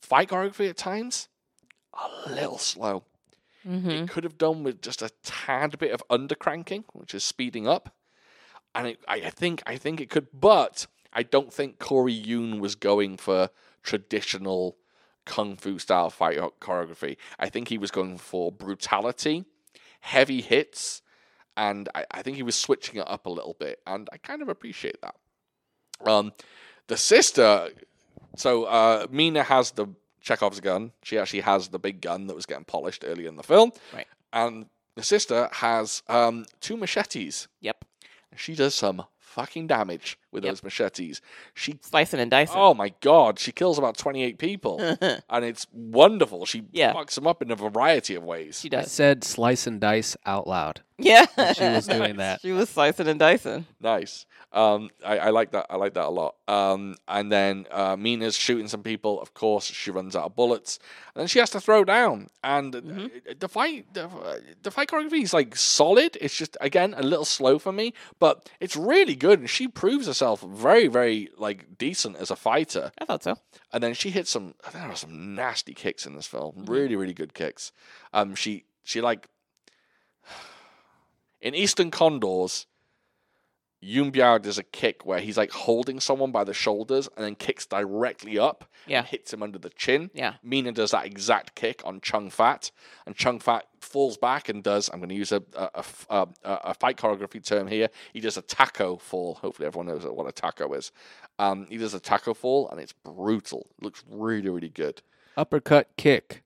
Speaker 1: Fight choreography at times, a little slow.
Speaker 3: hmm
Speaker 1: It could have done with just a tad bit of undercranking, which is speeding up. And it, I, I think I think it could, but I don't think Corey Yoon was going for traditional kung fu style fight ho- choreography. I think he was going for brutality, heavy hits, and I, I think he was switching it up a little bit, and I kind of appreciate that. Um, the sister, so uh, Mina has the Chekhov's gun. She actually has the big gun that was getting polished earlier in the film,
Speaker 3: Right.
Speaker 1: And the sister has um, two machetes.
Speaker 3: Yep.
Speaker 1: She does some fucking damage with
Speaker 3: Yep.
Speaker 1: those machetes. She
Speaker 3: Slicing and dicing.
Speaker 1: Oh my god, she kills about 28 people. and it's wonderful. She
Speaker 3: Yeah.
Speaker 1: fucks them up in a variety of ways.
Speaker 3: She
Speaker 2: I
Speaker 3: does.
Speaker 2: said slice and dice out loud.
Speaker 3: Yeah.
Speaker 2: She was doing that.
Speaker 3: She was slicing and dicing.
Speaker 1: Nice. Um, I, I like that. I like that a lot. Um, and then uh, Mina's shooting some people. Of course, she runs out of bullets, and then she has to throw down. And uh,
Speaker 3: Mm-hmm.
Speaker 1: the fight, the, uh, the fight choreography is like solid. It's just again a little slow for me, but it's really good. And she proves herself very, very like decent as a fighter.
Speaker 3: I thought so.
Speaker 1: and then she hit some there are some nasty kicks in this film really really good kicks um she she like in eastern condors Yun Biao does a kick where he's like holding someone by the shoulders and then kicks directly up
Speaker 3: Yeah.
Speaker 1: and hits him under the chin.
Speaker 3: Yeah.
Speaker 1: Mina does that exact kick on Chung Fat, and Chung Fat falls back and does. I'm going to use a a, a f- a- a fight choreography term here. He does a taco fall. Hopefully, everyone knows what a taco is. Um, he does a taco fall, and it's brutal. Looks really, really good.
Speaker 2: Uppercut kick.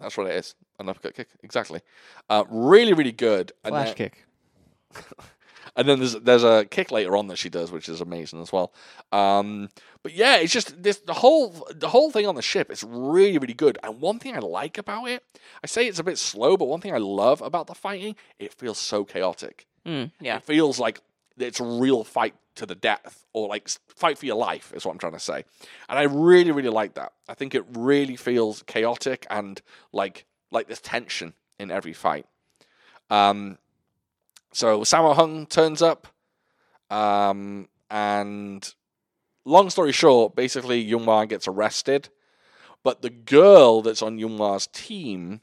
Speaker 1: That's what it is. An uppercut kick, exactly. Uh, really, really good. And then-
Speaker 2: Flash kick.
Speaker 1: And then there's there's a kick later on that she does, which is amazing as well. Um, but yeah, it's just this the whole the whole thing on the ship is really really good. And one thing I like about it, I say it's a bit slow, but one thing I love about the fighting, it feels so chaotic.
Speaker 3: Mm, yeah.
Speaker 1: It feels like it's a real fight to the death, or like s- fight for your life is what I'm trying to say. And I really really like that. I think it really feels chaotic and like like there's tension in every fight. Um, so Sammo Hung turns up, um, and long story short, basically Yung Wan gets arrested, but the girl that's on Yung Wa's team,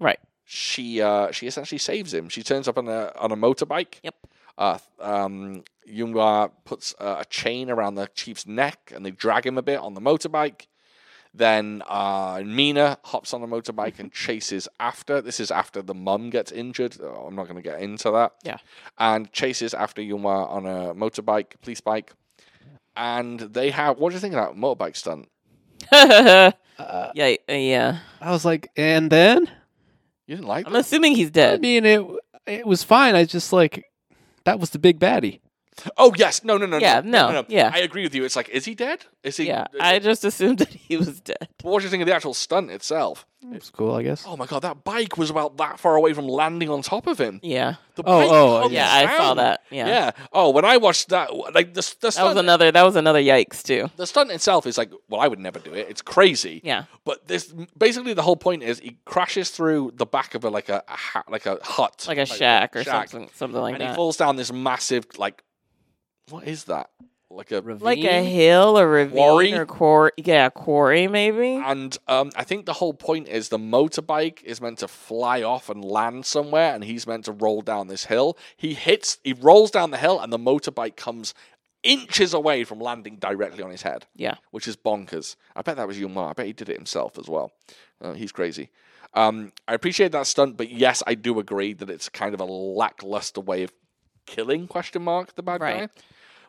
Speaker 3: Right.
Speaker 1: She uh, she essentially saves him. She turns up on a on a motorbike.
Speaker 3: Yep.
Speaker 1: Uh, um, Yung Wa puts uh, a chain around the chief's neck, and they drag him a bit on the motorbike. Then uh, Mina hops on a motorbike and chases after. This is after the mum gets injured. Oh, I'm not going to get into that.
Speaker 3: Yeah.
Speaker 1: And chases after Yuma on a motorbike, police bike. And they have. What do you think of that motorbike stunt?
Speaker 2: Uh,
Speaker 3: yeah. Yeah.
Speaker 2: I was like, and then?
Speaker 1: You didn't like
Speaker 3: I'm
Speaker 1: that?
Speaker 3: assuming he's
Speaker 2: I
Speaker 3: dead.
Speaker 2: mean, it it was fine. I was just like, that was the big baddie.
Speaker 1: Oh, yes. No, no, no.
Speaker 3: Yeah, no, yeah.
Speaker 1: I agree with you. It's like, is he dead? Is he. uh,
Speaker 3: Yeah. I just assumed that he was dead.
Speaker 1: what do you think of the actual stunt itself?
Speaker 2: It was cool, I guess.
Speaker 1: Oh my god, that bike was about that far away from landing on top of him.
Speaker 3: Yeah.
Speaker 1: The
Speaker 2: Oh,
Speaker 1: bike
Speaker 2: oh,
Speaker 1: comes
Speaker 3: Yeah. I saw
Speaker 1: down.
Speaker 3: that. Yeah.
Speaker 1: Yeah. Oh, when I watched that, like the, the
Speaker 3: That was
Speaker 1: stunt,
Speaker 3: another. That was another yikes too.
Speaker 1: the stunt itself is like, well, I would never do it. It's crazy.
Speaker 3: Yeah.
Speaker 1: But this basically the whole point is he crashes through the back of a like a, a ha- like a hut,
Speaker 3: Like a shack or
Speaker 1: shack.
Speaker 3: something. Something like
Speaker 1: and he
Speaker 3: that.
Speaker 1: falls down this massive like what is that? Like a
Speaker 3: Like a hill or ravine
Speaker 1: Quarry?
Speaker 3: or quarry. Yeah. Quarry maybe.
Speaker 1: and um, I think the whole point is the motorbike is meant to fly off and land somewhere, and he's meant to roll down this hill. He hits, he rolls down the hill, and the motorbike comes inches away from landing directly on his head.
Speaker 3: Yeah.
Speaker 1: which is bonkers. I bet that was Yuma. I bet he did it himself as well. Uh, he's crazy. Um, I appreciate that stunt, but yes, I do agree that it's kind of a lackluster way of killing? Question mark the bad
Speaker 3: Right.
Speaker 1: guy.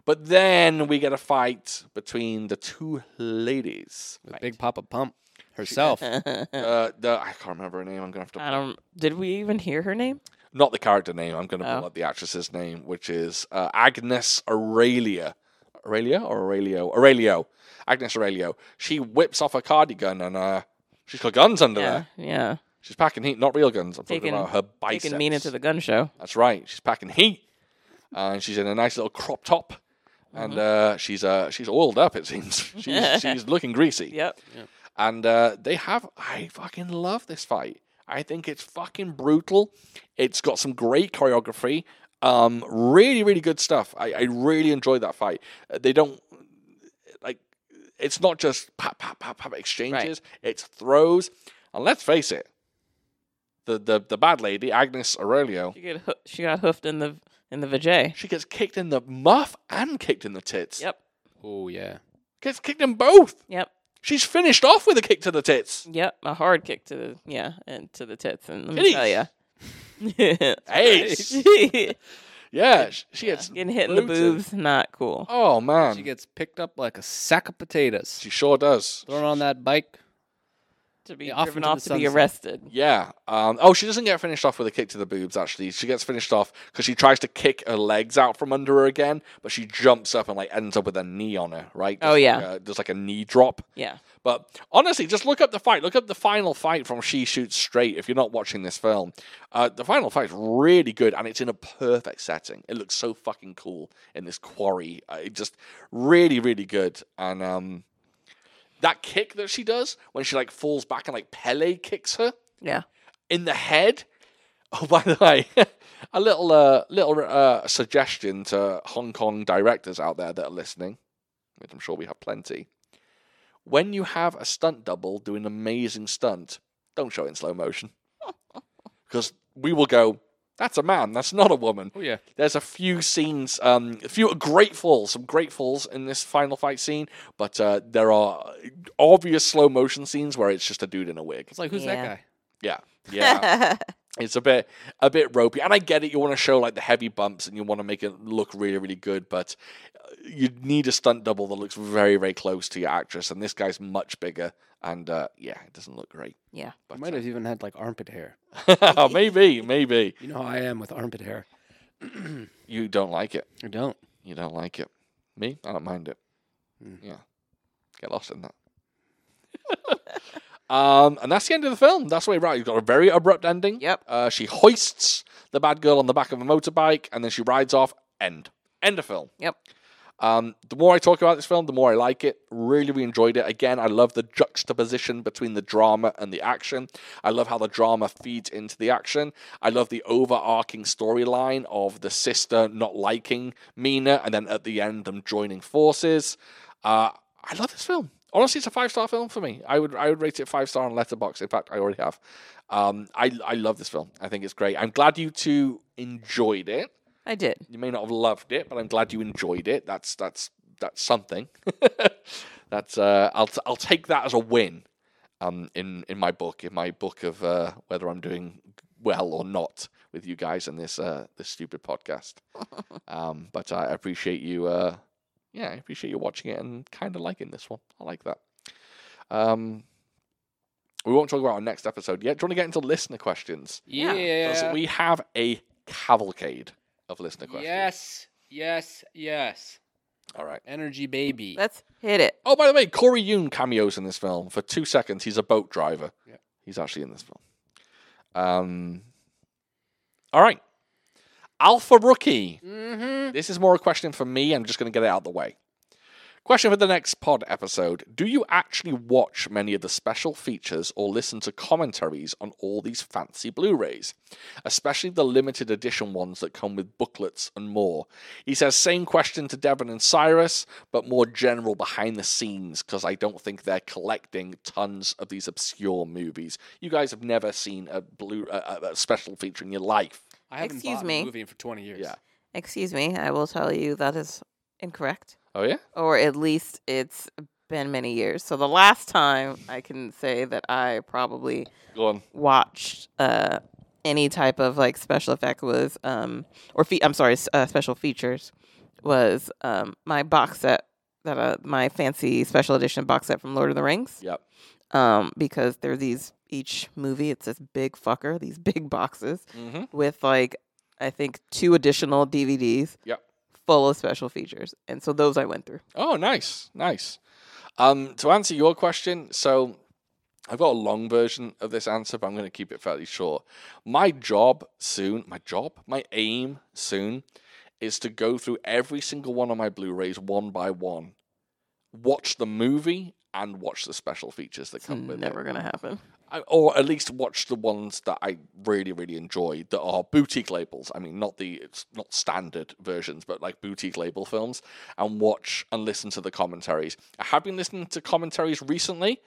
Speaker 1: But then we get a fight between the two ladies.
Speaker 2: With Big Papa Pump herself.
Speaker 1: Uh, the, I can't remember her name. I'm gonna have to
Speaker 3: I don't. Did we even hear her name?
Speaker 1: not the character name. I'm gonna
Speaker 3: Oh.
Speaker 1: pull up the actress's name, which is uh, Agnes Aurelia. Aurelia or Aurelio? Aurelio. Agnes Aurelio. She whips off her cardigan and uh, she's got guns under
Speaker 3: Yeah.
Speaker 1: there.
Speaker 3: Yeah.
Speaker 1: She's packing heat, not real guns. I'm talking
Speaker 3: Taking-
Speaker 1: about her biceps.
Speaker 3: Taking Mina to the gun show.
Speaker 1: That's right. She's packing heat, and she's in a nice little crop top,
Speaker 3: Uh-huh.
Speaker 1: and uh, she's uh, she's oiled up. It seems she's she's looking greasy.
Speaker 3: Yep.
Speaker 1: And uh, they have. I fucking love this fight. I think it's fucking brutal. It's got some great choreography. Um, really, really good stuff. I, I really enjoyed that fight. Uh, They don't like. It's not just pop, pop, pop, pop exchanges. It's throws. And let's face it, the the the bad lady Agnes Aurelio,
Speaker 3: She get hoo- she got hoofed in the in the vajay.
Speaker 1: she gets kicked in the muff and kicked in the tits.
Speaker 3: Yep.
Speaker 2: oh, yeah.
Speaker 1: Gets kicked in both.
Speaker 3: Yep.
Speaker 1: She's finished off with a kick to the tits.
Speaker 3: Yep. A hard kick to the yeah and to the tits and let me
Speaker 1: Titties.
Speaker 3: tell you,
Speaker 1: Ace.
Speaker 3: Getting
Speaker 1: Yeah, sh- she gets
Speaker 3: hit in the
Speaker 1: booted.
Speaker 3: boobs, not cool.
Speaker 1: Oh man,
Speaker 2: She
Speaker 1: she,
Speaker 2: gets picked up like a sack of potatoes.
Speaker 1: sure does.
Speaker 2: Thrown on that bike.
Speaker 3: To be
Speaker 2: Yeah, off
Speaker 3: driven
Speaker 2: into
Speaker 3: off
Speaker 2: the
Speaker 3: to be
Speaker 2: sunset.
Speaker 3: arrested.
Speaker 1: Yeah. Um, oh, she doesn't get finished off with a kick to the boobs. Actually, she gets finished off because she tries to kick her legs out from under her again, but she jumps up and like ends up with a knee on her. Right?
Speaker 3: Oh, yeah.
Speaker 1: Like, uh, just like a knee drop.
Speaker 3: Yeah.
Speaker 1: But honestly, just look up the fight. Look up the final fight from She Shoots Straight if you're not watching this film. Uh, the final fight's really good and it's in a perfect setting. It looks so fucking cool in this quarry. Uh, it just really, really good. And um, that kick that she does when she like falls back and like Pele kicks her
Speaker 3: Yeah.
Speaker 1: in the head. Oh, by the way, a little uh, little uh, suggestion to Hong Kong directors out there that are listening, which I'm sure we have plenty. When you have a stunt double do an amazing stunt, don't show it in slow motion because we will go. That's a man. That's not a woman.
Speaker 2: Oh yeah.
Speaker 1: There's a few scenes, um, a few great falls, some great falls in this final fight scene, but uh, there are obvious slow motion scenes where it's just a dude in a wig.
Speaker 2: It's like who's that
Speaker 3: Yeah.
Speaker 2: guy?
Speaker 1: Yeah, yeah. It's a bit a bit ropey, and I get it. You want to show like the heavy bumps, and you want to make it look really, really good, but uh, you need a stunt double that looks very, very close to your actress. And this guy's much bigger, and uh, yeah, it doesn't look great.
Speaker 3: yeah.
Speaker 1: But,
Speaker 2: might have even had like armpit hair.
Speaker 1: uh, maybe, maybe
Speaker 2: You know how I am with armpit hair.
Speaker 1: you don't like it.
Speaker 2: I don't.
Speaker 1: You don't like it. Me, I don't mind it.
Speaker 2: Mm.
Speaker 1: Yeah, get lost in that. um, and that's the end of the film. That's way right. You've got a very abrupt ending.
Speaker 3: Yep.
Speaker 1: Uh, she hoists the bad girl on the back of a motorbike, and then she rides off. End. End of film.
Speaker 3: Yep.
Speaker 1: Um, the more I talk about this film, the more I like it. Really, really enjoyed it. Again, I love the juxtaposition between the drama and the action. I love how the drama feeds into the action. I love the overarching storyline of the sister not liking Mina and then at the end them joining forces. Uh, I love this film. Honestly, it's a five star film for me. I would I would rate it five star on Letterbox. In fact, I already have. Um, I I love this film. I think it's great. I'm glad you two enjoyed it
Speaker 3: I did.
Speaker 1: you may not have loved it, but I'm glad you enjoyed it. That's that's that's something. that's uh, I'll t- I'll take that as a win. Um, in in my book, in my book of uh, whether I'm doing well or not with you guys and this uh this stupid podcast. um, but I appreciate you. Uh, yeah, I appreciate you watching it and kind of liking this one. I like that. Um. We won't talk about our next episode yet. Do you want to get into listener questions?
Speaker 3: Yeah.
Speaker 1: Because we have a cavalcade of listener questions.
Speaker 2: yes. Yes. Yes.
Speaker 1: All right.
Speaker 2: Energy baby.
Speaker 3: Let's hit it.
Speaker 1: Oh, by the way, Corey Yoon cameos in this film for two seconds. He's a boat driver.
Speaker 2: Yeah.
Speaker 1: He's actually in this film. Um, all right. Alpha Rookie.
Speaker 2: mm-hmm.
Speaker 1: This is more a question for me. I'm just going to get it out of the way. Question for the next pod episode Do you actually watch many of the special features or listen to commentaries on all these fancy Blu rays, especially the limited edition ones that come with booklets and more? He says, same question to Devon and Cyrus, but more general behind the scenes because I don't think they're collecting tons of these obscure movies. You guys have never seen a, blue, a, a- a special feature in your life.
Speaker 2: I haven't
Speaker 3: Excuse
Speaker 2: bought
Speaker 3: me.
Speaker 2: a movie for 20 years.
Speaker 1: Yeah.
Speaker 3: Excuse me. I will tell you that is incorrect.
Speaker 1: Oh, yeah?
Speaker 3: Or at least it's been many years. So the last time I can say that I probably
Speaker 1: Go on.
Speaker 3: watched uh, any type of like special effect was um or fe- I'm sorry s- uh, special features was um my box set that uh, my fancy special edition box set from Lord of the Rings
Speaker 1: Yep.
Speaker 3: um because there are these each movie it's this big fucker these big boxes
Speaker 1: Mm-hmm.
Speaker 3: with like I think two additional DVDs
Speaker 1: Yep.
Speaker 3: full of special features and so those I went through
Speaker 1: Oh, nice, nice. Um, to answer your question, so I've got a long version of this answer, but I'm going to keep it fairly short. My job soon, my job, my aim soon is to go through every single one of my Blu rays one by one, watch the movie, and watch the special features that
Speaker 3: it's
Speaker 1: come with it.
Speaker 3: never gonna happen
Speaker 1: I, or at least watch the ones that I really, really enjoy that are boutique labels. I mean, not the it's not standard versions, but like boutique label films, and watch and listen to the commentaries. I have been listening to commentaries recently.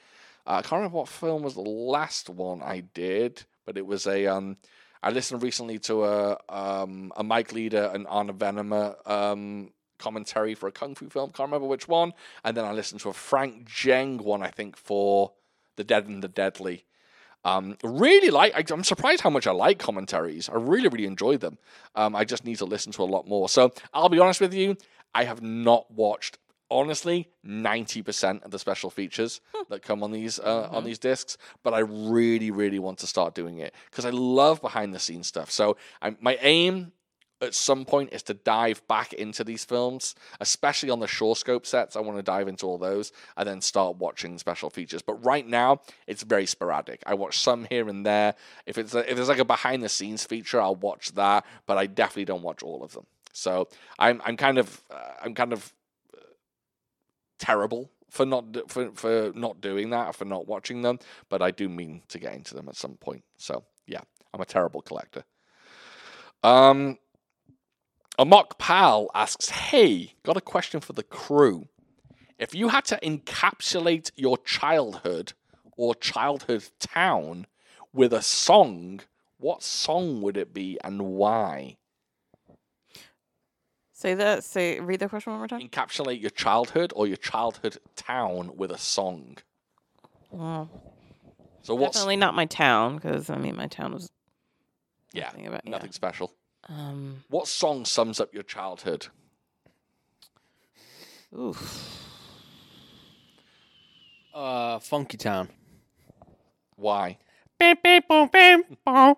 Speaker 1: Uh, I can't remember what film was the last one I did, but it was a. Um, I listened recently to a um, a Mike Leader and Arna Venema um, commentary for a kung fu film. Can't remember which one. And then I listened to a Frank Jeng one, I think, for The Dead and the Deadly. Um, really like. I, I'm surprised how much I like commentaries. I really, really enjoy them. Um, I just need to listen to a lot more. So I'll be honest with you. I have not watched honestly 90% of the special features that come on these uh, on these discs but i really really want to start doing it because i love behind the scenes stuff so I, my aim at some point is to dive back into these films especially on the shore scope sets i want to dive into all those and then start watching special features but right now it's very sporadic i watch some here and there if it's if there's like a behind the scenes feature i'll watch that but i definitely don't watch all of them so i'm i'm kind of uh, i'm kind of uh, terrible for not d- for, for not doing that for not watching them but i do mean to get into them at some point so yeah i'm a terrible collector um amok pal asks hey got a question for the crew if you had to encapsulate your childhood or childhood town with a song what song would it be and why
Speaker 3: Say that. Say read the question one more time.
Speaker 1: encapsulate your childhood or your childhood town with a song
Speaker 3: Well,
Speaker 1: so what's
Speaker 3: definitely not my town because I mean my town was
Speaker 1: yeah
Speaker 3: thinking about yeah.
Speaker 1: Nothing special.
Speaker 3: Um,
Speaker 1: What song sums up your childhood?
Speaker 3: oof.
Speaker 2: Uh, Funky Town.
Speaker 1: Why?
Speaker 2: Bam, bam, boom, bam, boom.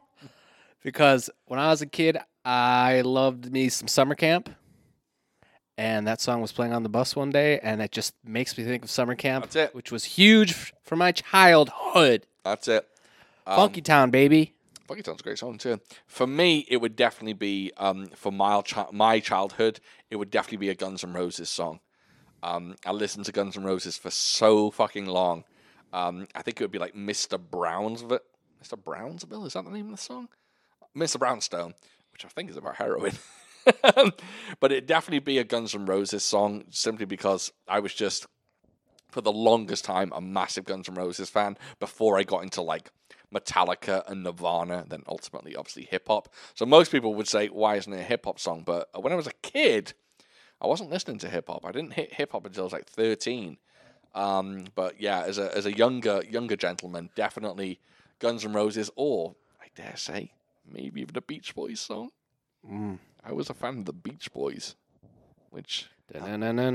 Speaker 2: Because when I was a kid, I loved me some summer camp. And that song was playing on the bus one day, and it just makes me think of summer camp,
Speaker 1: That's it.
Speaker 2: which was huge f- for my childhood.
Speaker 1: That's it. Um,
Speaker 2: Funky Town, baby.
Speaker 1: Funky Town's a great song too. For me, it would definitely be um, for my chi- my childhood. It would definitely be a Guns N' Roses song. Um, I listened to Guns N' Roses for so fucking long. Um, I think it would be like Mr. Brownsville. Mr. Brownsville is that the name of the song? Mr. Brownstone, which I think is about heroin. but it'd definitely be a Guns N' Roses song simply because I was just for the longest time a massive Guns N' Roses fan before I got into like Metallica and Nirvana, then ultimately obviously hip hop. So most people would say, why isn't it a hip hop song? But when I was a kid, I wasn't listening to hip hop. I didn't hit hip hop until I was like thirteen. Um, but yeah, as a as a younger younger gentleman, definitely Guns N' Roses or I dare say maybe even a Beach Boys song.
Speaker 2: Mm.
Speaker 1: I was a fan of the Beach Boys, which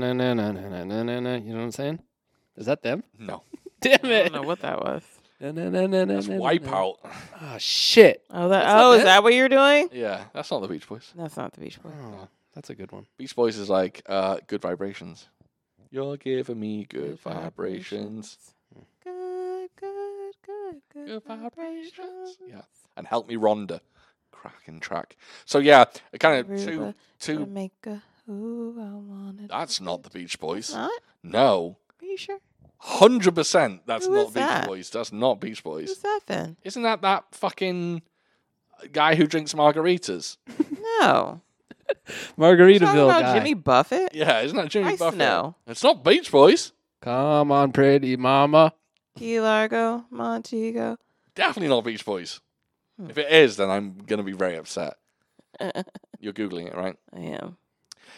Speaker 2: Da-na-na-na-na-na-na-na-na-na. You know what I'm saying? Is that them?
Speaker 1: no,
Speaker 2: Damn
Speaker 3: I
Speaker 2: it.
Speaker 3: don't know what that was.
Speaker 1: that's
Speaker 2: That's
Speaker 1: Wipeout.
Speaker 2: Oh, shit.
Speaker 3: Oh, that.
Speaker 2: That's not
Speaker 3: oh, is
Speaker 2: it.
Speaker 3: that what you're doing?
Speaker 1: Yeah, that's not the Beach Boys.
Speaker 3: That's not the Beach Boys.
Speaker 2: Oh, that's a good one.
Speaker 1: Beach Boys is like uh, good vibrations. You're giving me good vibrations
Speaker 3: Good, good, good, good,
Speaker 1: Good vibrations.
Speaker 3: vibrations.
Speaker 1: Yeah. and help me Rhonda. Cracking track. So yeah, kind of two
Speaker 3: Aruba,
Speaker 1: two.
Speaker 3: Jamaica, who I wanted.
Speaker 1: That's
Speaker 3: to
Speaker 1: not
Speaker 3: be.
Speaker 1: the Beach Boys.
Speaker 3: Not? Are
Speaker 1: No,
Speaker 3: you sure?
Speaker 1: hundred percent. That's
Speaker 3: Who
Speaker 1: not
Speaker 3: is
Speaker 1: Beach
Speaker 3: that?
Speaker 1: Boys. That's not Beach
Speaker 3: Who's
Speaker 1: Boys.
Speaker 3: that then?
Speaker 1: Isn't that that fucking guy who drinks margaritas?
Speaker 3: No. You talking
Speaker 2: Margaritaville
Speaker 3: about
Speaker 2: guy.
Speaker 3: Jimmy Buffett?
Speaker 1: Yeah, isn't that Jimmy
Speaker 3: I
Speaker 1: Buffett?
Speaker 3: know.
Speaker 1: It's not Beach Boys.
Speaker 2: Come on, pretty mama.
Speaker 3: Key Largo, Montego.
Speaker 1: Definitely not Beach Boys.
Speaker 3: Hmm.
Speaker 1: If it is, then I'm gonna be very upset.
Speaker 3: I
Speaker 1: You're googling it, right?
Speaker 3: am.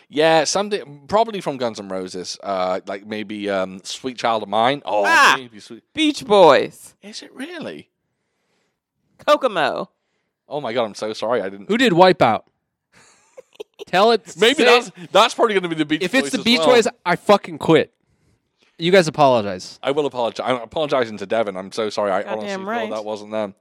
Speaker 1: Yeah, something probably from Guns N' Roses. Uh, like maybe um, "Sweet Child of Mine." Oh,
Speaker 3: Ah!
Speaker 1: maybe sweet.
Speaker 3: Beach Boys.
Speaker 1: Is it really?
Speaker 3: Kokomo.
Speaker 1: Oh my god, I'm so sorry. I didn't.
Speaker 2: Who did Wipeout? Tell it.
Speaker 1: Maybe
Speaker 2: say-
Speaker 1: that's that's probably going to be the Beach
Speaker 2: If
Speaker 1: Boys.
Speaker 2: it's the
Speaker 1: as
Speaker 2: Beach
Speaker 1: well.
Speaker 2: Boys, I fucking quit. You guys apologize.
Speaker 1: I will apologize. I'm apologizing to Devin. I'm so sorry. I
Speaker 3: Goddamn
Speaker 1: honestly
Speaker 3: right.
Speaker 1: thought that wasn't them.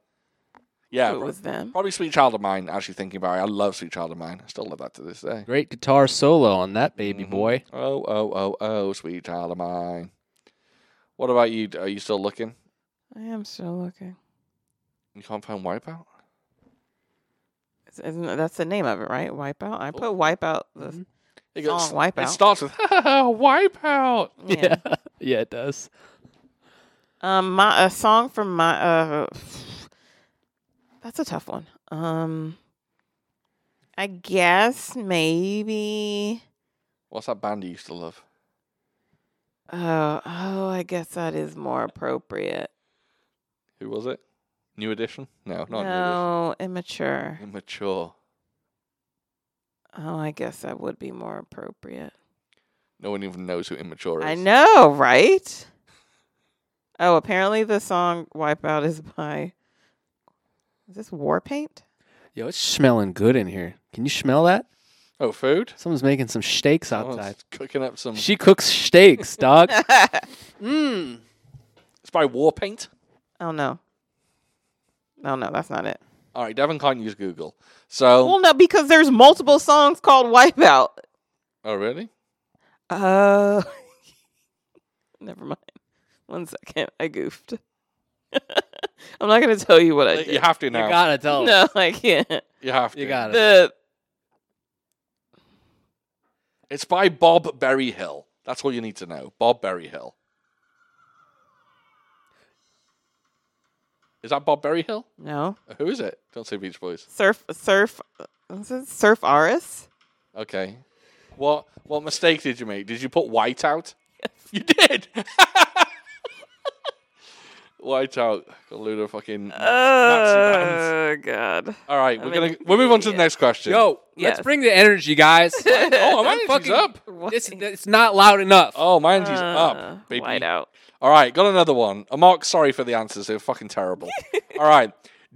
Speaker 1: Yeah,
Speaker 3: Who
Speaker 1: pro-
Speaker 3: was them?
Speaker 1: probably "Sweet Child of Mine." Actually, thinking about it, I love "Sweet Child of Mine." I still love that to this day.
Speaker 2: Great guitar solo on that baby
Speaker 1: Mhm.
Speaker 2: boy.
Speaker 1: Oh, oh, oh, oh, "Sweet Child of Mine." What about you? Are you still looking?
Speaker 3: I am still looking.
Speaker 1: You can't find Wipeout.
Speaker 3: Is- Isn't that- that's the name of it, right? Wipeout. I put Wipeout. The,
Speaker 2: Mhm.
Speaker 1: It
Speaker 3: Song Wipeout.
Speaker 1: It starts with Wipeout.
Speaker 3: yeah.
Speaker 2: Yeah. yeah, it does.
Speaker 3: Um, my a song from my uh, that's a tough one. Um, I guess maybe.
Speaker 1: What's that band you used to love?
Speaker 3: Oh, oh, I guess that is more appropriate.
Speaker 1: Who was it? New Edition? No, not
Speaker 3: no, immature.
Speaker 1: New Edition. Immature.
Speaker 3: Oh, I guess that would be more appropriate.
Speaker 1: No one even knows who Immature is.
Speaker 3: I know, right? Oh, apparently the song "Wipeout" is by Is this war paint?
Speaker 2: Yo, it's smelling good in here. Can you smell that?
Speaker 1: Oh, food?
Speaker 2: Someone's making some steaks
Speaker 1: Oh,
Speaker 2: outside.
Speaker 1: it's cooking up some.
Speaker 2: She cooks steaks, dog. Mmm.
Speaker 1: It's by War Paint.
Speaker 3: Oh no. No, no, that's not it.
Speaker 1: All right, Devin can't use Google. So.
Speaker 3: Well, no, because there's multiple songs called Wipeout.
Speaker 1: oh, really?
Speaker 3: Oh. Never mind. One second. I goofed. I'm not going to tell you what I did.
Speaker 1: You have to
Speaker 2: Uh, You
Speaker 1: now.
Speaker 2: gotta tell. us.
Speaker 3: No, I can't.
Speaker 1: You have to.
Speaker 2: You got it.
Speaker 3: The
Speaker 1: It's by Bob Berryhill. That's all you need to know. Bob Berryhill. Is that Bob Berryhill? Uh,
Speaker 3: no
Speaker 1: Who is it? Don't say Beach Boys.
Speaker 3: surf surf is it surf Aris.
Speaker 1: Okay. What what mistake did you make? Did you put white out? You did. white out. Got a load of fucking
Speaker 2: Uh,
Speaker 1: Nazi bands.
Speaker 3: Oh God.
Speaker 1: All right,
Speaker 3: I
Speaker 1: we're
Speaker 3: mean,
Speaker 1: gonna we'll move on to the
Speaker 3: yeah.
Speaker 1: next question.
Speaker 2: Yo,
Speaker 3: Yes.
Speaker 2: let's bring the energy, guys.
Speaker 1: oh, my
Speaker 2: I'm
Speaker 1: energy's
Speaker 2: fucking-
Speaker 1: up.
Speaker 2: this it's not loud enough.
Speaker 1: Oh, my energy's
Speaker 3: Uh,
Speaker 1: up, baby.
Speaker 3: White out.
Speaker 1: All right, got another one. Uh, Mark, sorry for the answers; they're fucking terrible. All right,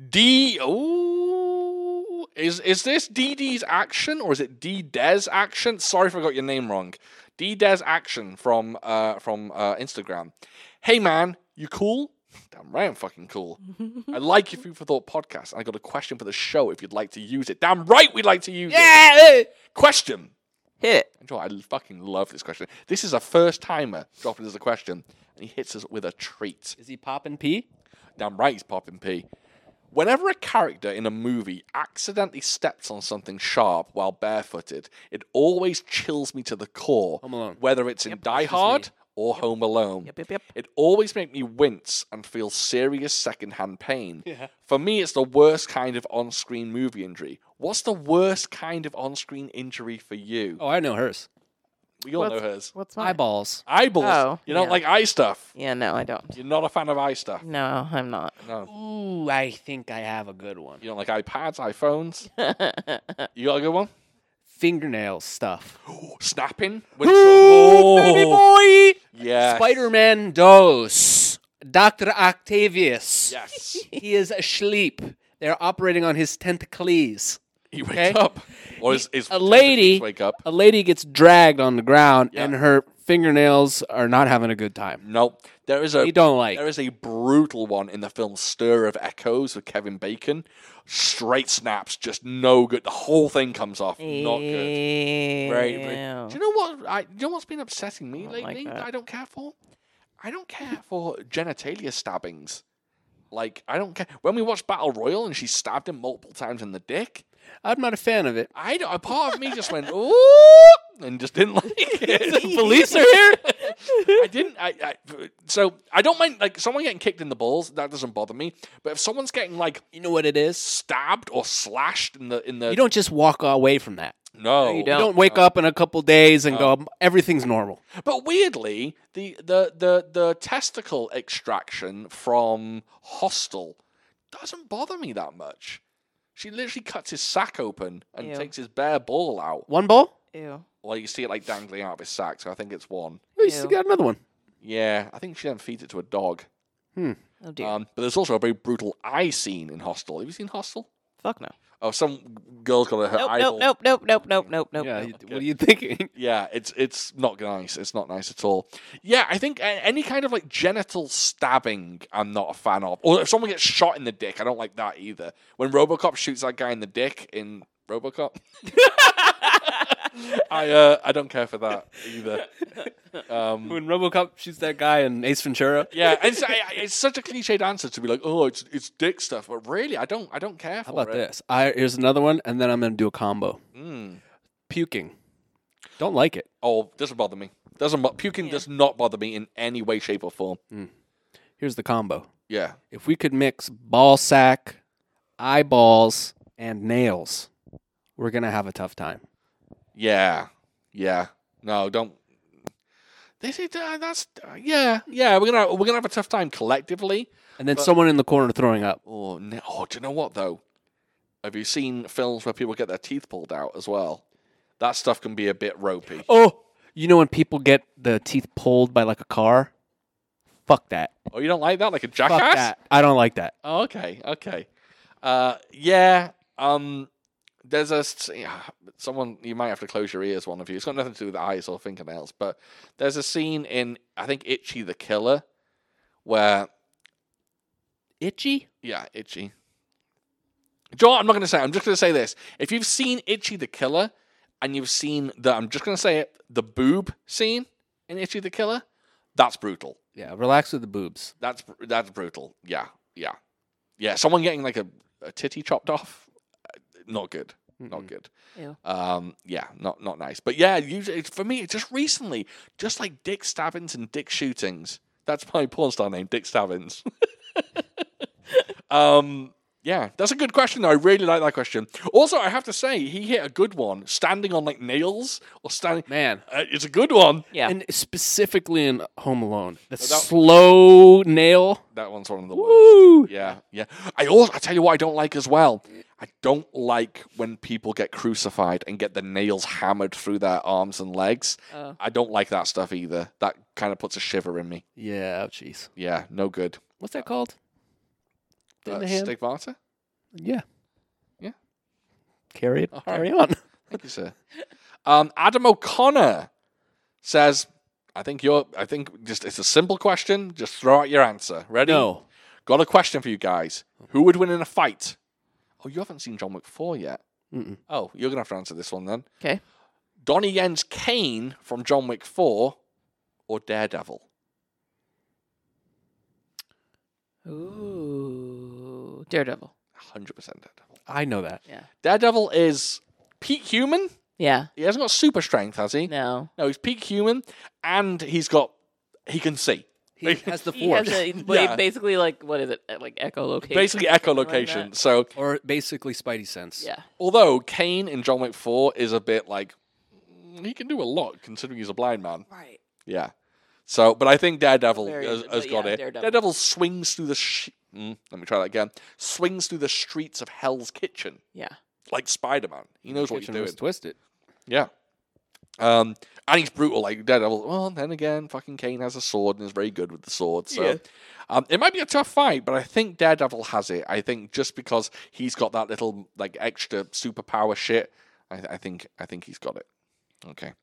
Speaker 1: D. Ooh, is is this DD's action or is it D Des action? Sorry if I got your name wrong. D Des action from uh from uh, Instagram. Hey man, you cool? Damn right, I'm fucking cool. I like your Food for Thought podcast, and I got a question for the show. If you'd like to use it, damn right, we'd like to use it.
Speaker 2: Yeah.
Speaker 1: Question.
Speaker 3: Hit it.
Speaker 1: Enjoy. I fucking love this question. This is a first timer dropping us a question, and he hits us with a treat.
Speaker 2: Is he popping pee?
Speaker 1: Damn right he's popping pee. Whenever a character in a movie accidentally steps on something sharp while barefooted, it always chills me to the core.
Speaker 2: Home Alone.
Speaker 1: Whether it's in Die Hard or Home Alone.
Speaker 3: Yep, yep, yep.
Speaker 1: It always makes me wince and feel serious secondhand pain. For me, it's the worst kind of on screen movie injury. What's the worst kind of on screen injury for you?
Speaker 2: Oh, I know hers.
Speaker 1: we all know
Speaker 3: what's-
Speaker 1: hers.
Speaker 3: What's mine?
Speaker 2: Eyeballs.
Speaker 1: Eyeballs.
Speaker 3: Oh,
Speaker 1: you don't
Speaker 3: yeah.
Speaker 1: like eye stuff.
Speaker 3: Yeah, no, I don't.
Speaker 1: You're not a fan of eye stuff.
Speaker 3: No, I'm not.
Speaker 1: No.
Speaker 2: Ooh, I think I have a good one.
Speaker 1: You don't like iPads, iPhones. you got a good one?
Speaker 2: Fingernail stuff.
Speaker 1: snapping. When oh,
Speaker 2: baby boy.
Speaker 1: yes.
Speaker 2: Spider-Man Dose. Doctor Octavius.
Speaker 1: Yes.
Speaker 2: He is asleep. They're operating on his tentacles.
Speaker 1: He wakes
Speaker 2: Okay.
Speaker 1: up, or is, is
Speaker 2: A lady-
Speaker 1: wake up?
Speaker 2: A lady gets dragged on the ground,
Speaker 1: Yeah.
Speaker 2: and her fingernails are not having a good time.
Speaker 1: No, there is a
Speaker 2: They don't like.
Speaker 1: there is a brutal one in the film Stir of Echoes with Kevin Bacon. Straight snaps, just no good. The whole thing comes off, not good. Very, very-
Speaker 3: Ew.
Speaker 1: Do you know what? I, do you know what's been upsetting me
Speaker 3: don't like
Speaker 1: lately?
Speaker 3: that.
Speaker 1: that I don't care for. I don't care for genitalia stabbings. Like I don't care when we watched Battle Royal and she stabbed him multiple times in the dick.
Speaker 2: I'm not a fan of it.
Speaker 1: I don't, a part of me just went ooh and just didn't like it.
Speaker 2: Police are here.
Speaker 1: I didn't. I, I so I don't mind like someone getting kicked in the balls. That doesn't bother me. But if someone's getting like
Speaker 2: You know what it is.
Speaker 1: stabbed or slashed in the in the
Speaker 2: You don't just walk away from that.
Speaker 1: no,
Speaker 3: you
Speaker 2: You
Speaker 3: No,
Speaker 2: don't wake up in a couple days and go, everything's normal.
Speaker 1: But weirdly, the the the the testicle extraction from Hostel doesn't bother me that much. She literally cuts his sack open and
Speaker 3: Ew.
Speaker 1: takes his bare ball out.
Speaker 2: One ball?
Speaker 3: Ew.
Speaker 1: Well, you see it like dangling out of his sack. So I think it's one.
Speaker 2: Oh, you still
Speaker 3: Ew.
Speaker 2: got another one.
Speaker 1: Yeah, I think she then feeds it to a dog.
Speaker 3: Oh dear.
Speaker 1: Um, but there's also a very brutal eye scene in Hostel. Have you seen Hostel?
Speaker 3: Fuck no.
Speaker 1: Oh, some girl's got her
Speaker 3: Nope,
Speaker 1: eyeball.
Speaker 3: nope, nope, nope, nope, nope, nope, nope.
Speaker 2: yeah,
Speaker 3: nope.
Speaker 2: you- what are you thinking?
Speaker 1: Yeah, it's it's not nice. It's not nice at all. Yeah, I think a- any kind of like genital stabbing, I'm not a fan of. Or if someone gets shot in the dick, I don't like that either. When RoboCop shoots that guy in the dick in RoboCop, I uh, I don't care for that either. Um,
Speaker 2: When RoboCop shoots that guy in Ace Ventura.
Speaker 1: yeah, it's, I, I- it's such a cliched answer to be like, oh, it's it's dick stuff, but really, I don't I don't care for
Speaker 2: How about
Speaker 1: it.
Speaker 2: this? I, here's another one, and then I'm going to do a combo.
Speaker 1: Mm.
Speaker 2: Puking. Don't like it.
Speaker 1: Oh, doesn't bother me. Doesn't bo- puking does not bother me in any way, shape, or form.
Speaker 2: Mm. Here's the combo.
Speaker 1: Yeah.
Speaker 2: If we could mix ball sack, eyeballs, and nails, we're going to have a tough time.
Speaker 1: Yeah, yeah. No, don't. This is uh, that's uh, yeah, yeah. We're gonna we're gonna have a tough time collectively.
Speaker 2: And then someone in the corner throwing up.
Speaker 1: Oh, no. oh, do you know what though? Have you seen films where people get their teeth pulled out as well? That stuff can be a bit ropey.
Speaker 2: Oh, you know when people get the teeth pulled by like a car? Fuck that.
Speaker 1: Oh, you don't like that, like a
Speaker 2: Fuck
Speaker 1: jackass?
Speaker 2: that. I don't like that.
Speaker 1: Oh, okay, okay. Uh, yeah. Um, there's a s- yeah, someone you might have to close your ears. One of you. It's got nothing to do with eyes or fingernails, but there's a scene in I think Itchy the Killer where
Speaker 2: Itchy?
Speaker 1: yeah, Itchy. Do you know what? I'm not going to say. it. I'm just going to say this. If you've seen Itchy the Killer and you've seen the, I'm just going to say it, the boob scene in Itchy the Killer, that's brutal.
Speaker 2: Yeah, relax with the boobs.
Speaker 1: That's br- that's brutal. Yeah, yeah, yeah. Someone getting like a, a titty chopped off, uh, not good. Not good.
Speaker 3: Ew.
Speaker 1: Um, yeah, not not nice. But yeah, usually it's, for me, it's just recently, just like Dick Stabbins and Dick Shootings. That's my porn star name, Dick Stabbins. um, yeah, that's a good question. Though. I really like that question. Also, I have to say, he hit a good one, standing on like nails or standing.
Speaker 2: Man.
Speaker 1: Uh, it's a good one.
Speaker 3: Yeah.
Speaker 2: And specifically in Home Alone, the
Speaker 1: that-
Speaker 2: slow nail.
Speaker 1: That one's one of the worst.
Speaker 2: Woo!
Speaker 1: Yeah, yeah. I also I tell you what I don't like as well. I don't like when people get crucified and get the nails hammered through their arms and legs.
Speaker 3: Oh.
Speaker 1: I don't like that stuff either. That kind of puts a shiver in me.
Speaker 2: Yeah, oh, jeez.
Speaker 1: Yeah, no good.
Speaker 2: What's that called? In
Speaker 1: Uh,
Speaker 2: the hand?
Speaker 1: stigmata.
Speaker 2: Yeah.
Speaker 1: Yeah.
Speaker 2: Carry it.
Speaker 1: All right.
Speaker 2: carry on.
Speaker 1: Thank you, sir. Um, Adam O'Connor says, "I think you're. I think just it's a simple question. Just throw out your answer. Ready?
Speaker 2: No.
Speaker 1: Got a question for you guys. Who would win in a fight? Oh, you haven't seen John Wick 4 yet.
Speaker 2: Mm-mm.
Speaker 1: Oh, you're going to have to answer this one then.
Speaker 3: 'Kay.
Speaker 1: Donnie Yen's Kane from John Wick 4 or Daredevil?
Speaker 3: Ooh, Daredevil.
Speaker 1: 100% Daredevil.
Speaker 2: I know that.
Speaker 1: Daredevil is peak human.
Speaker 3: Yeah.
Speaker 1: He hasn't got super strength, has he?
Speaker 3: No.
Speaker 1: No, he's peak human and he's got, he can see.
Speaker 2: He has the
Speaker 3: He has
Speaker 2: force.
Speaker 3: a,
Speaker 1: Yeah.
Speaker 3: basically like what is it like echolocation?
Speaker 1: Basically echolocation.
Speaker 3: that.
Speaker 1: So,
Speaker 2: or basically Spidey sense.
Speaker 3: Yeah.
Speaker 1: although Kane in John Wick 4 is a bit like, mm, he can do a lot considering he's a blind man.
Speaker 3: Right.
Speaker 1: Yeah. So, but I think Daredevil
Speaker 3: Very
Speaker 1: has,
Speaker 3: good,
Speaker 1: has
Speaker 3: but
Speaker 1: got
Speaker 3: yeah,
Speaker 1: it. Daredevil.
Speaker 3: Daredevil.
Speaker 1: swings through the. Sh- mm, let me try that again. Swings through the streets of Hell's Kitchen
Speaker 3: Yeah.
Speaker 1: like Spider Man. He knows what he's
Speaker 2: Kitchen
Speaker 1: doing.
Speaker 2: was twisted.
Speaker 1: Yeah. Um, and he's brutal like Daredevil. Well, then again, fucking Kane has a sword and is very good with the sword. So,
Speaker 3: Yeah.
Speaker 1: um, it might be a tough fight, but I think Daredevil has it. I think just because he's got that little like extra superpower shit, I, I think I think he's got it. Okay.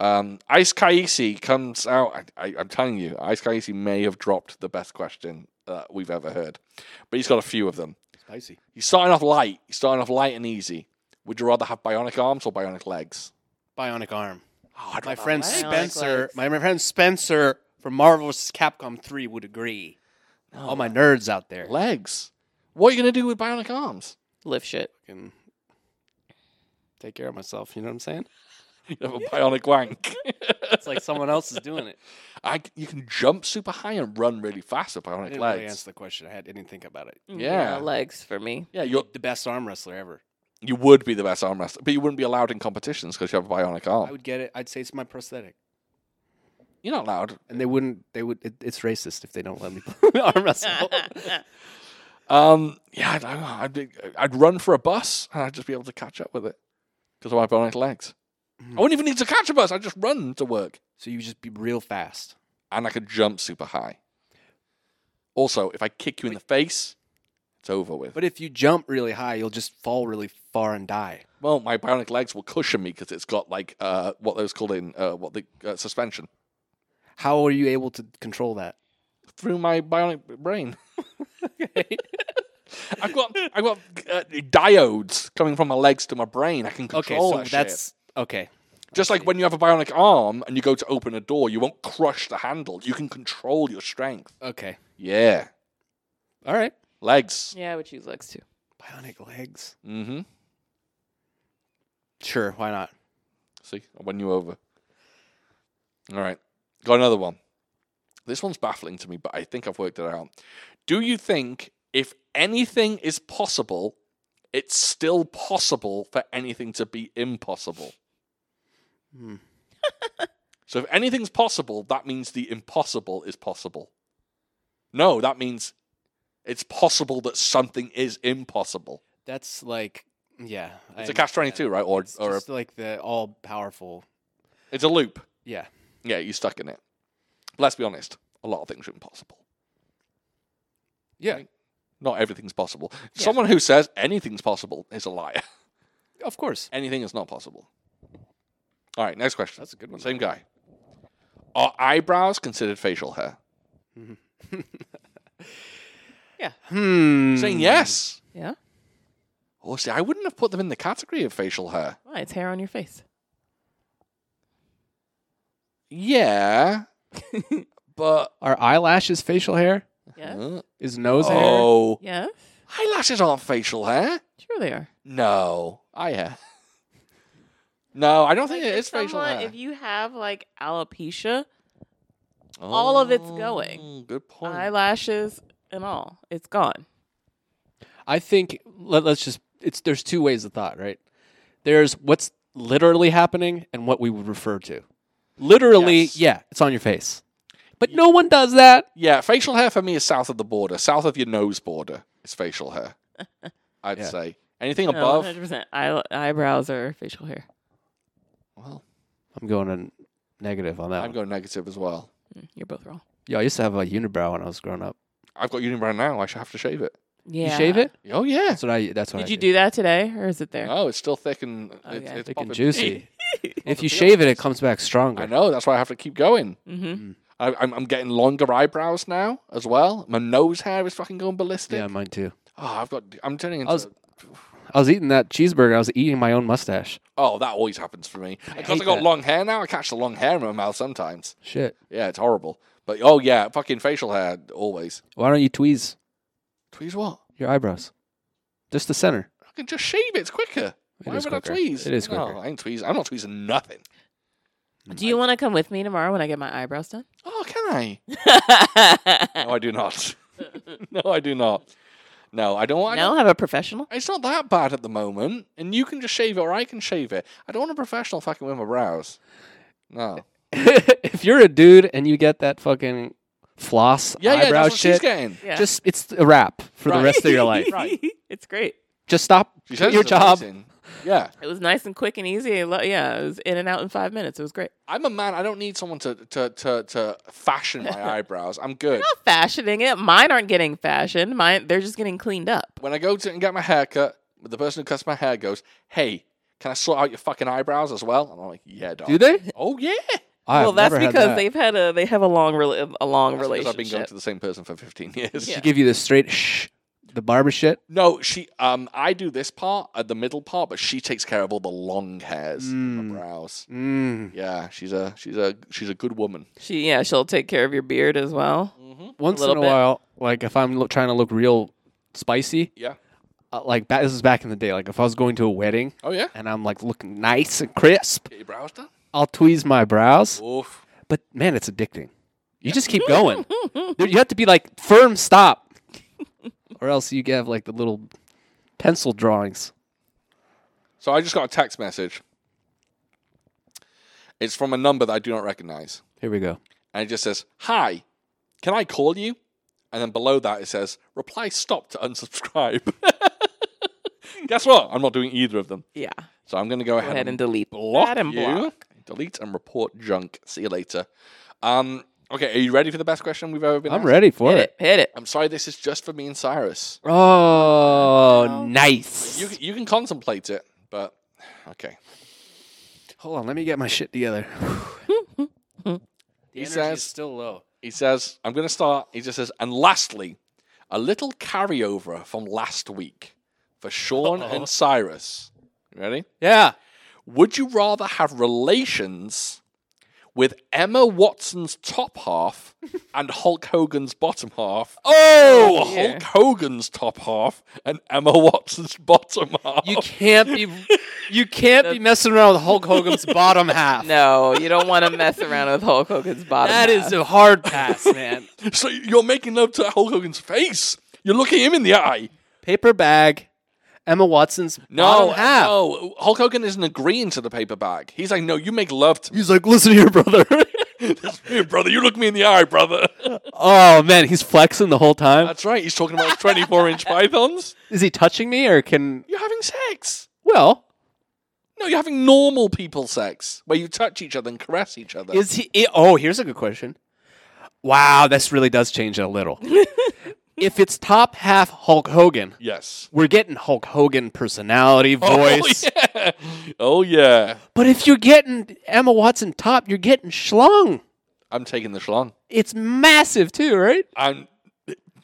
Speaker 1: Um, Ice Kaisi comes out. I, I, I'm telling you, Ice Kaisi may have dropped the best question uh, we've ever heard, but he's got a few of them.
Speaker 2: Spicy.
Speaker 1: He's starting off light. He's starting off light and easy. Would you rather have bionic arms or bionic legs?
Speaker 2: Bionic arm.
Speaker 1: Oh, I'd
Speaker 2: My
Speaker 1: rather-
Speaker 2: friend
Speaker 3: Bionic
Speaker 2: Spencer,
Speaker 3: legs.
Speaker 2: my friend Spencer from Marvel vs. Capcom 3 would agree. All my nerds out there.
Speaker 1: legs. What are you gonna do with bionic arms?
Speaker 3: Lift shit.
Speaker 2: Fucking take care of myself, you know what I'm saying?
Speaker 1: You have a bionic wank.
Speaker 2: It's like someone else is doing it.
Speaker 1: I c you can jump super high and run really fast with
Speaker 2: I
Speaker 1: bionic
Speaker 2: didn't really
Speaker 1: legs.
Speaker 2: answer the question. I had, didn't think about it.
Speaker 3: Mm.
Speaker 1: Yeah.
Speaker 3: Legs for me.
Speaker 1: Yeah, you
Speaker 2: The best arm wrestler ever.
Speaker 1: you would be the best arm wrestler, but you wouldn't be allowed in competitions because you have a bionic
Speaker 2: I
Speaker 1: arm.
Speaker 2: would get it. I'd say it's my prosthetic.
Speaker 1: You're not allowed.
Speaker 2: And they wouldn't. They would. It, it's racist if they don't let me arm wrestle.
Speaker 1: Um, yeah, I don't know. I'd, be- I'd run for a bus and I'd just be able to catch up with it because of my bionic legs. I wouldn't even need to catch a bus. I'd just run to work.
Speaker 2: so you just be real fast.
Speaker 1: and I could jump super high. Also, if I kick you in the face, it's over with.
Speaker 2: But if you jump really high, you'll just fall really far and die.
Speaker 1: well, my bionic legs will cushion me because it's got like uh, what those called in uh, what the uh, suspension
Speaker 2: How are you able to control that?
Speaker 1: through my bionic brain. I've got I've got uh, diodes coming from my legs to my brain. I can
Speaker 2: Okay,
Speaker 1: control
Speaker 2: so
Speaker 1: that
Speaker 2: that's
Speaker 1: shit.
Speaker 2: okay.
Speaker 1: Just like when you have a bionic arm and you go to open a door, you won't crush the handle. You can control your strength.
Speaker 2: Okay,
Speaker 1: Yeah,
Speaker 2: all right.
Speaker 1: legs.
Speaker 3: yeah, I would choose legs too.
Speaker 2: Bionic legs.
Speaker 1: Mm-hmm.
Speaker 2: Sure, why not?
Speaker 1: See, I won you over. All right, got another one. This one's baffling to me, but I think I've worked it out. Do you think if anything is possible, it's still possible for anything to be impossible?
Speaker 2: Hmm.
Speaker 1: so if anything's possible, that means the impossible is possible. No, that means it's possible that something is impossible.
Speaker 2: That's like, yeah.
Speaker 1: It's a catch twenty-two, right? Or
Speaker 2: It's
Speaker 1: or a,
Speaker 2: just like the all powerful.
Speaker 1: it's a loop.
Speaker 2: Yeah.
Speaker 1: Yeah, you're stuck in it. But let's be honest, a lot of things are impossible.
Speaker 2: Yeah.
Speaker 1: Right? not everything's possible. Someone who says anything's possible is a liar.
Speaker 2: Of course.
Speaker 1: Anything is not possible. All right, next question.
Speaker 2: That's a good one.
Speaker 1: Same guy. Are eyebrows considered facial hair?
Speaker 2: Hmm.
Speaker 1: Saying yes.
Speaker 3: Yeah.
Speaker 1: Oh, see, I wouldn't have put them in the category of facial hair.
Speaker 3: Why? It's hair on your face.
Speaker 1: Yeah, but
Speaker 2: Are eyelashes facial hair?
Speaker 3: Yeah.
Speaker 1: Huh?
Speaker 2: Is nose hair?
Speaker 1: oh,
Speaker 3: Yeah.
Speaker 1: eyelashes aren't facial hair.
Speaker 3: Sure they are.
Speaker 1: No,
Speaker 2: Oh,
Speaker 1: eye hair. No, I don't think it is facial hair.
Speaker 3: If you have like alopecia, all of it's going.
Speaker 1: Oh, Good point.
Speaker 3: eyelashes and all, it's gone.
Speaker 2: I think let, let's just it's there's two ways of thought, right? There's what's literally happening and what we would refer to. Literally,
Speaker 1: Yes.
Speaker 2: yeah, it's on your face. But no one does that.
Speaker 1: yeah, facial hair for me is south of the border, south of your nose border is facial hair. I'd
Speaker 2: Yeah.
Speaker 1: say anything
Speaker 3: No,
Speaker 1: above.
Speaker 3: 100%. Eye- eyebrows are facial hair.
Speaker 1: Well,
Speaker 2: I'm going in negative on that.
Speaker 1: I'm
Speaker 2: one.
Speaker 1: going negative as well.
Speaker 3: Mm, You're both wrong.
Speaker 2: Yo, I used to have a unibrow when I was growing up.
Speaker 1: I've got unibrow now. I should have to shave it.
Speaker 3: Yeah.
Speaker 2: You shave it?
Speaker 1: Oh yeah.
Speaker 2: That's what I. That's what
Speaker 3: Did
Speaker 2: I
Speaker 3: you do that today, or is it there?
Speaker 1: Oh, it's still thick and it's,
Speaker 3: Okay.
Speaker 1: it's
Speaker 2: Thick and
Speaker 1: popping.
Speaker 2: juicy. if you shave it, it comes back stronger.
Speaker 1: I know. That's why I have to keep going.
Speaker 3: Mm-hmm.
Speaker 1: I, I'm, I'm getting longer eyebrows now as well. My nose hair is fucking going ballistic.
Speaker 2: Yeah, mine too.
Speaker 1: Oh, I've got. I'm turning into.
Speaker 2: I was- I was eating that cheeseburger. I was eating my own mustache.
Speaker 1: oh, that always happens for me. Because I,
Speaker 2: hate
Speaker 1: got
Speaker 2: that.
Speaker 1: long hair now. I catch the long hair in my mouth sometimes.
Speaker 2: Shit.
Speaker 1: Yeah, it's horrible. But oh yeah, fucking facial hair always.
Speaker 2: Why don't you tweeze
Speaker 1: Tweeze what?
Speaker 2: your eyebrows? Just the center.
Speaker 1: I can just shave it. It's quicker.
Speaker 2: It
Speaker 1: why
Speaker 2: is
Speaker 1: would
Speaker 2: quicker.
Speaker 1: I tweeze?
Speaker 2: It is
Speaker 1: no,
Speaker 2: quicker.
Speaker 1: I ain't tweeze. I'm not tweezing nothing.
Speaker 3: Do you want to come with me tomorrow when I get my eyebrows done?
Speaker 1: Oh, can I? No, I do not. no, I do not. No, I don't. I don't
Speaker 3: no, have a professional.
Speaker 1: It's not that bad at the moment, and you can just shave it, or I can shave it. I don't want a professional fucking with my brows. No.
Speaker 2: if you're a dude and you get that fucking floss
Speaker 1: Yeah, yeah,
Speaker 2: eyebrow
Speaker 1: that's what she's
Speaker 2: shit,
Speaker 1: getting.
Speaker 3: Yeah.
Speaker 2: just it's a wrap for
Speaker 1: Right.
Speaker 2: the rest of your life.
Speaker 1: Right.
Speaker 3: it's great.
Speaker 2: Just stop
Speaker 1: She says
Speaker 2: your
Speaker 1: it's
Speaker 2: job.
Speaker 1: amazing. Yeah,
Speaker 3: It was nice and quick and easy. I lo- Yeah, it was in and out in five minutes. It was great.
Speaker 1: I'm a man. I don't need someone to to to, to fashion my eyebrows. I'm good.
Speaker 3: Not fashioning it. Mine aren't getting fashioned. Mine, they're just getting cleaned up.
Speaker 1: When I go to and get my hair cut, the person who cuts my hair goes, "Hey, can I sort out your fucking eyebrows as well?" And I'm like, "Yeah, dog."
Speaker 2: Do they?
Speaker 1: Oh yeah.
Speaker 2: I've
Speaker 3: well, that's
Speaker 2: never had
Speaker 3: because
Speaker 2: that.
Speaker 3: they've had a they have a long rela- a long
Speaker 1: That's because
Speaker 3: relationship.
Speaker 1: I've been going to the same person for 15 years.
Speaker 3: Yeah.
Speaker 2: She give you the straight shh, the barber shit.
Speaker 1: No, she. Um, I do this part, uh, the middle part, but she takes care of all the long hairs, on my
Speaker 2: Mm.
Speaker 1: brows.
Speaker 2: Mm.
Speaker 1: Yeah, she's a she's a she's a good woman.
Speaker 3: She yeah, she'll take care of your beard as well.
Speaker 2: Once in a
Speaker 3: little bit.
Speaker 2: while, like if I'm lo- trying to look real spicy,
Speaker 1: Yeah.
Speaker 2: uh, like ba- this is back in the day. Like if I was going to a wedding
Speaker 1: Oh yeah.
Speaker 2: and I'm like looking nice and crisp,
Speaker 1: Get your brows done.
Speaker 2: I'll tweeze my brows.
Speaker 1: Oof.
Speaker 2: But man, it's addicting. You just keep going. There- you have to be like firm stop, or else you have like the little pencil drawings.
Speaker 1: So I just got a text message. It's from a number that I do not recognize,
Speaker 2: Here we go.
Speaker 1: and it just says, "Hi, can I call you?" And then below that it says, "Reply stop to unsubscribe." Guess what? I'm not doing either of them.
Speaker 3: Yeah,
Speaker 1: So I'm going to go
Speaker 3: go ahead and delete
Speaker 1: block
Speaker 3: that and
Speaker 1: you.
Speaker 3: block.
Speaker 1: Delete and report junk. See you later. Um, okay, are you ready for the best question we've ever been?
Speaker 2: I'm
Speaker 1: asked?
Speaker 2: ready for
Speaker 3: Hit
Speaker 2: it.
Speaker 3: it, hit it.
Speaker 1: I'm sorry, this is just for me and Cyrus.
Speaker 2: Oh, nice.
Speaker 1: You you can contemplate it, but okay.
Speaker 2: Hold on, let me get my shit together.
Speaker 1: He says
Speaker 2: still low.
Speaker 1: he says I'm going to start. He just says and lastly, a little carryover from last week for Sean and Cyrus. You ready?
Speaker 2: Yeah.
Speaker 1: Would you rather have relations with Emma Watson's top half and Hulk Hogan's bottom half?
Speaker 2: Oh,
Speaker 1: Oh,
Speaker 3: dear.
Speaker 1: Hulk Hogan's top half and Emma Watson's bottom half.
Speaker 2: you can't be, you can't be messing around with Hulk Hogan's bottom half.
Speaker 3: No, you don't want to mess around with Hulk Hogan's bottom.
Speaker 2: That is
Speaker 3: half.
Speaker 2: a hard pass, man.
Speaker 1: So you're making love to Hulk Hogan's face. You're looking him in the eye.
Speaker 2: Paper bag. Emma Watson's
Speaker 1: No,
Speaker 2: bottom half.
Speaker 1: no. Hulk Hogan isn't agreeing to the paper bag. He's like, no, you make love to me.
Speaker 2: He's like, listen here, brother.
Speaker 1: Hey, brother, you look me in the eye, brother.
Speaker 2: oh man, he's flexing the whole time.
Speaker 1: That's right. He's talking about his 24 inch pythons.
Speaker 2: Is he touching me or can?
Speaker 1: You're having sex.
Speaker 2: Well,
Speaker 1: No, you're having normal people sex where you touch each other and caress each other.
Speaker 2: is he? i- oh, here's a good question. Wow, this really does change it a little. if it's top half Hulk Hogan,
Speaker 1: Yes.
Speaker 2: we're getting Hulk Hogan personality, voice.
Speaker 1: Oh yeah. Oh yeah.
Speaker 2: But if you're getting Emma Watson top, you're getting schlong.
Speaker 1: I'm taking the schlong.
Speaker 2: It's massive too, right?
Speaker 1: I'm.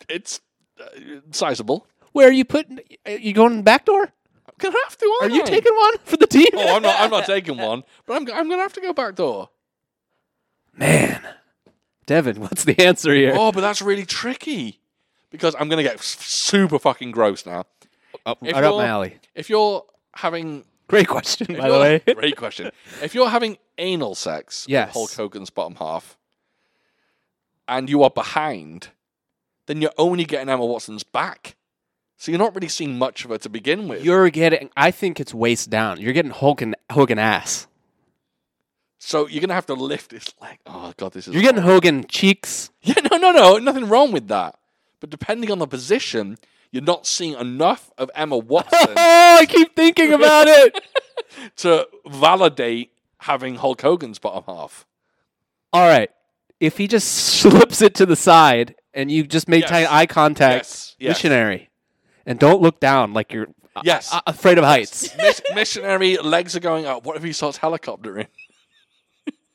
Speaker 1: It's uh, sizable.
Speaker 2: Where are you putting? Are you going in the back door?
Speaker 1: I'm gonna have to.
Speaker 2: Are
Speaker 1: aren't
Speaker 2: you
Speaker 1: I?
Speaker 2: taking one for the team?
Speaker 1: Oh, I'm not. I'm not taking one. But I'm. I'm gonna have to go back door.
Speaker 2: Man, Devin, what's the answer here?
Speaker 1: Oh, but that's really tricky because I'm gonna get s- super fucking gross now.
Speaker 2: Up-
Speaker 1: if
Speaker 2: right up oh, my
Speaker 1: you're-
Speaker 2: alley.
Speaker 1: If you're having
Speaker 2: Great question,
Speaker 1: If
Speaker 2: by the
Speaker 1: you're-
Speaker 2: way.
Speaker 1: Great question. If you're having anal sex
Speaker 2: Yes.
Speaker 1: with Hulk Hogan's bottom half and you are behind, then you're only getting Emma Watson's back. So you're not really seeing much of her to begin with.
Speaker 2: You're getting. I think it's waist down. You're getting Hogan Hogan ass.
Speaker 1: so you're going to have to lift his leg. Oh, God, this is.
Speaker 2: You're getting Hogan cheeks.
Speaker 1: yeah, no, no, no. Nothing wrong with that. But depending on the position, you're not seeing enough of Emma Watson
Speaker 2: Oh, I keep thinking about it.
Speaker 1: to validate having Hulk Hogan's bottom half.
Speaker 2: All right. If he just slips it to the side and you just make
Speaker 1: Yes.
Speaker 2: tight eye contact,
Speaker 1: Yes, yes.
Speaker 2: missionary, and don't look down like you're uh,
Speaker 1: Yes.
Speaker 2: uh, afraid of heights.
Speaker 1: Miss- missionary legs are going out. What if he starts helicoptering?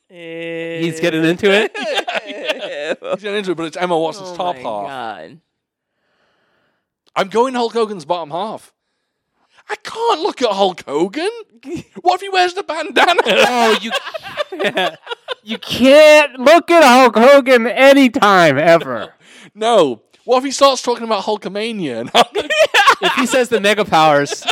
Speaker 2: He's getting into it.
Speaker 1: He's getting into it, but it's Emma Watson's
Speaker 3: oh
Speaker 1: top
Speaker 3: my
Speaker 1: half.
Speaker 3: God.
Speaker 1: I'm going Hulk Hogan's bottom half. I can't look at Hulk Hogan. What if he wears the bandana?
Speaker 2: Oh, you can't, you can't look at Hulk Hogan anytime ever.
Speaker 1: no. What if he starts talking about Hulkamania? And I'm gonna-
Speaker 2: if he says the mega powers,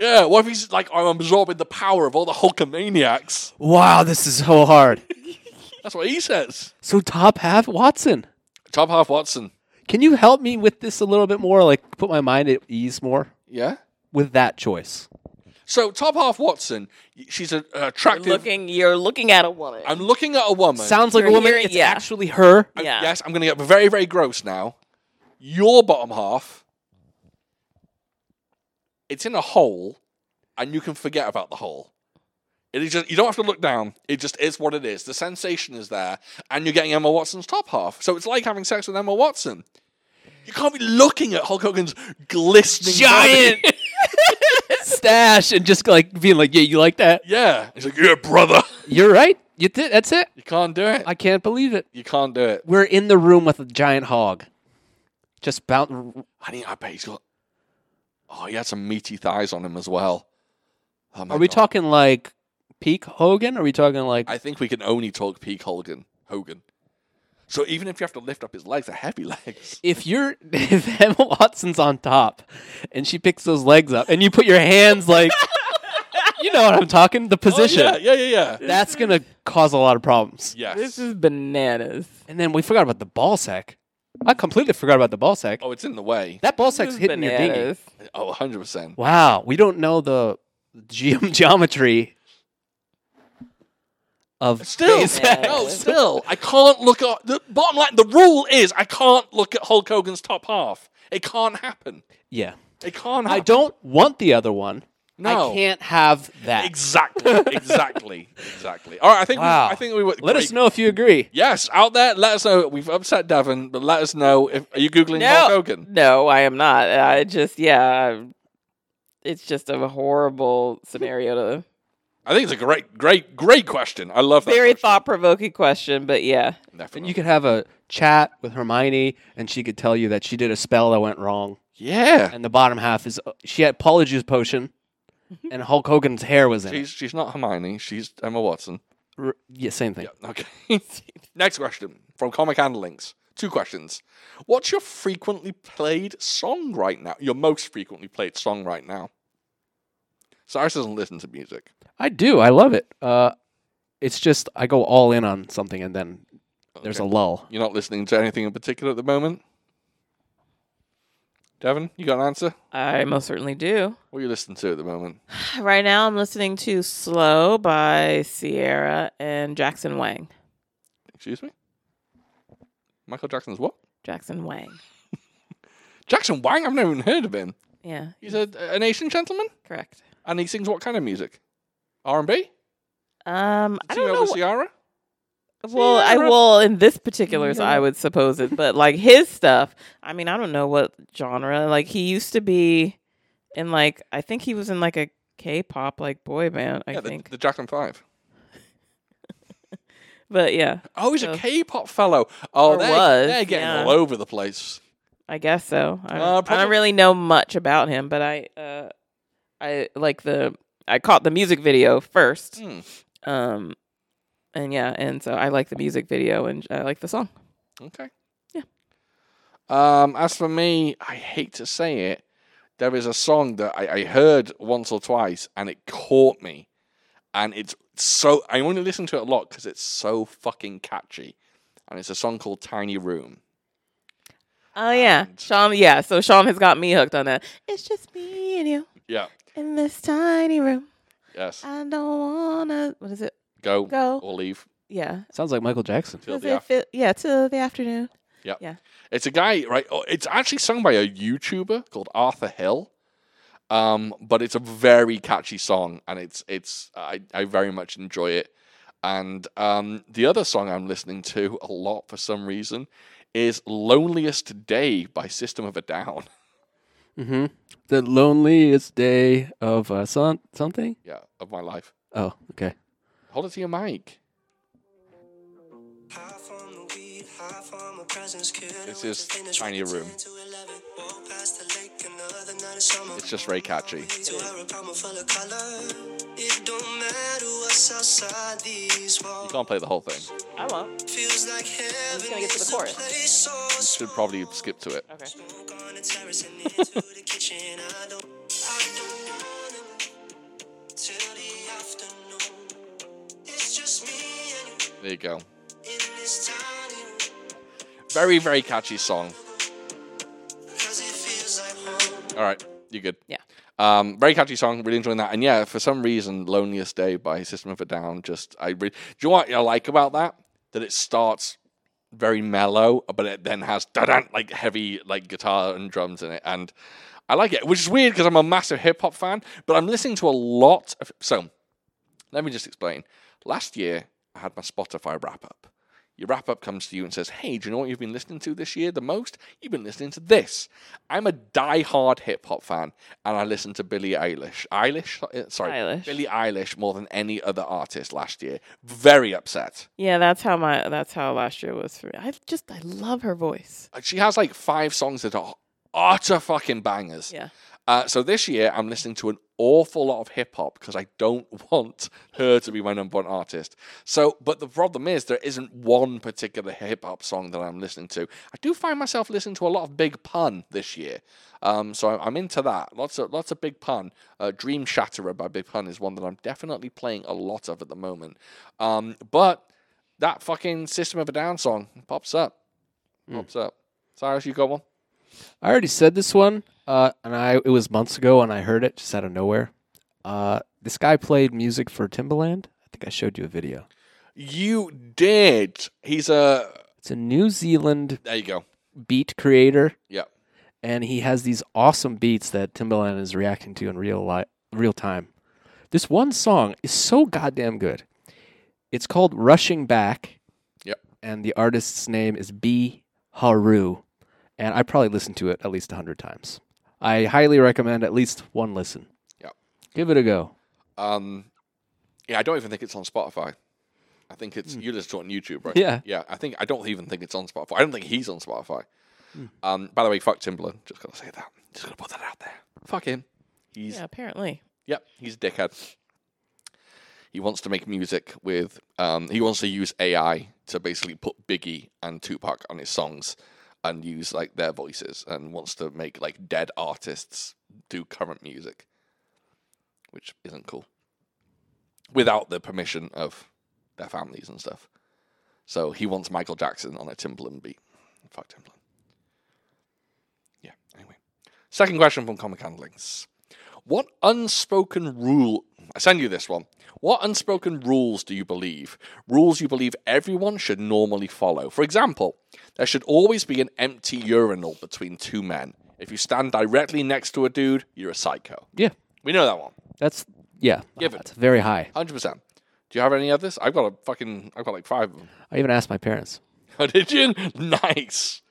Speaker 1: yeah. What if he's like, I'm absorbing the power of all the Hulkamaniacs?
Speaker 2: wow, this is so hard.
Speaker 1: That's what he says.
Speaker 2: So top half Watson.
Speaker 1: Top half Watson.
Speaker 2: Can you help me with this a little bit more? Like put my mind at ease more
Speaker 1: Yeah.
Speaker 2: with that choice.
Speaker 1: So top half Watson. She's a, an attractive.
Speaker 3: Looking, you're looking at a woman.
Speaker 1: I'm looking at a woman.
Speaker 2: Sounds like a
Speaker 3: You're
Speaker 2: woman.
Speaker 3: hearing-
Speaker 2: it's
Speaker 3: yeah.
Speaker 2: actually her.
Speaker 1: I-
Speaker 3: Yeah.
Speaker 1: Yes, I'm going to get very, very gross now. Your bottom half, it's in a hole, and you can forget about the hole. It is just you don't have to look down. It just is what it is. The sensation is there, and you're getting Emma Watson's top half. So it's like having sex with Emma Watson. You can't be looking at Hulk Hogan's glistening
Speaker 2: Giant.
Speaker 1: body.
Speaker 2: Stash and just like being like, yeah, you like that?
Speaker 1: yeah, he's like, yeah, brother.
Speaker 2: You're right. You did. That's it.
Speaker 1: You can't do it.
Speaker 2: I can't believe it.
Speaker 1: You can't do it.
Speaker 2: We're in the room with a giant hog. Just bound.
Speaker 1: Honey, I bet he's got. Oh, he had some meaty thighs on him as well. Oh my
Speaker 2: Are we
Speaker 1: God.
Speaker 2: talking like peak Hogan? Are we talking like?
Speaker 1: I think we can only talk peak Hogan. Hogan. So even if you have to lift up his legs, they're heavy legs.
Speaker 2: if you're if Emma Watson's on top and she picks those legs up and you put your hands like you know what I'm talking the position
Speaker 1: Oh, yeah, yeah, yeah, yeah.
Speaker 2: that's gonna cause a lot of problems
Speaker 1: Yes.
Speaker 3: This is bananas.
Speaker 2: and then we forgot about the ball sack I completely forgot about the ball sack
Speaker 1: oh, it's in the way.
Speaker 2: that ball
Speaker 3: This
Speaker 2: sack's
Speaker 3: is
Speaker 2: hitting your dinghy
Speaker 3: bananas.
Speaker 1: Oh, 100 percent.
Speaker 2: wow we don't know the geom geometry of
Speaker 1: Still, Oh,
Speaker 2: base
Speaker 3: Yeah.
Speaker 1: no,
Speaker 2: sacks.
Speaker 1: still, I can't look at the bottom line. The rule is I can't look at Hulk Hogan's top half. It can't happen.
Speaker 2: yeah
Speaker 1: It can't.
Speaker 2: I
Speaker 1: Happen.
Speaker 2: don't want the other one
Speaker 1: No.
Speaker 2: I can't have that
Speaker 1: Exactly. Exactly. exactly. All right. I think.
Speaker 2: Wow.
Speaker 1: We, I think we were.
Speaker 2: let
Speaker 1: great.
Speaker 2: us know if you agree
Speaker 1: Yes, out there, let us know. We've upset Devon, but let us know if are you googling Hulk Hogan?
Speaker 3: No, I am not. I just, yeah, I- it's just a horrible scenario to.
Speaker 1: I think it's a great, great, great question. I love that.
Speaker 3: Very
Speaker 1: question.
Speaker 3: thought provoking question, but yeah.
Speaker 1: Definitely.
Speaker 2: And you could have a chat with Hermione, and she could tell you that she did a spell that went wrong.
Speaker 1: yeah.
Speaker 2: And the bottom half is uh, she had Paula Juice potion, and Hulk Hogan's hair was in
Speaker 1: She's she's not Hermione. She's Emma Watson.
Speaker 2: it. R- Yeah, same thing.
Speaker 1: Okay. Next question from Comic Handlings. Two questions. What's your frequently played song right now? Your most frequently played song right now. Cyrus doesn't listen to music.
Speaker 2: I do. I love it. Uh, it's just I go all in on something, and then there's a
Speaker 1: Okay.
Speaker 2: lull.
Speaker 1: You're not listening to anything in particular at the moment. Devin, you got an answer?
Speaker 3: I most certainly do.
Speaker 1: What are you listening to at the moment?
Speaker 3: Right now, I'm listening to Slow by Sierra and Jackson Wang.
Speaker 1: Excuse me. Michael Jackson's what?
Speaker 3: Jackson Wang.
Speaker 1: Jackson Wang. I've never even heard of him.
Speaker 3: Yeah,
Speaker 1: He's a, an Asian gentleman,
Speaker 3: correct.
Speaker 1: and he sings what kind of music? R and B.
Speaker 3: Um, I
Speaker 1: Singing
Speaker 3: don't
Speaker 1: over
Speaker 3: know.
Speaker 1: Ciara.
Speaker 3: Well, I well in this particulars, I would suppose it, but like his stuff, I mean, I don't know what genre. Like he used to be in like I think he was in like a K-pop like boy band. I
Speaker 1: yeah, the,
Speaker 3: think,
Speaker 1: the Jackson Five.
Speaker 3: but yeah,
Speaker 1: Oh, he's a
Speaker 3: So-
Speaker 1: K-pop fellow. Oh,
Speaker 3: Or
Speaker 1: they're,
Speaker 3: was,
Speaker 1: they're getting
Speaker 3: yeah.
Speaker 1: all over the place.
Speaker 3: I guess so. I don't,
Speaker 1: Uh,
Speaker 3: I
Speaker 1: probab-
Speaker 3: don't really know much about him, but I uh, I like the I caught the music video first.
Speaker 1: Hmm.
Speaker 3: Um, and yeah, and so I like the music video and I like the song.
Speaker 1: Okay.
Speaker 3: Yeah.
Speaker 1: Um, as for me, I hate to say it, there is a song that I, I heard once or twice and it caught me. And it's so, I only listen to it a lot because it's so fucking catchy. And it's a song called Tiny Room.
Speaker 3: Oh yeah,
Speaker 1: And-
Speaker 3: Sean. Yeah, so Sean has got me hooked on that. It's just me and you
Speaker 1: Yeah.
Speaker 3: in this tiny room.
Speaker 1: Yes.
Speaker 3: I don't wanna. What is it?
Speaker 1: Go,
Speaker 3: Uh, Go.
Speaker 1: or leave.
Speaker 3: Yeah.
Speaker 2: Sounds like Michael Jackson.
Speaker 1: Till
Speaker 3: Does
Speaker 1: the
Speaker 3: it
Speaker 1: after-
Speaker 3: fit- yeah, till the afternoon.
Speaker 1: It's a guy, right? oh, It's actually sung by a YouTuber called Arthur Hill. Um, but it's a very catchy song, and it's it's I, I very much enjoy it. And um, the other song I'm listening to a lot for some reason is "Loneliest Day" by System of a Down.
Speaker 2: Mm-hmm. The loneliest day of uh, son- something.
Speaker 1: Yeah, of my life.
Speaker 2: Oh, okay.
Speaker 1: Hold it to your mic.
Speaker 4: This
Speaker 1: is Tiny Room. It's just very catchy. You can't play the whole thing. You
Speaker 3: I won't.
Speaker 4: Feels like heaven
Speaker 3: just gonna get to the
Speaker 4: is a
Speaker 3: chorus.
Speaker 4: place so
Speaker 1: should probably skip to it.
Speaker 3: Okay.
Speaker 4: Smoke on the terrace and into the kitchen. I don't, I don't wanna till the afternoon. It's just me and you
Speaker 1: There you go.
Speaker 4: in this tiny room.
Speaker 1: Very very catchy song.
Speaker 4: 'Cause it feels like home.
Speaker 1: All right, you're good.
Speaker 3: Yeah.
Speaker 1: Um, very catchy song. Really enjoying that. And yeah, for some reason, "Loneliest Day" by System of a Down. Just I re- do you know what I like about that? That it starts very mellow, but it then has da-dun, like heavy like guitar and drums in it, and I like it, which is weird because I'm a massive hip hop fan, but I'm listening to a lot of. So let me just explain. Last year, I had my Spotify wrap up. Your wrap up comes to you and says, Hey, do you know what you've been listening to this year the most? You've been listening to this. I'm a die-hard hip hop fan, and I listened to Billie Eilish. Eilish? Uh, Sorry.
Speaker 3: Eilish.
Speaker 1: Billie Eilish more than any other artist last year. Very upset.
Speaker 3: Yeah, that's how my that's how last year was for me. I just I love her voice.
Speaker 1: Like, She has like five songs that are utter fucking bangers.
Speaker 3: Yeah.
Speaker 1: Uh, so this year, I'm listening to an awful lot of hip hop because I don't want her to be my number one artist. So, but the problem is, there isn't one particular hip hop song that I'm listening to. I do find myself listening to a lot of Big Pun this year. Um, so I'm into that. Lots of lots of Big Pun. Uh, Dream Shatterer by Big Pun is one that I'm definitely playing a lot of at the moment. Um, but that fucking System of a Down song pops up. Pops up. Cyrus, you got one?
Speaker 2: I already said this one, uh, and I it was months ago, and I heard it just out of nowhere. Uh, this guy played music for Timbaland. I think I showed you a video.
Speaker 1: You did. He's a.
Speaker 2: It's a New Zealand
Speaker 1: There you go.
Speaker 2: beat creator,
Speaker 1: Yeah.
Speaker 2: and he has these awesome beats that Timbaland is reacting to in real li- real time. This one song is so goddamn good. It's called "Rushing Back."
Speaker 1: Yep.
Speaker 2: And the artist's name is B Haru, and I probably listened to it at least a hundred times. I highly recommend at least one listen.
Speaker 1: Yep.
Speaker 2: Give it a go.
Speaker 1: Um, yeah, I don't even think it's on Spotify. I think it's you listen to it on YouTube, right?
Speaker 2: Yeah.
Speaker 1: Yeah. I think I don't even think it's on Spotify. I don't think he's on Spotify. Um, by the way, fuck Timbaland. Just gotta say that. Just gotta put that out there. Fuck him. He's
Speaker 3: Yeah, apparently.
Speaker 1: Yep, he's a dickhead. He wants to make music with. Um, he wants to use AI to basically put Biggie and Tupac on his songs and use like their voices, and wants to make like dead artists do current music, which isn't cool. Without the permission of their families and stuff. So he wants Michael Jackson on a Timbaland beat. Fuck Timbaland. Yeah. Anyway, second question from Comic Handlings. What unspoken rule? I send you this one. What unspoken rules do you believe? Rules you believe everyone should normally follow. For example, there should always be an empty urinal between two men. If you stand directly next to a dude, you're a psycho.
Speaker 2: Yeah.
Speaker 1: We know that one.
Speaker 2: That's yeah.
Speaker 1: Give it.
Speaker 2: That's very high.
Speaker 1: 100%. Do you have any others? I've got a fucking. I've got like five of them.
Speaker 2: I even asked my parents.
Speaker 1: Oh, did you? Nice.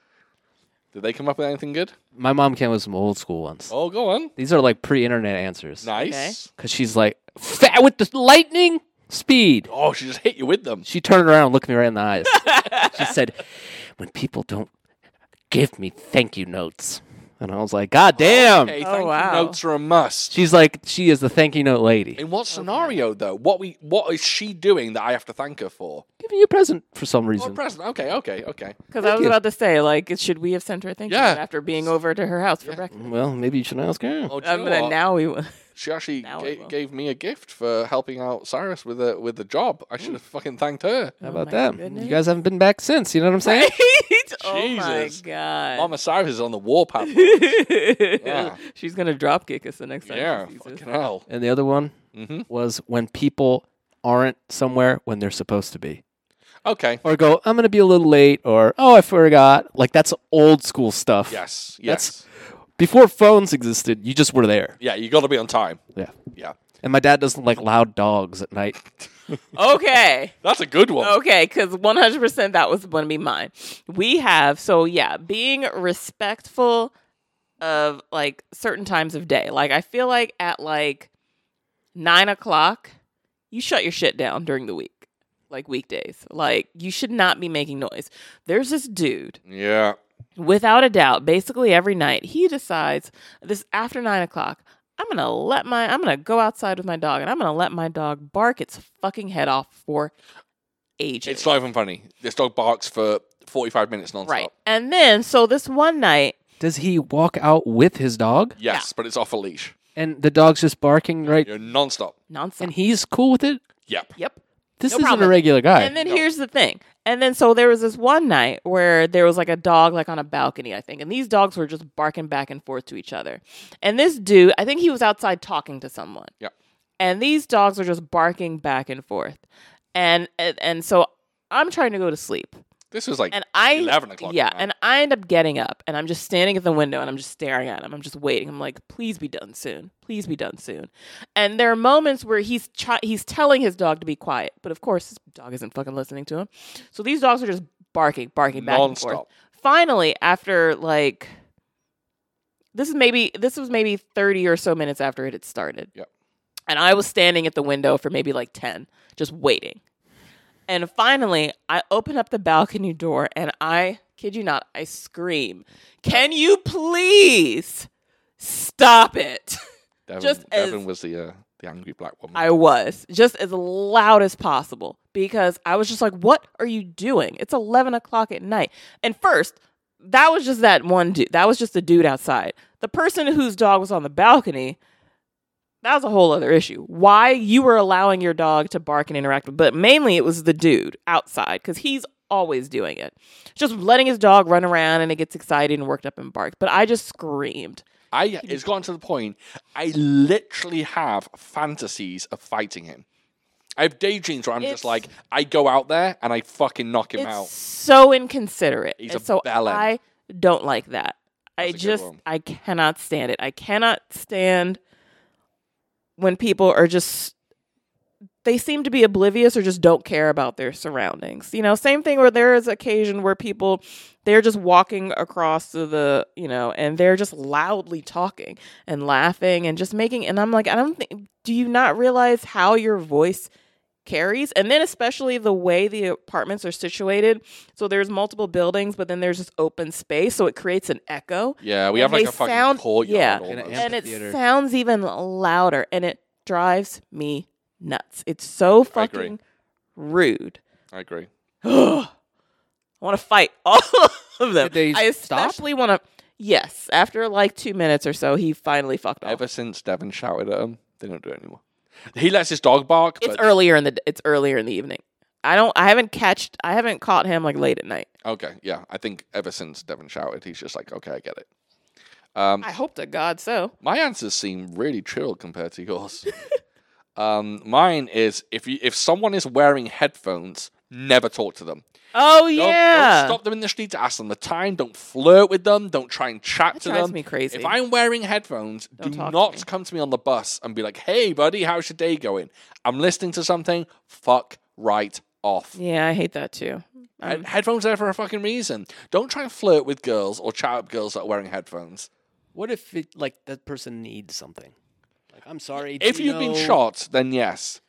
Speaker 1: Did they come up with anything good?
Speaker 2: My mom came with some old school ones.
Speaker 1: Oh, go on.
Speaker 2: These are like pre-internet answers.
Speaker 1: Nice.
Speaker 2: Cause she's like fat with the lightning speed.
Speaker 1: Oh, she just hit you with them.
Speaker 2: She turned around and looked me right in the eyes. she said, "When people don't give me thank you notes," and I was like, "God damn!"
Speaker 1: Okay,
Speaker 3: Oh,
Speaker 1: thank you
Speaker 3: wow.
Speaker 1: Notes are a must.
Speaker 2: She's like, "She is the thank you note lady."
Speaker 1: In what scenario though? What we? What is she doing that I have to thank her for?
Speaker 2: Giving you a present for some
Speaker 1: Oh,
Speaker 2: reason.
Speaker 1: present. Okay, okay, okay.
Speaker 3: Because I was
Speaker 2: you.
Speaker 3: about to say, like, should we have sent her a thank you
Speaker 1: Yeah.
Speaker 3: note after being over to her house for breakfast?
Speaker 2: Well, maybe you should ask her.
Speaker 1: Oh, do you
Speaker 3: I'm
Speaker 1: know
Speaker 3: gonna
Speaker 1: what?
Speaker 3: Um, now we will.
Speaker 1: She actually
Speaker 3: Now I
Speaker 1: ga-
Speaker 3: will.
Speaker 1: gave me a gift for helping out Cyrus with a with the job. I should have fucking thanked her.
Speaker 2: How
Speaker 3: Oh
Speaker 2: about
Speaker 3: my
Speaker 2: that?
Speaker 3: goodness.
Speaker 2: You guys haven't been back since. You know what I'm saying?
Speaker 3: oh my
Speaker 1: Jesus.
Speaker 3: god.
Speaker 1: Mama Cyrus is on the warpath. Yeah.
Speaker 3: She's gonna drop kick us the next time.
Speaker 1: yeah,
Speaker 3: she sees us.
Speaker 1: fucking hell.
Speaker 2: and the other one
Speaker 1: Mhm.
Speaker 2: was when people aren't somewhere when they're supposed to be,
Speaker 1: Okay.
Speaker 2: or go, "I'm gonna be a little late," or "Oh, I forgot." Like that's old school stuff.
Speaker 1: Yes. Yes.
Speaker 2: That's- Before phones existed, you just were there.
Speaker 1: Yeah, you got to be on time.
Speaker 2: Yeah.
Speaker 1: Yeah.
Speaker 2: And my dad doesn't like loud dogs at night.
Speaker 3: Okay.
Speaker 1: That's a good one.
Speaker 3: Okay, because 100% that was going to be mine. We have, so yeah, being respectful of like certain times of day. Like, I feel like at like nine o'clock, you shut your shit down during the week, like weekdays. Like, you should not be making noise. There's this dude
Speaker 1: Yeah.
Speaker 3: without a doubt, basically every night, he decides this after nine o'clock, I'm gonna let my I'm gonna go outside with my dog and I'm gonna let my dog bark its fucking head off for ages.
Speaker 1: It's not even funny. This dog barks for 45 minutes nonstop.
Speaker 3: right. And then so this one night,
Speaker 2: Does he walk out with his dog
Speaker 1: Yes, but it's off a leash.
Speaker 2: and the dog's just barking right?
Speaker 1: You're nonstop.
Speaker 3: nonsense.
Speaker 2: And he's cool with it.
Speaker 1: Yep.
Speaker 3: yep.
Speaker 2: This
Speaker 3: No
Speaker 2: isn't
Speaker 3: problem.
Speaker 2: a regular guy.
Speaker 3: And then
Speaker 1: No.
Speaker 3: here's the thing. And then so there was this one night where there was like a dog like on a balcony, I think. And these dogs were just barking back and forth to each other. And this dude, I think he was outside talking to someone.
Speaker 1: Yeah.
Speaker 3: And these dogs were just barking back and forth. And and, and so I'm trying to go to sleep.
Speaker 1: This was like
Speaker 3: And I
Speaker 1: 11 o'clock.
Speaker 3: Yeah,
Speaker 1: at night.
Speaker 3: and I end up getting up and I'm just standing at the window and I'm just staring at him. I'm just waiting. I'm like, please be done soon. Please be done soon. And there are moments where he's chi- he's telling his dog to be quiet, but of course his dog isn't fucking listening to him. So these dogs are just barking, barking back and forth.
Speaker 1: Nonstop.
Speaker 3: Finally, after like this is maybe this was maybe 30 or so minutes after it had started.
Speaker 1: Yep.
Speaker 3: And I was standing at the window for maybe like 10, just waiting. And finally, I open up the balcony door and I kid you not, I scream, "Can you please stop it?"
Speaker 1: Devin,
Speaker 3: just as-
Speaker 1: Devin was the uh, the angry black woman.
Speaker 3: I was just as loud as possible because I was just like, "What are you doing? It's eleven o'clock at night." And first, that was just that one dude. That was just the dude outside. The person whose dog was on the balcony. That was a whole other issue. Why you were allowing your dog to bark and interact with, but mainly it was the dude outside because he's always doing it, just letting his dog run around and it gets excited and worked up and barks. But I just screamed.
Speaker 1: I it's gotten to the point I literally have fantasies of fighting him. I have daydreams where I'm
Speaker 3: It's-
Speaker 1: just like I go out there and I fucking knock him
Speaker 3: it's
Speaker 1: out.
Speaker 3: so inconsiderate.
Speaker 1: He's
Speaker 3: and
Speaker 1: a
Speaker 3: so
Speaker 1: bellend.
Speaker 3: I don't like that.
Speaker 1: That's a
Speaker 3: I
Speaker 1: good
Speaker 3: just
Speaker 1: one.
Speaker 3: I cannot stand it. I cannot stand when people are just they seem to be oblivious or just don't care about their surroundings. You know, same thing where there is occasion where people they're just walking across to the, you know, and they're just loudly talking and laughing and just making and I'm like, I don't think do you not realize how your voice carries and then especially the way the apartments are situated so there's multiple buildings but then there's just open space so it creates an echo
Speaker 1: Yeah, we
Speaker 3: and
Speaker 1: have like
Speaker 3: they
Speaker 1: a fucking
Speaker 3: sound-
Speaker 1: courtyard.
Speaker 3: yeah.
Speaker 1: almost.
Speaker 2: And
Speaker 3: and it
Speaker 2: Amphitheater.
Speaker 3: sounds even louder and it drives me nuts it's so
Speaker 1: I agree.
Speaker 3: fucking rude
Speaker 1: I agree.
Speaker 3: I want to fight all of them
Speaker 2: Did they
Speaker 3: I
Speaker 2: stop?
Speaker 3: especially want to yes after like 2 minutes or so he finally fucked off
Speaker 1: Ever since Devin shouted at him, they don't do it anymore. He lets his dog bark,
Speaker 3: it's
Speaker 1: but
Speaker 3: earlier in the it's earlier in the evening I don't I haven't catched I haven't caught him like late at night
Speaker 1: okay, yeah. I think ever since Devin shouted, he's just like, okay, I get it. Um,
Speaker 3: I hope to God so.
Speaker 1: my answers seem really chill compared to yours. um, mine is if you if someone is wearing headphones, Never talk to them.
Speaker 3: Oh
Speaker 1: Don't, don't
Speaker 3: yeah.
Speaker 1: stop them in the streets. Ask them the time. Don't flirt with them. Don't try and chat
Speaker 3: That
Speaker 1: to
Speaker 3: drives
Speaker 1: them.
Speaker 3: me crazy.
Speaker 1: If I'm wearing headphones,
Speaker 3: Don't
Speaker 1: do
Speaker 3: talk to
Speaker 1: not
Speaker 3: me.
Speaker 1: come to me on the bus and be like, "Hey, buddy, how's your day going?" I'm listening to something. Fuck right off.
Speaker 3: yeah, I hate that too.
Speaker 1: And
Speaker 3: Um,
Speaker 1: headphones are there for a fucking reason. Don't try and flirt with girls or chat up girls that are wearing headphones.
Speaker 2: What if it like that person needs something? Like I'm sorry.
Speaker 1: If
Speaker 2: do
Speaker 1: you've been
Speaker 2: know-
Speaker 1: shot, then yes.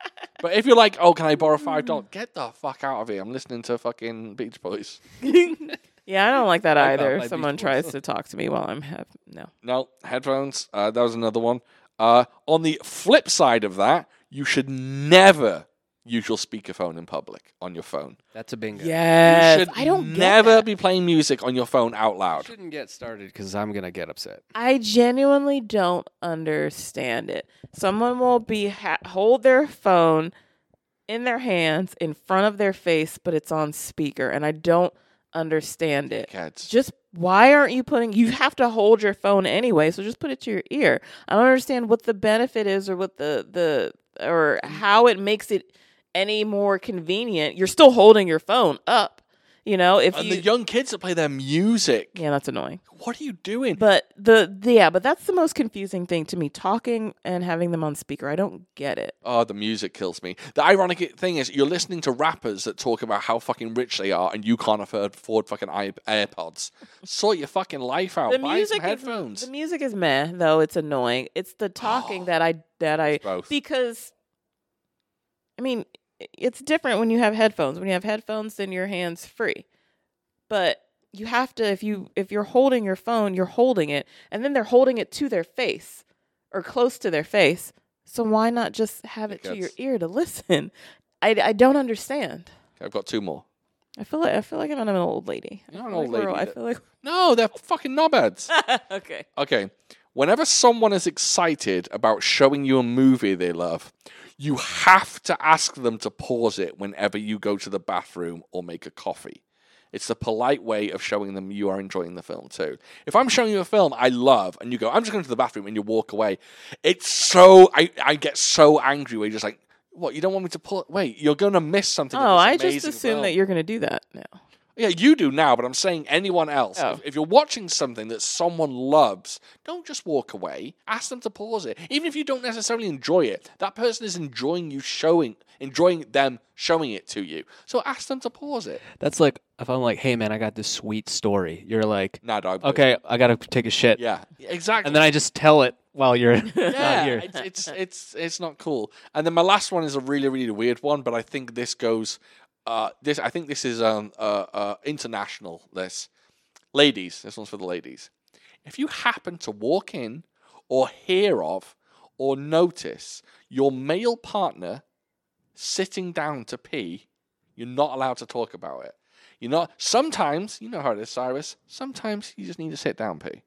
Speaker 1: But if you're like, oh, can I borrow five dollars? Get the fuck out of here! I'm listening to fucking Beach Boys.
Speaker 3: yeah, I don't like that
Speaker 2: I got
Speaker 3: either.
Speaker 2: my
Speaker 3: If someone
Speaker 2: Beach
Speaker 3: tries to talk to me while I'm have no.
Speaker 1: No headphones. Uh, that was another one. Uh, on the flip side of that, you should never use your speakerphone in public on your phone.
Speaker 2: That's a bingo.
Speaker 3: Yes,
Speaker 1: you should
Speaker 3: I don't get
Speaker 1: never
Speaker 3: that.
Speaker 1: be playing music on your phone out
Speaker 2: I
Speaker 1: loud.
Speaker 2: shouldn't get started because I'm gonna get upset.
Speaker 3: I genuinely don't understand it. Someone will be ha- hold their phone in their hands in front of their face, but it's on speaker, and I don't understand it.
Speaker 1: Dickheads.
Speaker 3: Just why aren't you putting? You have to hold your phone anyway, so just put it to your ear. I don't understand what the benefit is, or what the the or how it makes it any more convenient. You're still holding your phone up, you know. If
Speaker 1: And
Speaker 3: you
Speaker 1: Uh, the young kids that play their music.
Speaker 3: yeah, that's annoying.
Speaker 1: What are you doing?
Speaker 3: But the, the yeah, but that's the most confusing thing to me: talking and having them on speaker. I don't get it.
Speaker 1: Oh, the music kills me. The ironic thing is, you're listening to rappers that talk about how fucking rich they are, and you can't afford, afford fucking i- AirPods. Sort your fucking life out.
Speaker 3: The
Speaker 1: Buy
Speaker 3: music
Speaker 1: some headphones.
Speaker 3: is the music is meh though. It's annoying. It's the talking that I that I
Speaker 1: Oh, It's both.
Speaker 3: because I mean it's different when you have headphones. When you have headphones, then your hands free. But you have to if you if you're holding your phone, you're holding it, and then they're holding it to their face or close to their face. So why not just have it to your
Speaker 1: Because-
Speaker 3: ear to listen? I, I don't understand.
Speaker 1: Okay, I've got two more.
Speaker 3: I feel like I feel like I'm an old lady.
Speaker 1: You're
Speaker 3: I
Speaker 1: an
Speaker 3: feel
Speaker 1: old
Speaker 3: like we're-
Speaker 1: lady.
Speaker 3: I feel like
Speaker 1: No, they're fucking knobheads.
Speaker 3: okay.
Speaker 1: Okay. Whenever someone is excited about showing you a movie they love, you have to ask them to pause it whenever you go to the bathroom or make a coffee. It's the polite way of showing them you are enjoying the film too. If I'm showing you a film I love and you go, I'm just going to the bathroom and you walk away, it's so, I, I get so angry where you're just like, what, you don't want me to pull, wait, you're going to miss something. of
Speaker 3: Oh,
Speaker 1: this
Speaker 3: I just
Speaker 1: amazing
Speaker 3: assume
Speaker 1: film."
Speaker 3: that you're going to do that now.
Speaker 1: Yeah, you do now, but I'm saying anyone else.
Speaker 3: Oh.
Speaker 1: If, if you're watching something that someone loves, don't just walk away. Ask them to pause it. Even if you don't necessarily enjoy it, that person is enjoying you showing, enjoying them showing it to you. So ask them to pause it.
Speaker 2: That's like if I'm like, hey man, I got this sweet story. You're like,
Speaker 1: Nah, dog.
Speaker 2: okay, I gotta take a shit.
Speaker 1: Yeah, exactly.
Speaker 2: And then I just tell it while you're
Speaker 1: yeah,
Speaker 2: not here.
Speaker 1: it's, it's it's it's not cool. And then my last one is a really really weird one, but I think this goes. Uh, this I think this is um uh, uh international. This, ladies, this one's for the ladies. If you happen to walk in, or hear of, or notice your male partner sitting down to pee, you're not allowed to talk about it. You're not. Sometimes you know how it is, Cyrus. Sometimes you just need to sit down, pee.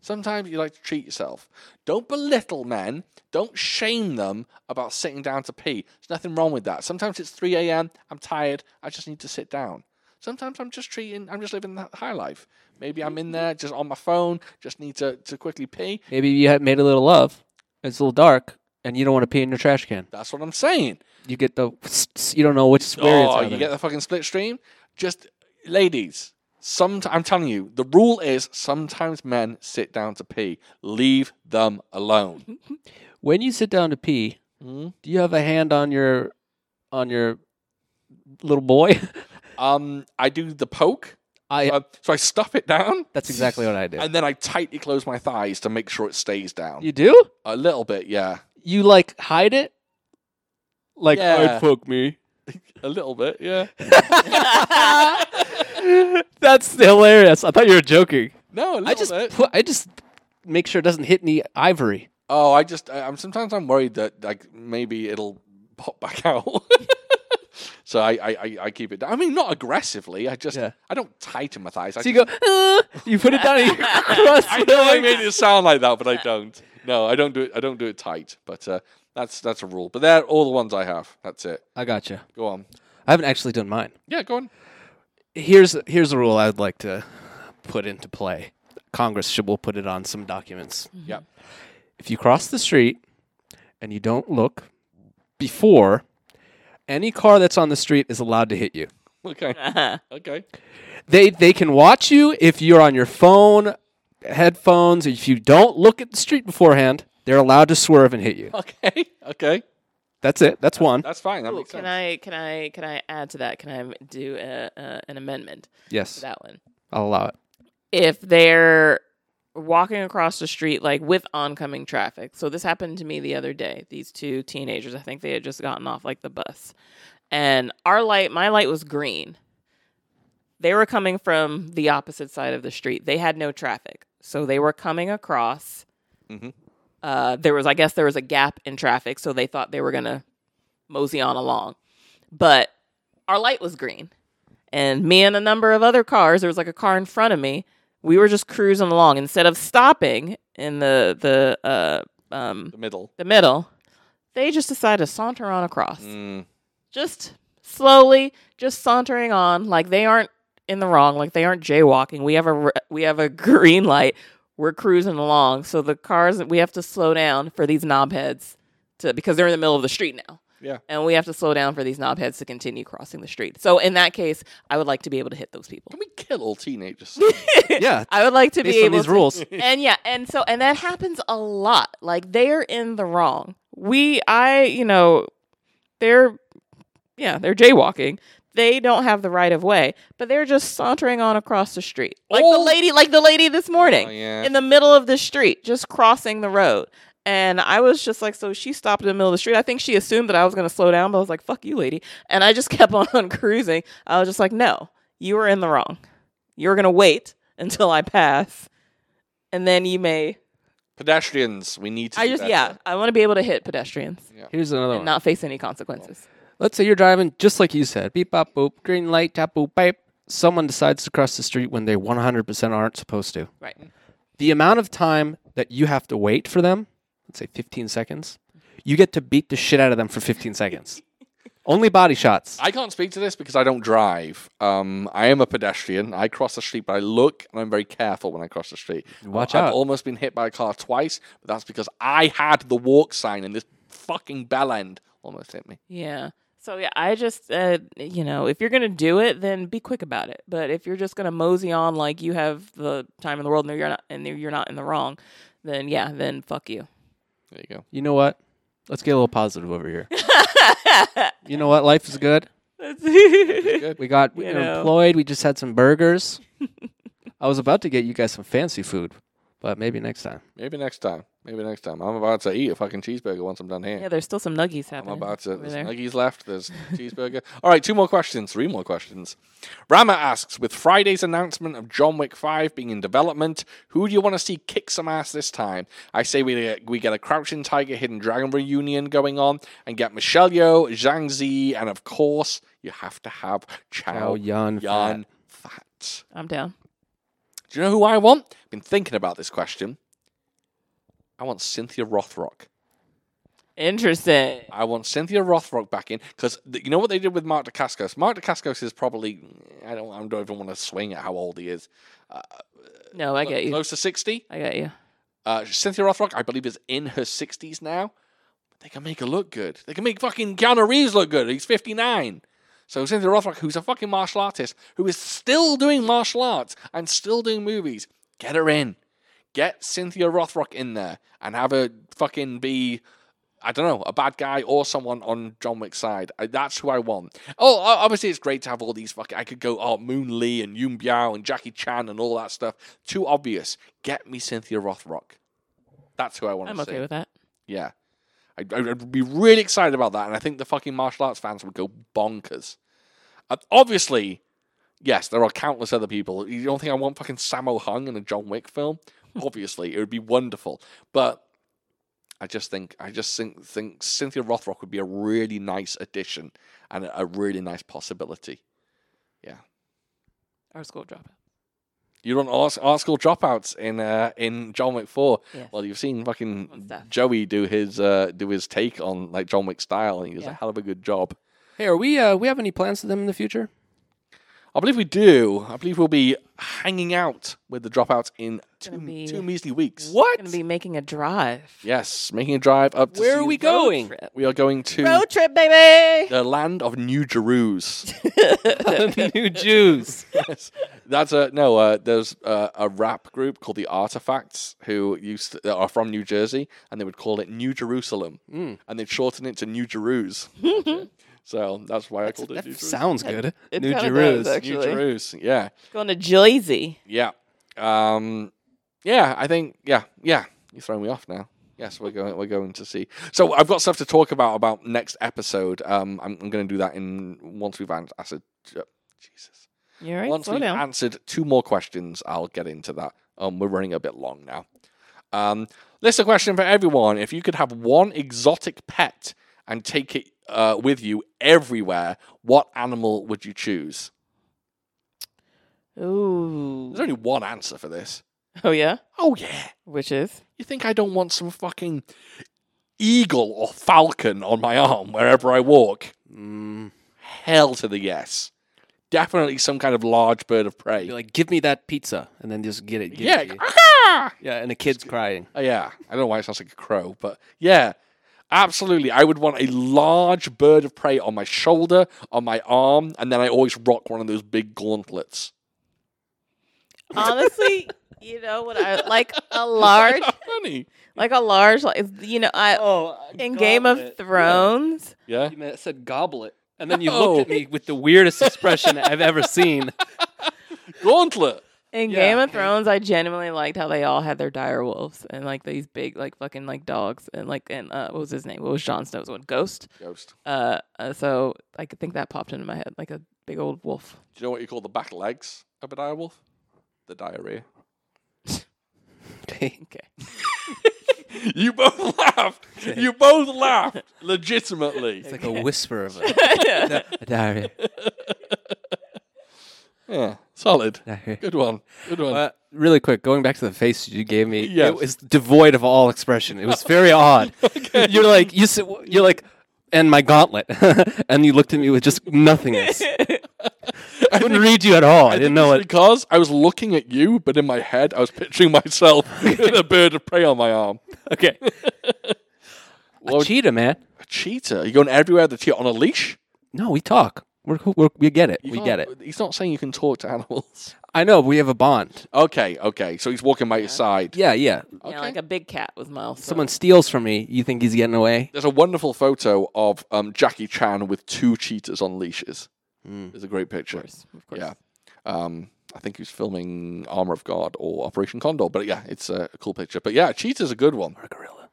Speaker 1: Sometimes you like to treat yourself. Don't belittle men. Don't shame them about sitting down to pee. There's nothing wrong with that. Sometimes it's 3 a.m. I'm tired. I just need to sit down. Sometimes I'm just treating, I'm just living the high life. Maybe I'm in there just on my phone, just need to, to quickly pee.
Speaker 2: Maybe you had made a little love. It's a little dark, and you don't want to pee in your trash can.
Speaker 1: That's what I'm saying.
Speaker 2: You get the you don't know which where it's
Speaker 1: oh,
Speaker 2: out
Speaker 1: you
Speaker 2: of.
Speaker 1: get the fucking split stream. Just ladies. Some I'm telling you, the rule is sometimes men sit down to pee. Leave them alone.
Speaker 2: When you sit down to pee,
Speaker 1: Mm.
Speaker 2: do you have a hand on your on your little boy?
Speaker 1: Um, I do the poke,
Speaker 2: I
Speaker 1: uh, so I stuff it down,
Speaker 2: that's exactly what I do.
Speaker 1: and then I tightly close my thighs to make sure it stays down
Speaker 2: you do?
Speaker 1: a little bit. Yeah,
Speaker 2: You like hide it? Like
Speaker 1: Yeah.
Speaker 2: "I'd fuck me.
Speaker 1: a little bit. Yeah.
Speaker 2: That's hilarious. I thought you were joking.
Speaker 1: No, a little
Speaker 2: I just
Speaker 1: bit.
Speaker 2: put, I just make sure it doesn't hit any ivory.
Speaker 1: Oh, I just I, I'm sometimes I'm worried that like maybe it'll pop back out. So I, I, I- I keep it down. I mean, not aggressively. I just
Speaker 2: Yeah.
Speaker 1: I don't tighten my thighs. I
Speaker 2: So you go, "Ah," you put it down and you cross
Speaker 1: I
Speaker 2: your
Speaker 1: know I
Speaker 2: legs.
Speaker 1: made it sound like that, but I don't. No, I don't do it. I don't do it tight. But uh, that's that's a rule. But they're all the ones I have. That's it.
Speaker 2: I gotcha.
Speaker 1: Go on.
Speaker 2: I haven't actually done mine.
Speaker 1: Yeah, go on.
Speaker 2: Here's here's a rule I'd like to put into play. Congress should will put it on some documents.
Speaker 1: Yeah.
Speaker 2: If you cross the street and you don't look before Any car that's on the street is allowed to hit you.
Speaker 1: Okay.
Speaker 3: Uh-huh.
Speaker 1: Okay.
Speaker 2: They they can watch you if you're on your phone, headphones. If you don't look at the street beforehand, they're allowed to swerve and hit you.
Speaker 1: Okay. Okay.
Speaker 2: That's it. That's one.
Speaker 1: That's fine. That
Speaker 3: Ooh,
Speaker 1: makes
Speaker 3: can
Speaker 1: sense.
Speaker 3: I can I can I add to that? Can I do a, uh, an amendment to
Speaker 2: Yes,
Speaker 3: that one?
Speaker 2: I'll allow it.
Speaker 3: if they're walking across the street like with oncoming traffic. So this happened to me the other day. These two teenagers, I think they had just gotten off like the bus. And our light, my light was green. They were coming from the opposite side of the street. They had no traffic. So they were coming across.
Speaker 1: Mhm.
Speaker 3: Uh, there was, I guess, there was a gap in traffic. So they thought they were going to mosey on along. But our light was green. And me and a number of other cars, there was like a car in front of me. We were just cruising along. Instead of stopping in the the uh, um,
Speaker 1: The middle.
Speaker 3: the middle, they just decided to saunter on across.
Speaker 1: Mm.
Speaker 3: Just slowly, just sauntering on, like they aren't in the wrong, like they aren't jaywalking. We have a re- we have a green light. We're cruising along, so the cars we have to slow down for these knobheads to because they're in the middle of the street now.
Speaker 1: Yeah.
Speaker 3: and we have to slow down for these knobheads to continue crossing the street. So in that case, I would like to be able to hit those people.
Speaker 1: Can we kill all teenagers?
Speaker 2: Yeah,
Speaker 3: I would like to be
Speaker 2: based on
Speaker 3: able
Speaker 2: these
Speaker 3: to
Speaker 2: rules.
Speaker 3: and yeah, and so and that happens a lot. Like they're in the wrong. We I, you know, they're yeah, they're jaywalking. They don't have the right of way, but they're just sauntering on across the street. Like the
Speaker 1: Oh.
Speaker 3: lady like the lady this morning
Speaker 1: Oh, yeah.
Speaker 3: in the middle of the street, just crossing the road. And I was just like, so she stopped in the middle of the street. I think she assumed that I was going to slow down, but I was like, fuck you, lady. And I just kept on cruising. I was just like, no, you were in the wrong. You're going to wait until I pass. And then you may.
Speaker 1: Pedestrians. We need to.
Speaker 3: I
Speaker 1: do
Speaker 3: just,
Speaker 1: better.
Speaker 3: yeah, I want to be able to hit pedestrians
Speaker 2: Here's another
Speaker 3: and
Speaker 2: one.
Speaker 3: not face any consequences.
Speaker 2: Let's say you're driving, just like you said, beep, bop, boop, green light, tap, boop, pipe. Someone decides to cross the street when they 100% aren't supposed to.
Speaker 3: Right.
Speaker 2: The amount of time that you have to wait for them, let's say 15 seconds, you get to beat the shit out of them for 15 seconds. Only body shots.
Speaker 1: I can't speak to this because I don't drive. Um, I am a pedestrian. I cross the street, but I look and I'm very careful when I cross the street.
Speaker 2: Watch
Speaker 1: I've
Speaker 2: out.
Speaker 1: almost been hit by a car twice, but that's because I had the walk sign and this fucking bell end almost hit me.
Speaker 3: Yeah. So yeah, I just uh, you know, if you're gonna do it, then be quick about it. But if you're just gonna mosey on like you have the time in the world and you're not and you're not in the wrong, then yeah, then fuck you.
Speaker 1: There you go.
Speaker 2: You know what? Let's get a little positive over here. you know what? Life is good.
Speaker 1: Good.
Speaker 2: We got we
Speaker 3: You
Speaker 2: were
Speaker 3: know.
Speaker 2: employed. We just had some burgers. I was about to get you guys some fancy food, but maybe next time.
Speaker 1: Maybe next time. Maybe next time. I'm about to eat a fucking cheeseburger once I'm done here.
Speaker 3: yeah, there's still some nuggies
Speaker 1: I'm
Speaker 3: happening.
Speaker 1: about to.
Speaker 3: over
Speaker 1: There's
Speaker 3: there.
Speaker 1: nuggies left. There's cheeseburger. All right, two more questions. Three more questions. Rama asks With Friday's announcement of John Wick 5 being in development, who do you want to see kick some ass this time? I say we get, we get a Crouching Tiger, Hidden Dragon reunion going on and get Michelle Yeoh, Zhang Zi, and of course, you have to have Chow
Speaker 2: Chow Oh, Yun
Speaker 1: Yun Fat.
Speaker 3: I'm down.
Speaker 1: Do you know who I want? I've been thinking about this question. I want Cynthia Rothrock.
Speaker 3: Interesting.
Speaker 1: I want Cynthia Rothrock back in because you know what they did with Mark DeCascos. Mark DeCascos is probably I don't I don't even want to swing at how old he is.
Speaker 3: No, I
Speaker 1: Cl-
Speaker 3: get you.
Speaker 1: Close to sixty.
Speaker 3: I got you.
Speaker 1: Uh, Cynthia Rothrock, I believe, is in her sixties now. They can make her look good. They can make fucking Keanu Reeves look good. He's fifty nine. So Cynthia Rothrock, who's a fucking martial artist, who is still doing martial arts and still doing movies, get her in. Get Cynthia Rothrock in there and have her fucking be I don't know, a bad guy or someone on John Wick's side. I, that's who I want. Oh, o- obviously, it's great to have all these fucking. I could go, oh, Moon Lee and Yoon Biao and Jackie Chan and all that stuff. Too obvious. Get me Cynthia Rothrock. That's who I want
Speaker 3: I'm
Speaker 1: to
Speaker 3: okay
Speaker 1: see.
Speaker 3: with that.
Speaker 1: Yeah. I'd, I'd- I'd be really excited about that. And I think the fucking martial arts fans would go bonkers. Uh, obviously, yes, there are countless other people. You don't think I want fucking Sammo Hung in a John Wick film? obviously, it would be wonderful. But I just think I just think, think Cynthia Rothrock would be a really nice addition and a, a really nice possibility.
Speaker 3: Our school dropout.
Speaker 1: You don't ask art school dropouts in uh, in John Wick Four.
Speaker 3: Yes.
Speaker 1: Well, you've seen
Speaker 3: Fun
Speaker 1: fucking
Speaker 3: stuff.
Speaker 1: Joey do his uh, do his take on like John Wick style, and he does a
Speaker 3: Yeah.
Speaker 1: hell of a good job.
Speaker 2: Hey, are we? Uh, we have any plans for them in the future?
Speaker 1: I believe we do. I believe we'll be hanging out with the dropouts in two,
Speaker 3: be-
Speaker 1: two measly weeks.
Speaker 2: What?
Speaker 3: Gonna be making a drive.
Speaker 1: Yes, making a drive up to
Speaker 2: Where are
Speaker 1: see-
Speaker 2: we going?
Speaker 3: Road trip.
Speaker 1: We are going to
Speaker 3: Road trip, baby.
Speaker 1: the land of New Jerus.
Speaker 2: New Jews.
Speaker 1: Yes. That's a no. Uh, there's uh, a rap group called the Artifacts who used to, that are from New Jersey, and they would call it New Jerusalem,
Speaker 2: Mm.
Speaker 1: and they'd shorten it to New Jerus. so that's why I called it New
Speaker 2: That
Speaker 1: Jerus.
Speaker 2: sounds good.
Speaker 3: It
Speaker 2: New
Speaker 3: kinda
Speaker 2: Jews.
Speaker 3: does, actually.
Speaker 1: New Jerus, yeah,
Speaker 3: Going to Jersey.
Speaker 1: yeah, um, yeah. I think yeah, yeah. You're throwing me off now. Yes, we're going. We're going to see. So I've got stuff to talk about about next episode. Um, I'm, I'm going to do that in once we've answered. I said, Jesus.
Speaker 3: You're right.
Speaker 1: Once
Speaker 3: slow
Speaker 1: we've
Speaker 3: down.
Speaker 1: answered two more questions, I'll get into that. Um, we're running a bit long now. Um, list a question for everyone. If you could have one exotic pet and take it uh, with you everywhere, what animal would you choose?
Speaker 3: Ooh.
Speaker 1: There's only one answer for this.
Speaker 3: Oh yeah.
Speaker 1: Oh yeah,
Speaker 3: Which is
Speaker 1: you think I don't want some fucking eagle or falcon on my arm wherever I walk?
Speaker 2: Mm.
Speaker 1: Hell to the yes. Definitely some kind of large bird of prey.
Speaker 2: You're like, give me that pizza, and then just get it. give it
Speaker 1: yeah, Ah!
Speaker 2: to you. yeah, and the kid's crying.
Speaker 1: Uh, yeah, I don't know why it sounds like a crow, but yeah, absolutely. I would want a large bird of prey on my shoulder, on my arm, and then I always rock one of those big gauntlets.
Speaker 3: honestly, you know what I like a large,
Speaker 1: Funny.
Speaker 3: like a large, like you know, I
Speaker 2: Oh,
Speaker 3: in Game of Thrones.
Speaker 1: Yeah.
Speaker 2: You meant- said goblet, and then you
Speaker 1: No.
Speaker 2: looked at me with the weirdest expression I've ever seen.
Speaker 1: Gauntlet.
Speaker 3: In
Speaker 2: Yeah.
Speaker 3: Game of Thrones, I genuinely liked how they all had their dire wolves and like these big, like fucking, like dogs and like and uh, what was his name? What was Jon Snow's one? Ghost.
Speaker 1: Ghost.
Speaker 3: Uh, uh, so I could think that popped into my head like a big old wolf.
Speaker 1: Do you know what you call the back legs of a direwolf? The diarrhea.
Speaker 3: Okay.
Speaker 1: You both laughed. You both laughed legitimately.
Speaker 2: It's like a whisper of a diary.
Speaker 1: Yeah, solid.
Speaker 2: diary.
Speaker 1: Good one. Good one.
Speaker 2: Uh, really quick, going back to the face you gave me,
Speaker 1: Yes.
Speaker 2: it was devoid of all expression. It was very odd. You're like you s- you're like, and my gauntlet, and you looked at me with just nothingness. I couldn't read you at all. I,
Speaker 1: I think
Speaker 2: didn't know
Speaker 1: it's
Speaker 2: it.
Speaker 1: Because I was looking at you, but in my head, I was picturing myself with a bird of prey on my arm.
Speaker 2: Okay,
Speaker 1: What would-
Speaker 2: cheetah, man.
Speaker 1: A cheetah? Are you going everywhere the cheetah on a leash?
Speaker 2: No, we talk. We're, cool- we're, we get it.
Speaker 1: You
Speaker 2: we
Speaker 1: can't-
Speaker 2: get it.
Speaker 1: He's not saying you can talk to animals.
Speaker 2: I know. We have a bond.
Speaker 1: Okay, okay. So he's walking by your side.
Speaker 2: Yeah, yeah.
Speaker 1: Okay.
Speaker 3: Yeah, like a big cat was Miles. so-
Speaker 2: Someone steals from me. You think he's getting away?
Speaker 1: There's a wonderful photo of um, Jackie Chan with two cheetahs on leashes. It's a great
Speaker 3: Hmm. of
Speaker 1: picture.
Speaker 3: course, of course.
Speaker 1: Yeah. Um, I think he was filming Armor of God or Operation Condor, but yeah, it's a cool picture. But yeah, a cheetah's a good one.
Speaker 2: Or a gorilla.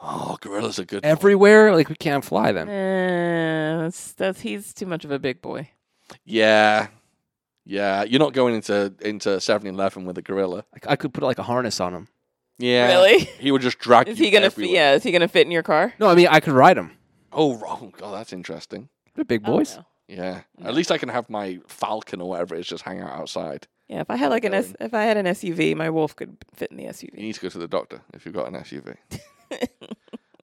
Speaker 1: Oh, gorilla's a good one.
Speaker 2: Everywhere, like we can't fly them.
Speaker 3: Eh, that's, that's he's too much of a big boy.
Speaker 1: Yeah. Yeah. You're not going into into 7 Eleven with a gorilla.
Speaker 2: Like, I could put like a harness on them.
Speaker 1: Yeah.
Speaker 3: Really?
Speaker 1: He would just drag
Speaker 3: Is
Speaker 1: you
Speaker 3: he gonna? Fit,
Speaker 1: everywhere.
Speaker 3: yeah, is he gonna fit in your car?
Speaker 2: No, I mean I could ride them.
Speaker 1: Oh, oh, God, that's interesting.
Speaker 2: They're big
Speaker 3: Oh,
Speaker 2: boys.
Speaker 3: no.
Speaker 1: Yeah. At least I can have my falcon or whatever it is just hang out outside.
Speaker 3: Yeah, if I had like an S-
Speaker 1: going.
Speaker 3: if I had an SUV, my wolf could fit in the
Speaker 1: You
Speaker 3: SUV.
Speaker 1: need to go to the doctor if you've got an SUV.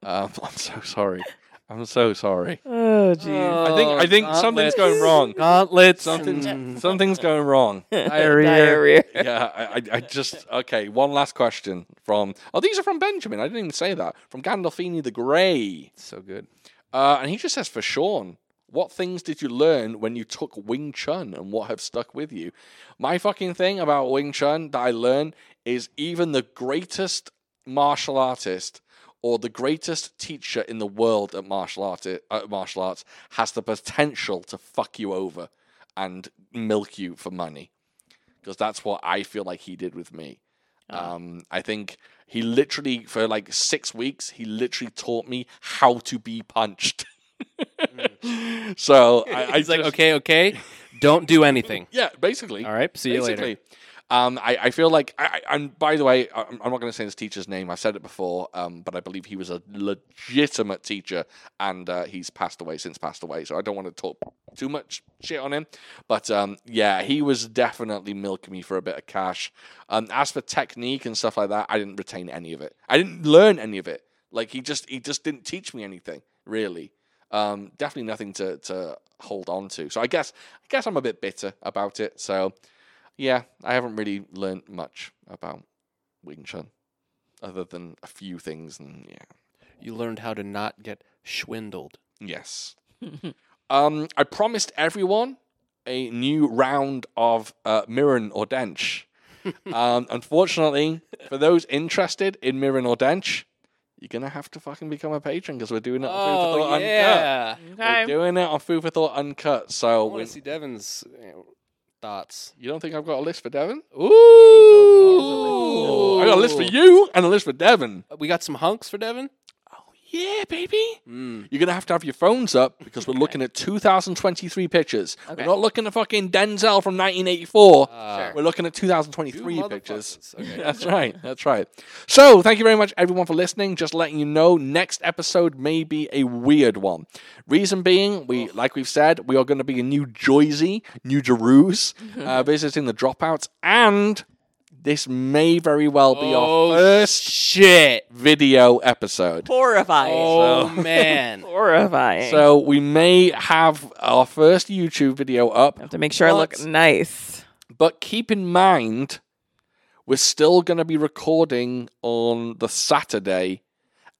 Speaker 1: um, I'm so sorry. I'm so sorry.
Speaker 3: Oh jeez.
Speaker 1: I think I think something's going wrong.
Speaker 2: Gauntlets. Mm.
Speaker 1: Something's something's going wrong.
Speaker 2: diarrhea.
Speaker 3: Diarrhea.
Speaker 1: Yeah, I, I, I just okay. One last question from oh these are from Benjamin. I didn't even say that from Gandolfini the Grey,
Speaker 2: so good.
Speaker 1: uh, and he just says for Sean, what things did you learn when you took Wing Chun, and what have stuck with you? My fucking thing about Wing Chun that I learned is even the greatest martial artist or the greatest teacher in the world at martial art uh, martial arts has the potential to fuck you over and milk you for money because that's what I feel like he did with me. Um, I think he literally for like six weeks he literally taught me how to be punched. so I, I
Speaker 2: He's like,
Speaker 1: just-
Speaker 2: okay, okay, don't do anything.
Speaker 1: yeah, basically.
Speaker 2: All right, see you later.
Speaker 1: Um, I, I feel like, I, I, and by the way, I- I'm, I'm not going to say this teacher's name. I've said it before, um, but I believe he was a legitimate teacher, and uh, he's passed away since passed away. So I don't want to talk too much shit on him. But um, yeah, he was definitely milking me for a bit of cash. Um, as for technique and stuff like that, I didn't retain any of it. I didn't learn any of it. Like he just, he just didn't teach me anything really. um, definitely nothing to to hold on to. So I guess I guess I'm a bit bitter about it. So yeah, I haven't really learned much about Wing Chun, other than a few things. And yeah,
Speaker 2: You learned how to not get swindled.
Speaker 1: Yes. um, I promised everyone a new round of uh, Mirren or Dench. um, unfortunately, for those interested in Mirren or Dench, you're gonna have to fucking become a patron because we're doing it on Food
Speaker 2: Oh,
Speaker 1: for Thought Uncut. We're
Speaker 3: Okay.
Speaker 1: doing it on Food for Thought Uncut. So
Speaker 2: I want
Speaker 1: we-
Speaker 2: to see Devin's uh, thoughts.
Speaker 1: you don't think I've got a list for Devon?
Speaker 2: Ooh.
Speaker 1: I got a list for you and a list for Devon.
Speaker 2: We got some hunks for Devin?
Speaker 1: Yeah, baby. Mm. You're gonna have to have your phones up because we're looking at 2023 pictures.
Speaker 3: Okay.
Speaker 1: We're not looking at fucking Denzel from 1984.
Speaker 2: Ah.
Speaker 1: We're looking at 2023
Speaker 2: You
Speaker 1: pictures.
Speaker 2: motherfuckers. Okay.
Speaker 1: That's right. That's right. So, thank you very much, everyone, for listening. Just letting you know, next episode may be a weird one. Reason being, we, like we've said, we are going to be in New Jersey, New Jerusalem, uh, visiting the dropouts, and this may very well be
Speaker 2: Oh,
Speaker 1: our first
Speaker 2: Shit.
Speaker 1: video episode.
Speaker 3: Horrifying.
Speaker 2: Oh, man.
Speaker 3: Horrifying.
Speaker 1: So we may have our first YouTube video up,
Speaker 3: have to make sure I look
Speaker 1: What?
Speaker 3: nice.
Speaker 1: but keep in mind we're still going to be recording on the Saturday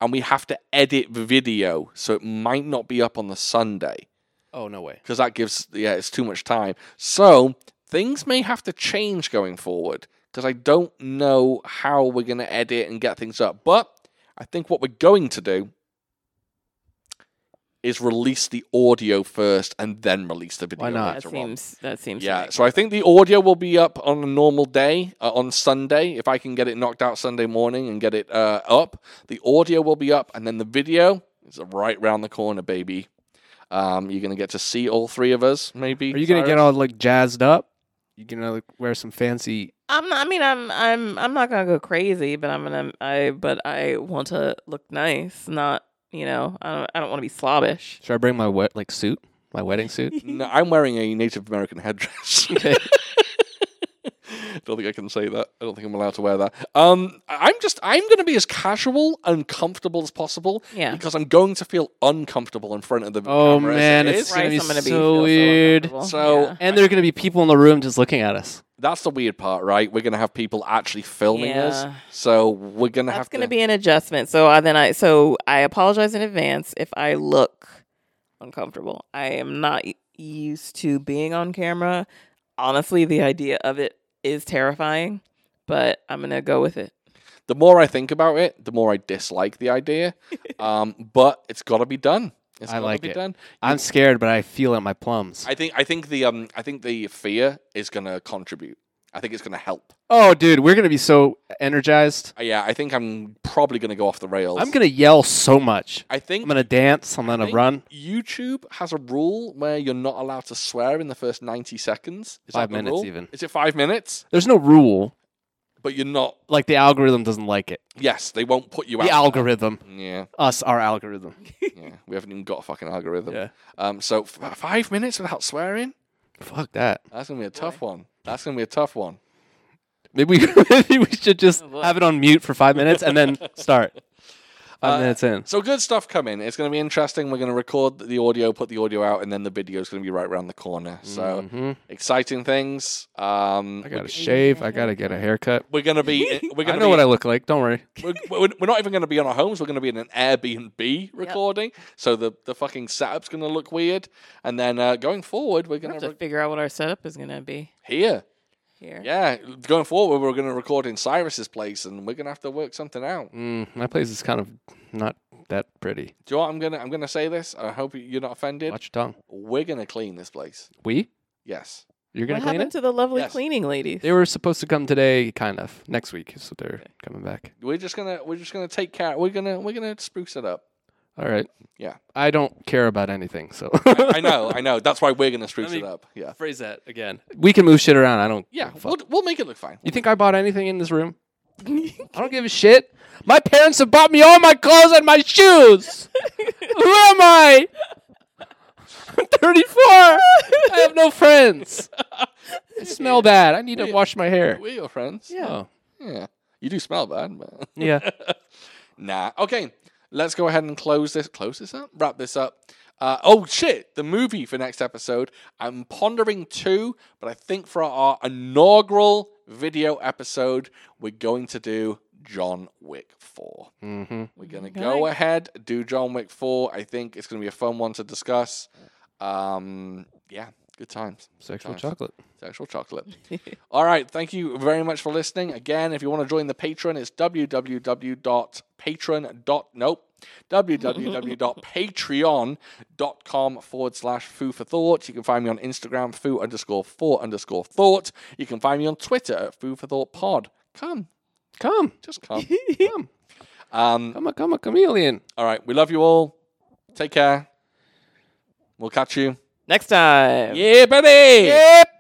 Speaker 1: and we have to edit the video, so it might not be up on the Sunday
Speaker 2: Oh, no way.
Speaker 1: because that gives yeah, it's too much time. So, things may have to change going forward because I don't know how we're going to edit and get things up, but I think what we're going to do is release the audio first and then release the video.
Speaker 2: Why not?
Speaker 3: That
Speaker 1: later on.
Speaker 3: seems. That seems.
Speaker 1: Yeah,
Speaker 3: right.
Speaker 1: so I think the audio will be up on a normal day uh, on Sunday. If I can get it knocked out Sunday morning and get it uh, up, the audio will be up, and then the video is right round the corner, baby. Um, you're gonna get to see all three of us, maybe.
Speaker 2: Are you going to
Speaker 1: Cyrus?
Speaker 2: get all like jazzed up? You going to like, wear some fancy.
Speaker 3: I'm not, I mean, I'm. I'm. I'm not gonna go crazy, but I'm gonna. I. But I want to look nice. Not. You know. I don't. I don't want to be slobbish.
Speaker 2: Should I bring my wet like suit? My wedding suit?
Speaker 1: No, I'm wearing a Native American headdress.
Speaker 2: Okay.
Speaker 1: I don't think I can say that. I don't think I'm allowed to wear that. Um, I- I'm just I'm going to be as casual and comfortable as possible.
Speaker 3: Yeah.
Speaker 1: Because I'm going to feel uncomfortable in front of the
Speaker 2: Oh,
Speaker 1: camera as
Speaker 2: man,
Speaker 1: it is.
Speaker 2: it's gonna
Speaker 3: Christ,
Speaker 2: be
Speaker 3: I'm gonna
Speaker 2: so
Speaker 3: be feel
Speaker 2: weird.
Speaker 3: uncomfortable.
Speaker 1: So-
Speaker 3: Yeah.
Speaker 2: and there are going to be people in the room just looking at us.
Speaker 1: that's the weird part, right? We're gonna have people actually filming us,
Speaker 3: Yeah.
Speaker 1: so we're gonna
Speaker 3: That's
Speaker 1: have
Speaker 3: going to
Speaker 1: to.
Speaker 3: be an adjustment. So I, then I so I apologize in advance if I look uncomfortable. I am not y- used to being on camera. Honestly, the idea of it is terrifying, but I'm going to go with it.
Speaker 1: the more I think about it, the more I dislike the idea. um, but it's got to be done. It's
Speaker 2: I
Speaker 1: gotta
Speaker 2: like
Speaker 1: be
Speaker 2: it.
Speaker 1: Done.
Speaker 2: I'm scared, but I feel it in my plums.
Speaker 1: I think. I think the. Um. I think the fear is gonna contribute. I think it's gonna help.
Speaker 2: oh, dude, we're going to be so energized.
Speaker 1: Uh, yeah. I think I'm probably gonna go off the rails.
Speaker 2: I'm going to yell so much.
Speaker 1: I think.
Speaker 2: I'm going to dance. I'm going
Speaker 1: I
Speaker 2: to
Speaker 1: think
Speaker 2: run.
Speaker 1: YouTube has a rule where you're not allowed to swear in the first 90 seconds. Is
Speaker 2: Five
Speaker 1: that the
Speaker 2: minutes
Speaker 1: rule?
Speaker 2: even.
Speaker 1: Is it five minutes?
Speaker 2: There's no rule.
Speaker 1: But you're not.
Speaker 2: Like the algorithm doesn't like it.
Speaker 1: Yes, they won't put you out.
Speaker 2: The algorithm.
Speaker 1: yeah.
Speaker 2: Us, our algorithm.
Speaker 1: yeah, we haven't even got a fucking algorithm.
Speaker 2: Yeah.
Speaker 1: Um, so f- five minutes without swearing?
Speaker 2: Fuck that.
Speaker 1: That's gonna be a tough one. That's gonna be a tough one.
Speaker 2: Maybe we, maybe we should just
Speaker 3: boy.
Speaker 2: have it on mute for five minutes and then start. Five
Speaker 1: Uh,
Speaker 2: minutes in.
Speaker 1: So good stuff coming. It's gonna be interesting. We're gonna record the audio, put the audio out, and then the video is gonna be right around the corner. So
Speaker 2: Mhm.
Speaker 1: exciting things. Um,
Speaker 2: I gotta shave. I gotta get a haircut.
Speaker 1: we're gonna be. We're
Speaker 2: I
Speaker 1: gonna
Speaker 2: know
Speaker 1: be,
Speaker 2: what I look like. Don't worry.
Speaker 1: we're, we're- we're not even going to be on our homes. We're going to be in an Airbnb recording. So the, the fucking setup's going to look weird. And then uh, going forward, we're
Speaker 3: We
Speaker 1: going
Speaker 3: have
Speaker 1: to
Speaker 3: to
Speaker 1: re-
Speaker 3: figure out what our setup is going to be
Speaker 1: here.
Speaker 3: here.
Speaker 1: Yeah, going forward, we're going to record in Cyrus's place, and we're going to have to work something out.
Speaker 2: Mm, my place is kind of not that pretty.
Speaker 1: Do you know what I'm gonna? I'm gonna say this. I hope you're not offended.
Speaker 2: Watch your tongue.
Speaker 1: We're gonna clean this place.
Speaker 2: We?
Speaker 1: Yes.
Speaker 2: You're gonna
Speaker 3: What
Speaker 2: clean
Speaker 3: happened
Speaker 2: it?
Speaker 3: to the lovely
Speaker 1: Yes.
Speaker 3: cleaning ladies?
Speaker 2: they were supposed to come today, kind of. Next week, so they're coming back.
Speaker 1: We're just gonna. We're just gonna take care. We're gonna. We're gonna spruce it up.
Speaker 2: All right.
Speaker 1: Yeah.
Speaker 2: I don't care about anything, so.
Speaker 1: I know. I know. That's why we're gonna spruce
Speaker 2: mean-
Speaker 1: it up. Yeah.
Speaker 2: Phrase that again. We can move shit around. I don't.
Speaker 1: Yeah.
Speaker 2: fuck.
Speaker 1: We'll, we'll make it look fine.
Speaker 2: You think I bought anything in this room? I don't give a shit. My parents have bought me all my clothes and my shoes. Who am I? I'm 34. I have no friends. I smell bad. I need to wash my hair.
Speaker 1: We're your friends.
Speaker 2: Yeah. Oh,
Speaker 1: Yeah. You do smell bad, but
Speaker 2: yeah.
Speaker 1: nah. Okay. Let's go ahead and close this. Close this up. Wrap this up. Uh, oh shit! The movie for next episode. I'm pondering two, but I think for our inaugural video episode, we're going to do John Wick Four.
Speaker 2: Mm-hmm.
Speaker 1: We're gonna go
Speaker 3: Okay.
Speaker 1: ahead do John Wick Four. I think it's gonna be a fun one to discuss. Um, yeah, good times.
Speaker 2: Sexual
Speaker 1: Nice.
Speaker 2: chocolate.
Speaker 1: It's actual chocolate. All right. Thank you very much for listening. Again, if you want to join the patron, it's www.patron. Nope. www.patreon.com forward slash foo for thought. You can find me on Instagram, foo underscore for underscore thought. You can find me on Twitter at foo for thought pod. Come,
Speaker 2: Come,
Speaker 1: just come.
Speaker 2: come,
Speaker 1: um,
Speaker 2: come, a, come, a chameleon.
Speaker 1: all right. We love you all. Take care. We'll catch you.
Speaker 3: Next time.
Speaker 1: Yeah, buddy.
Speaker 2: Yep.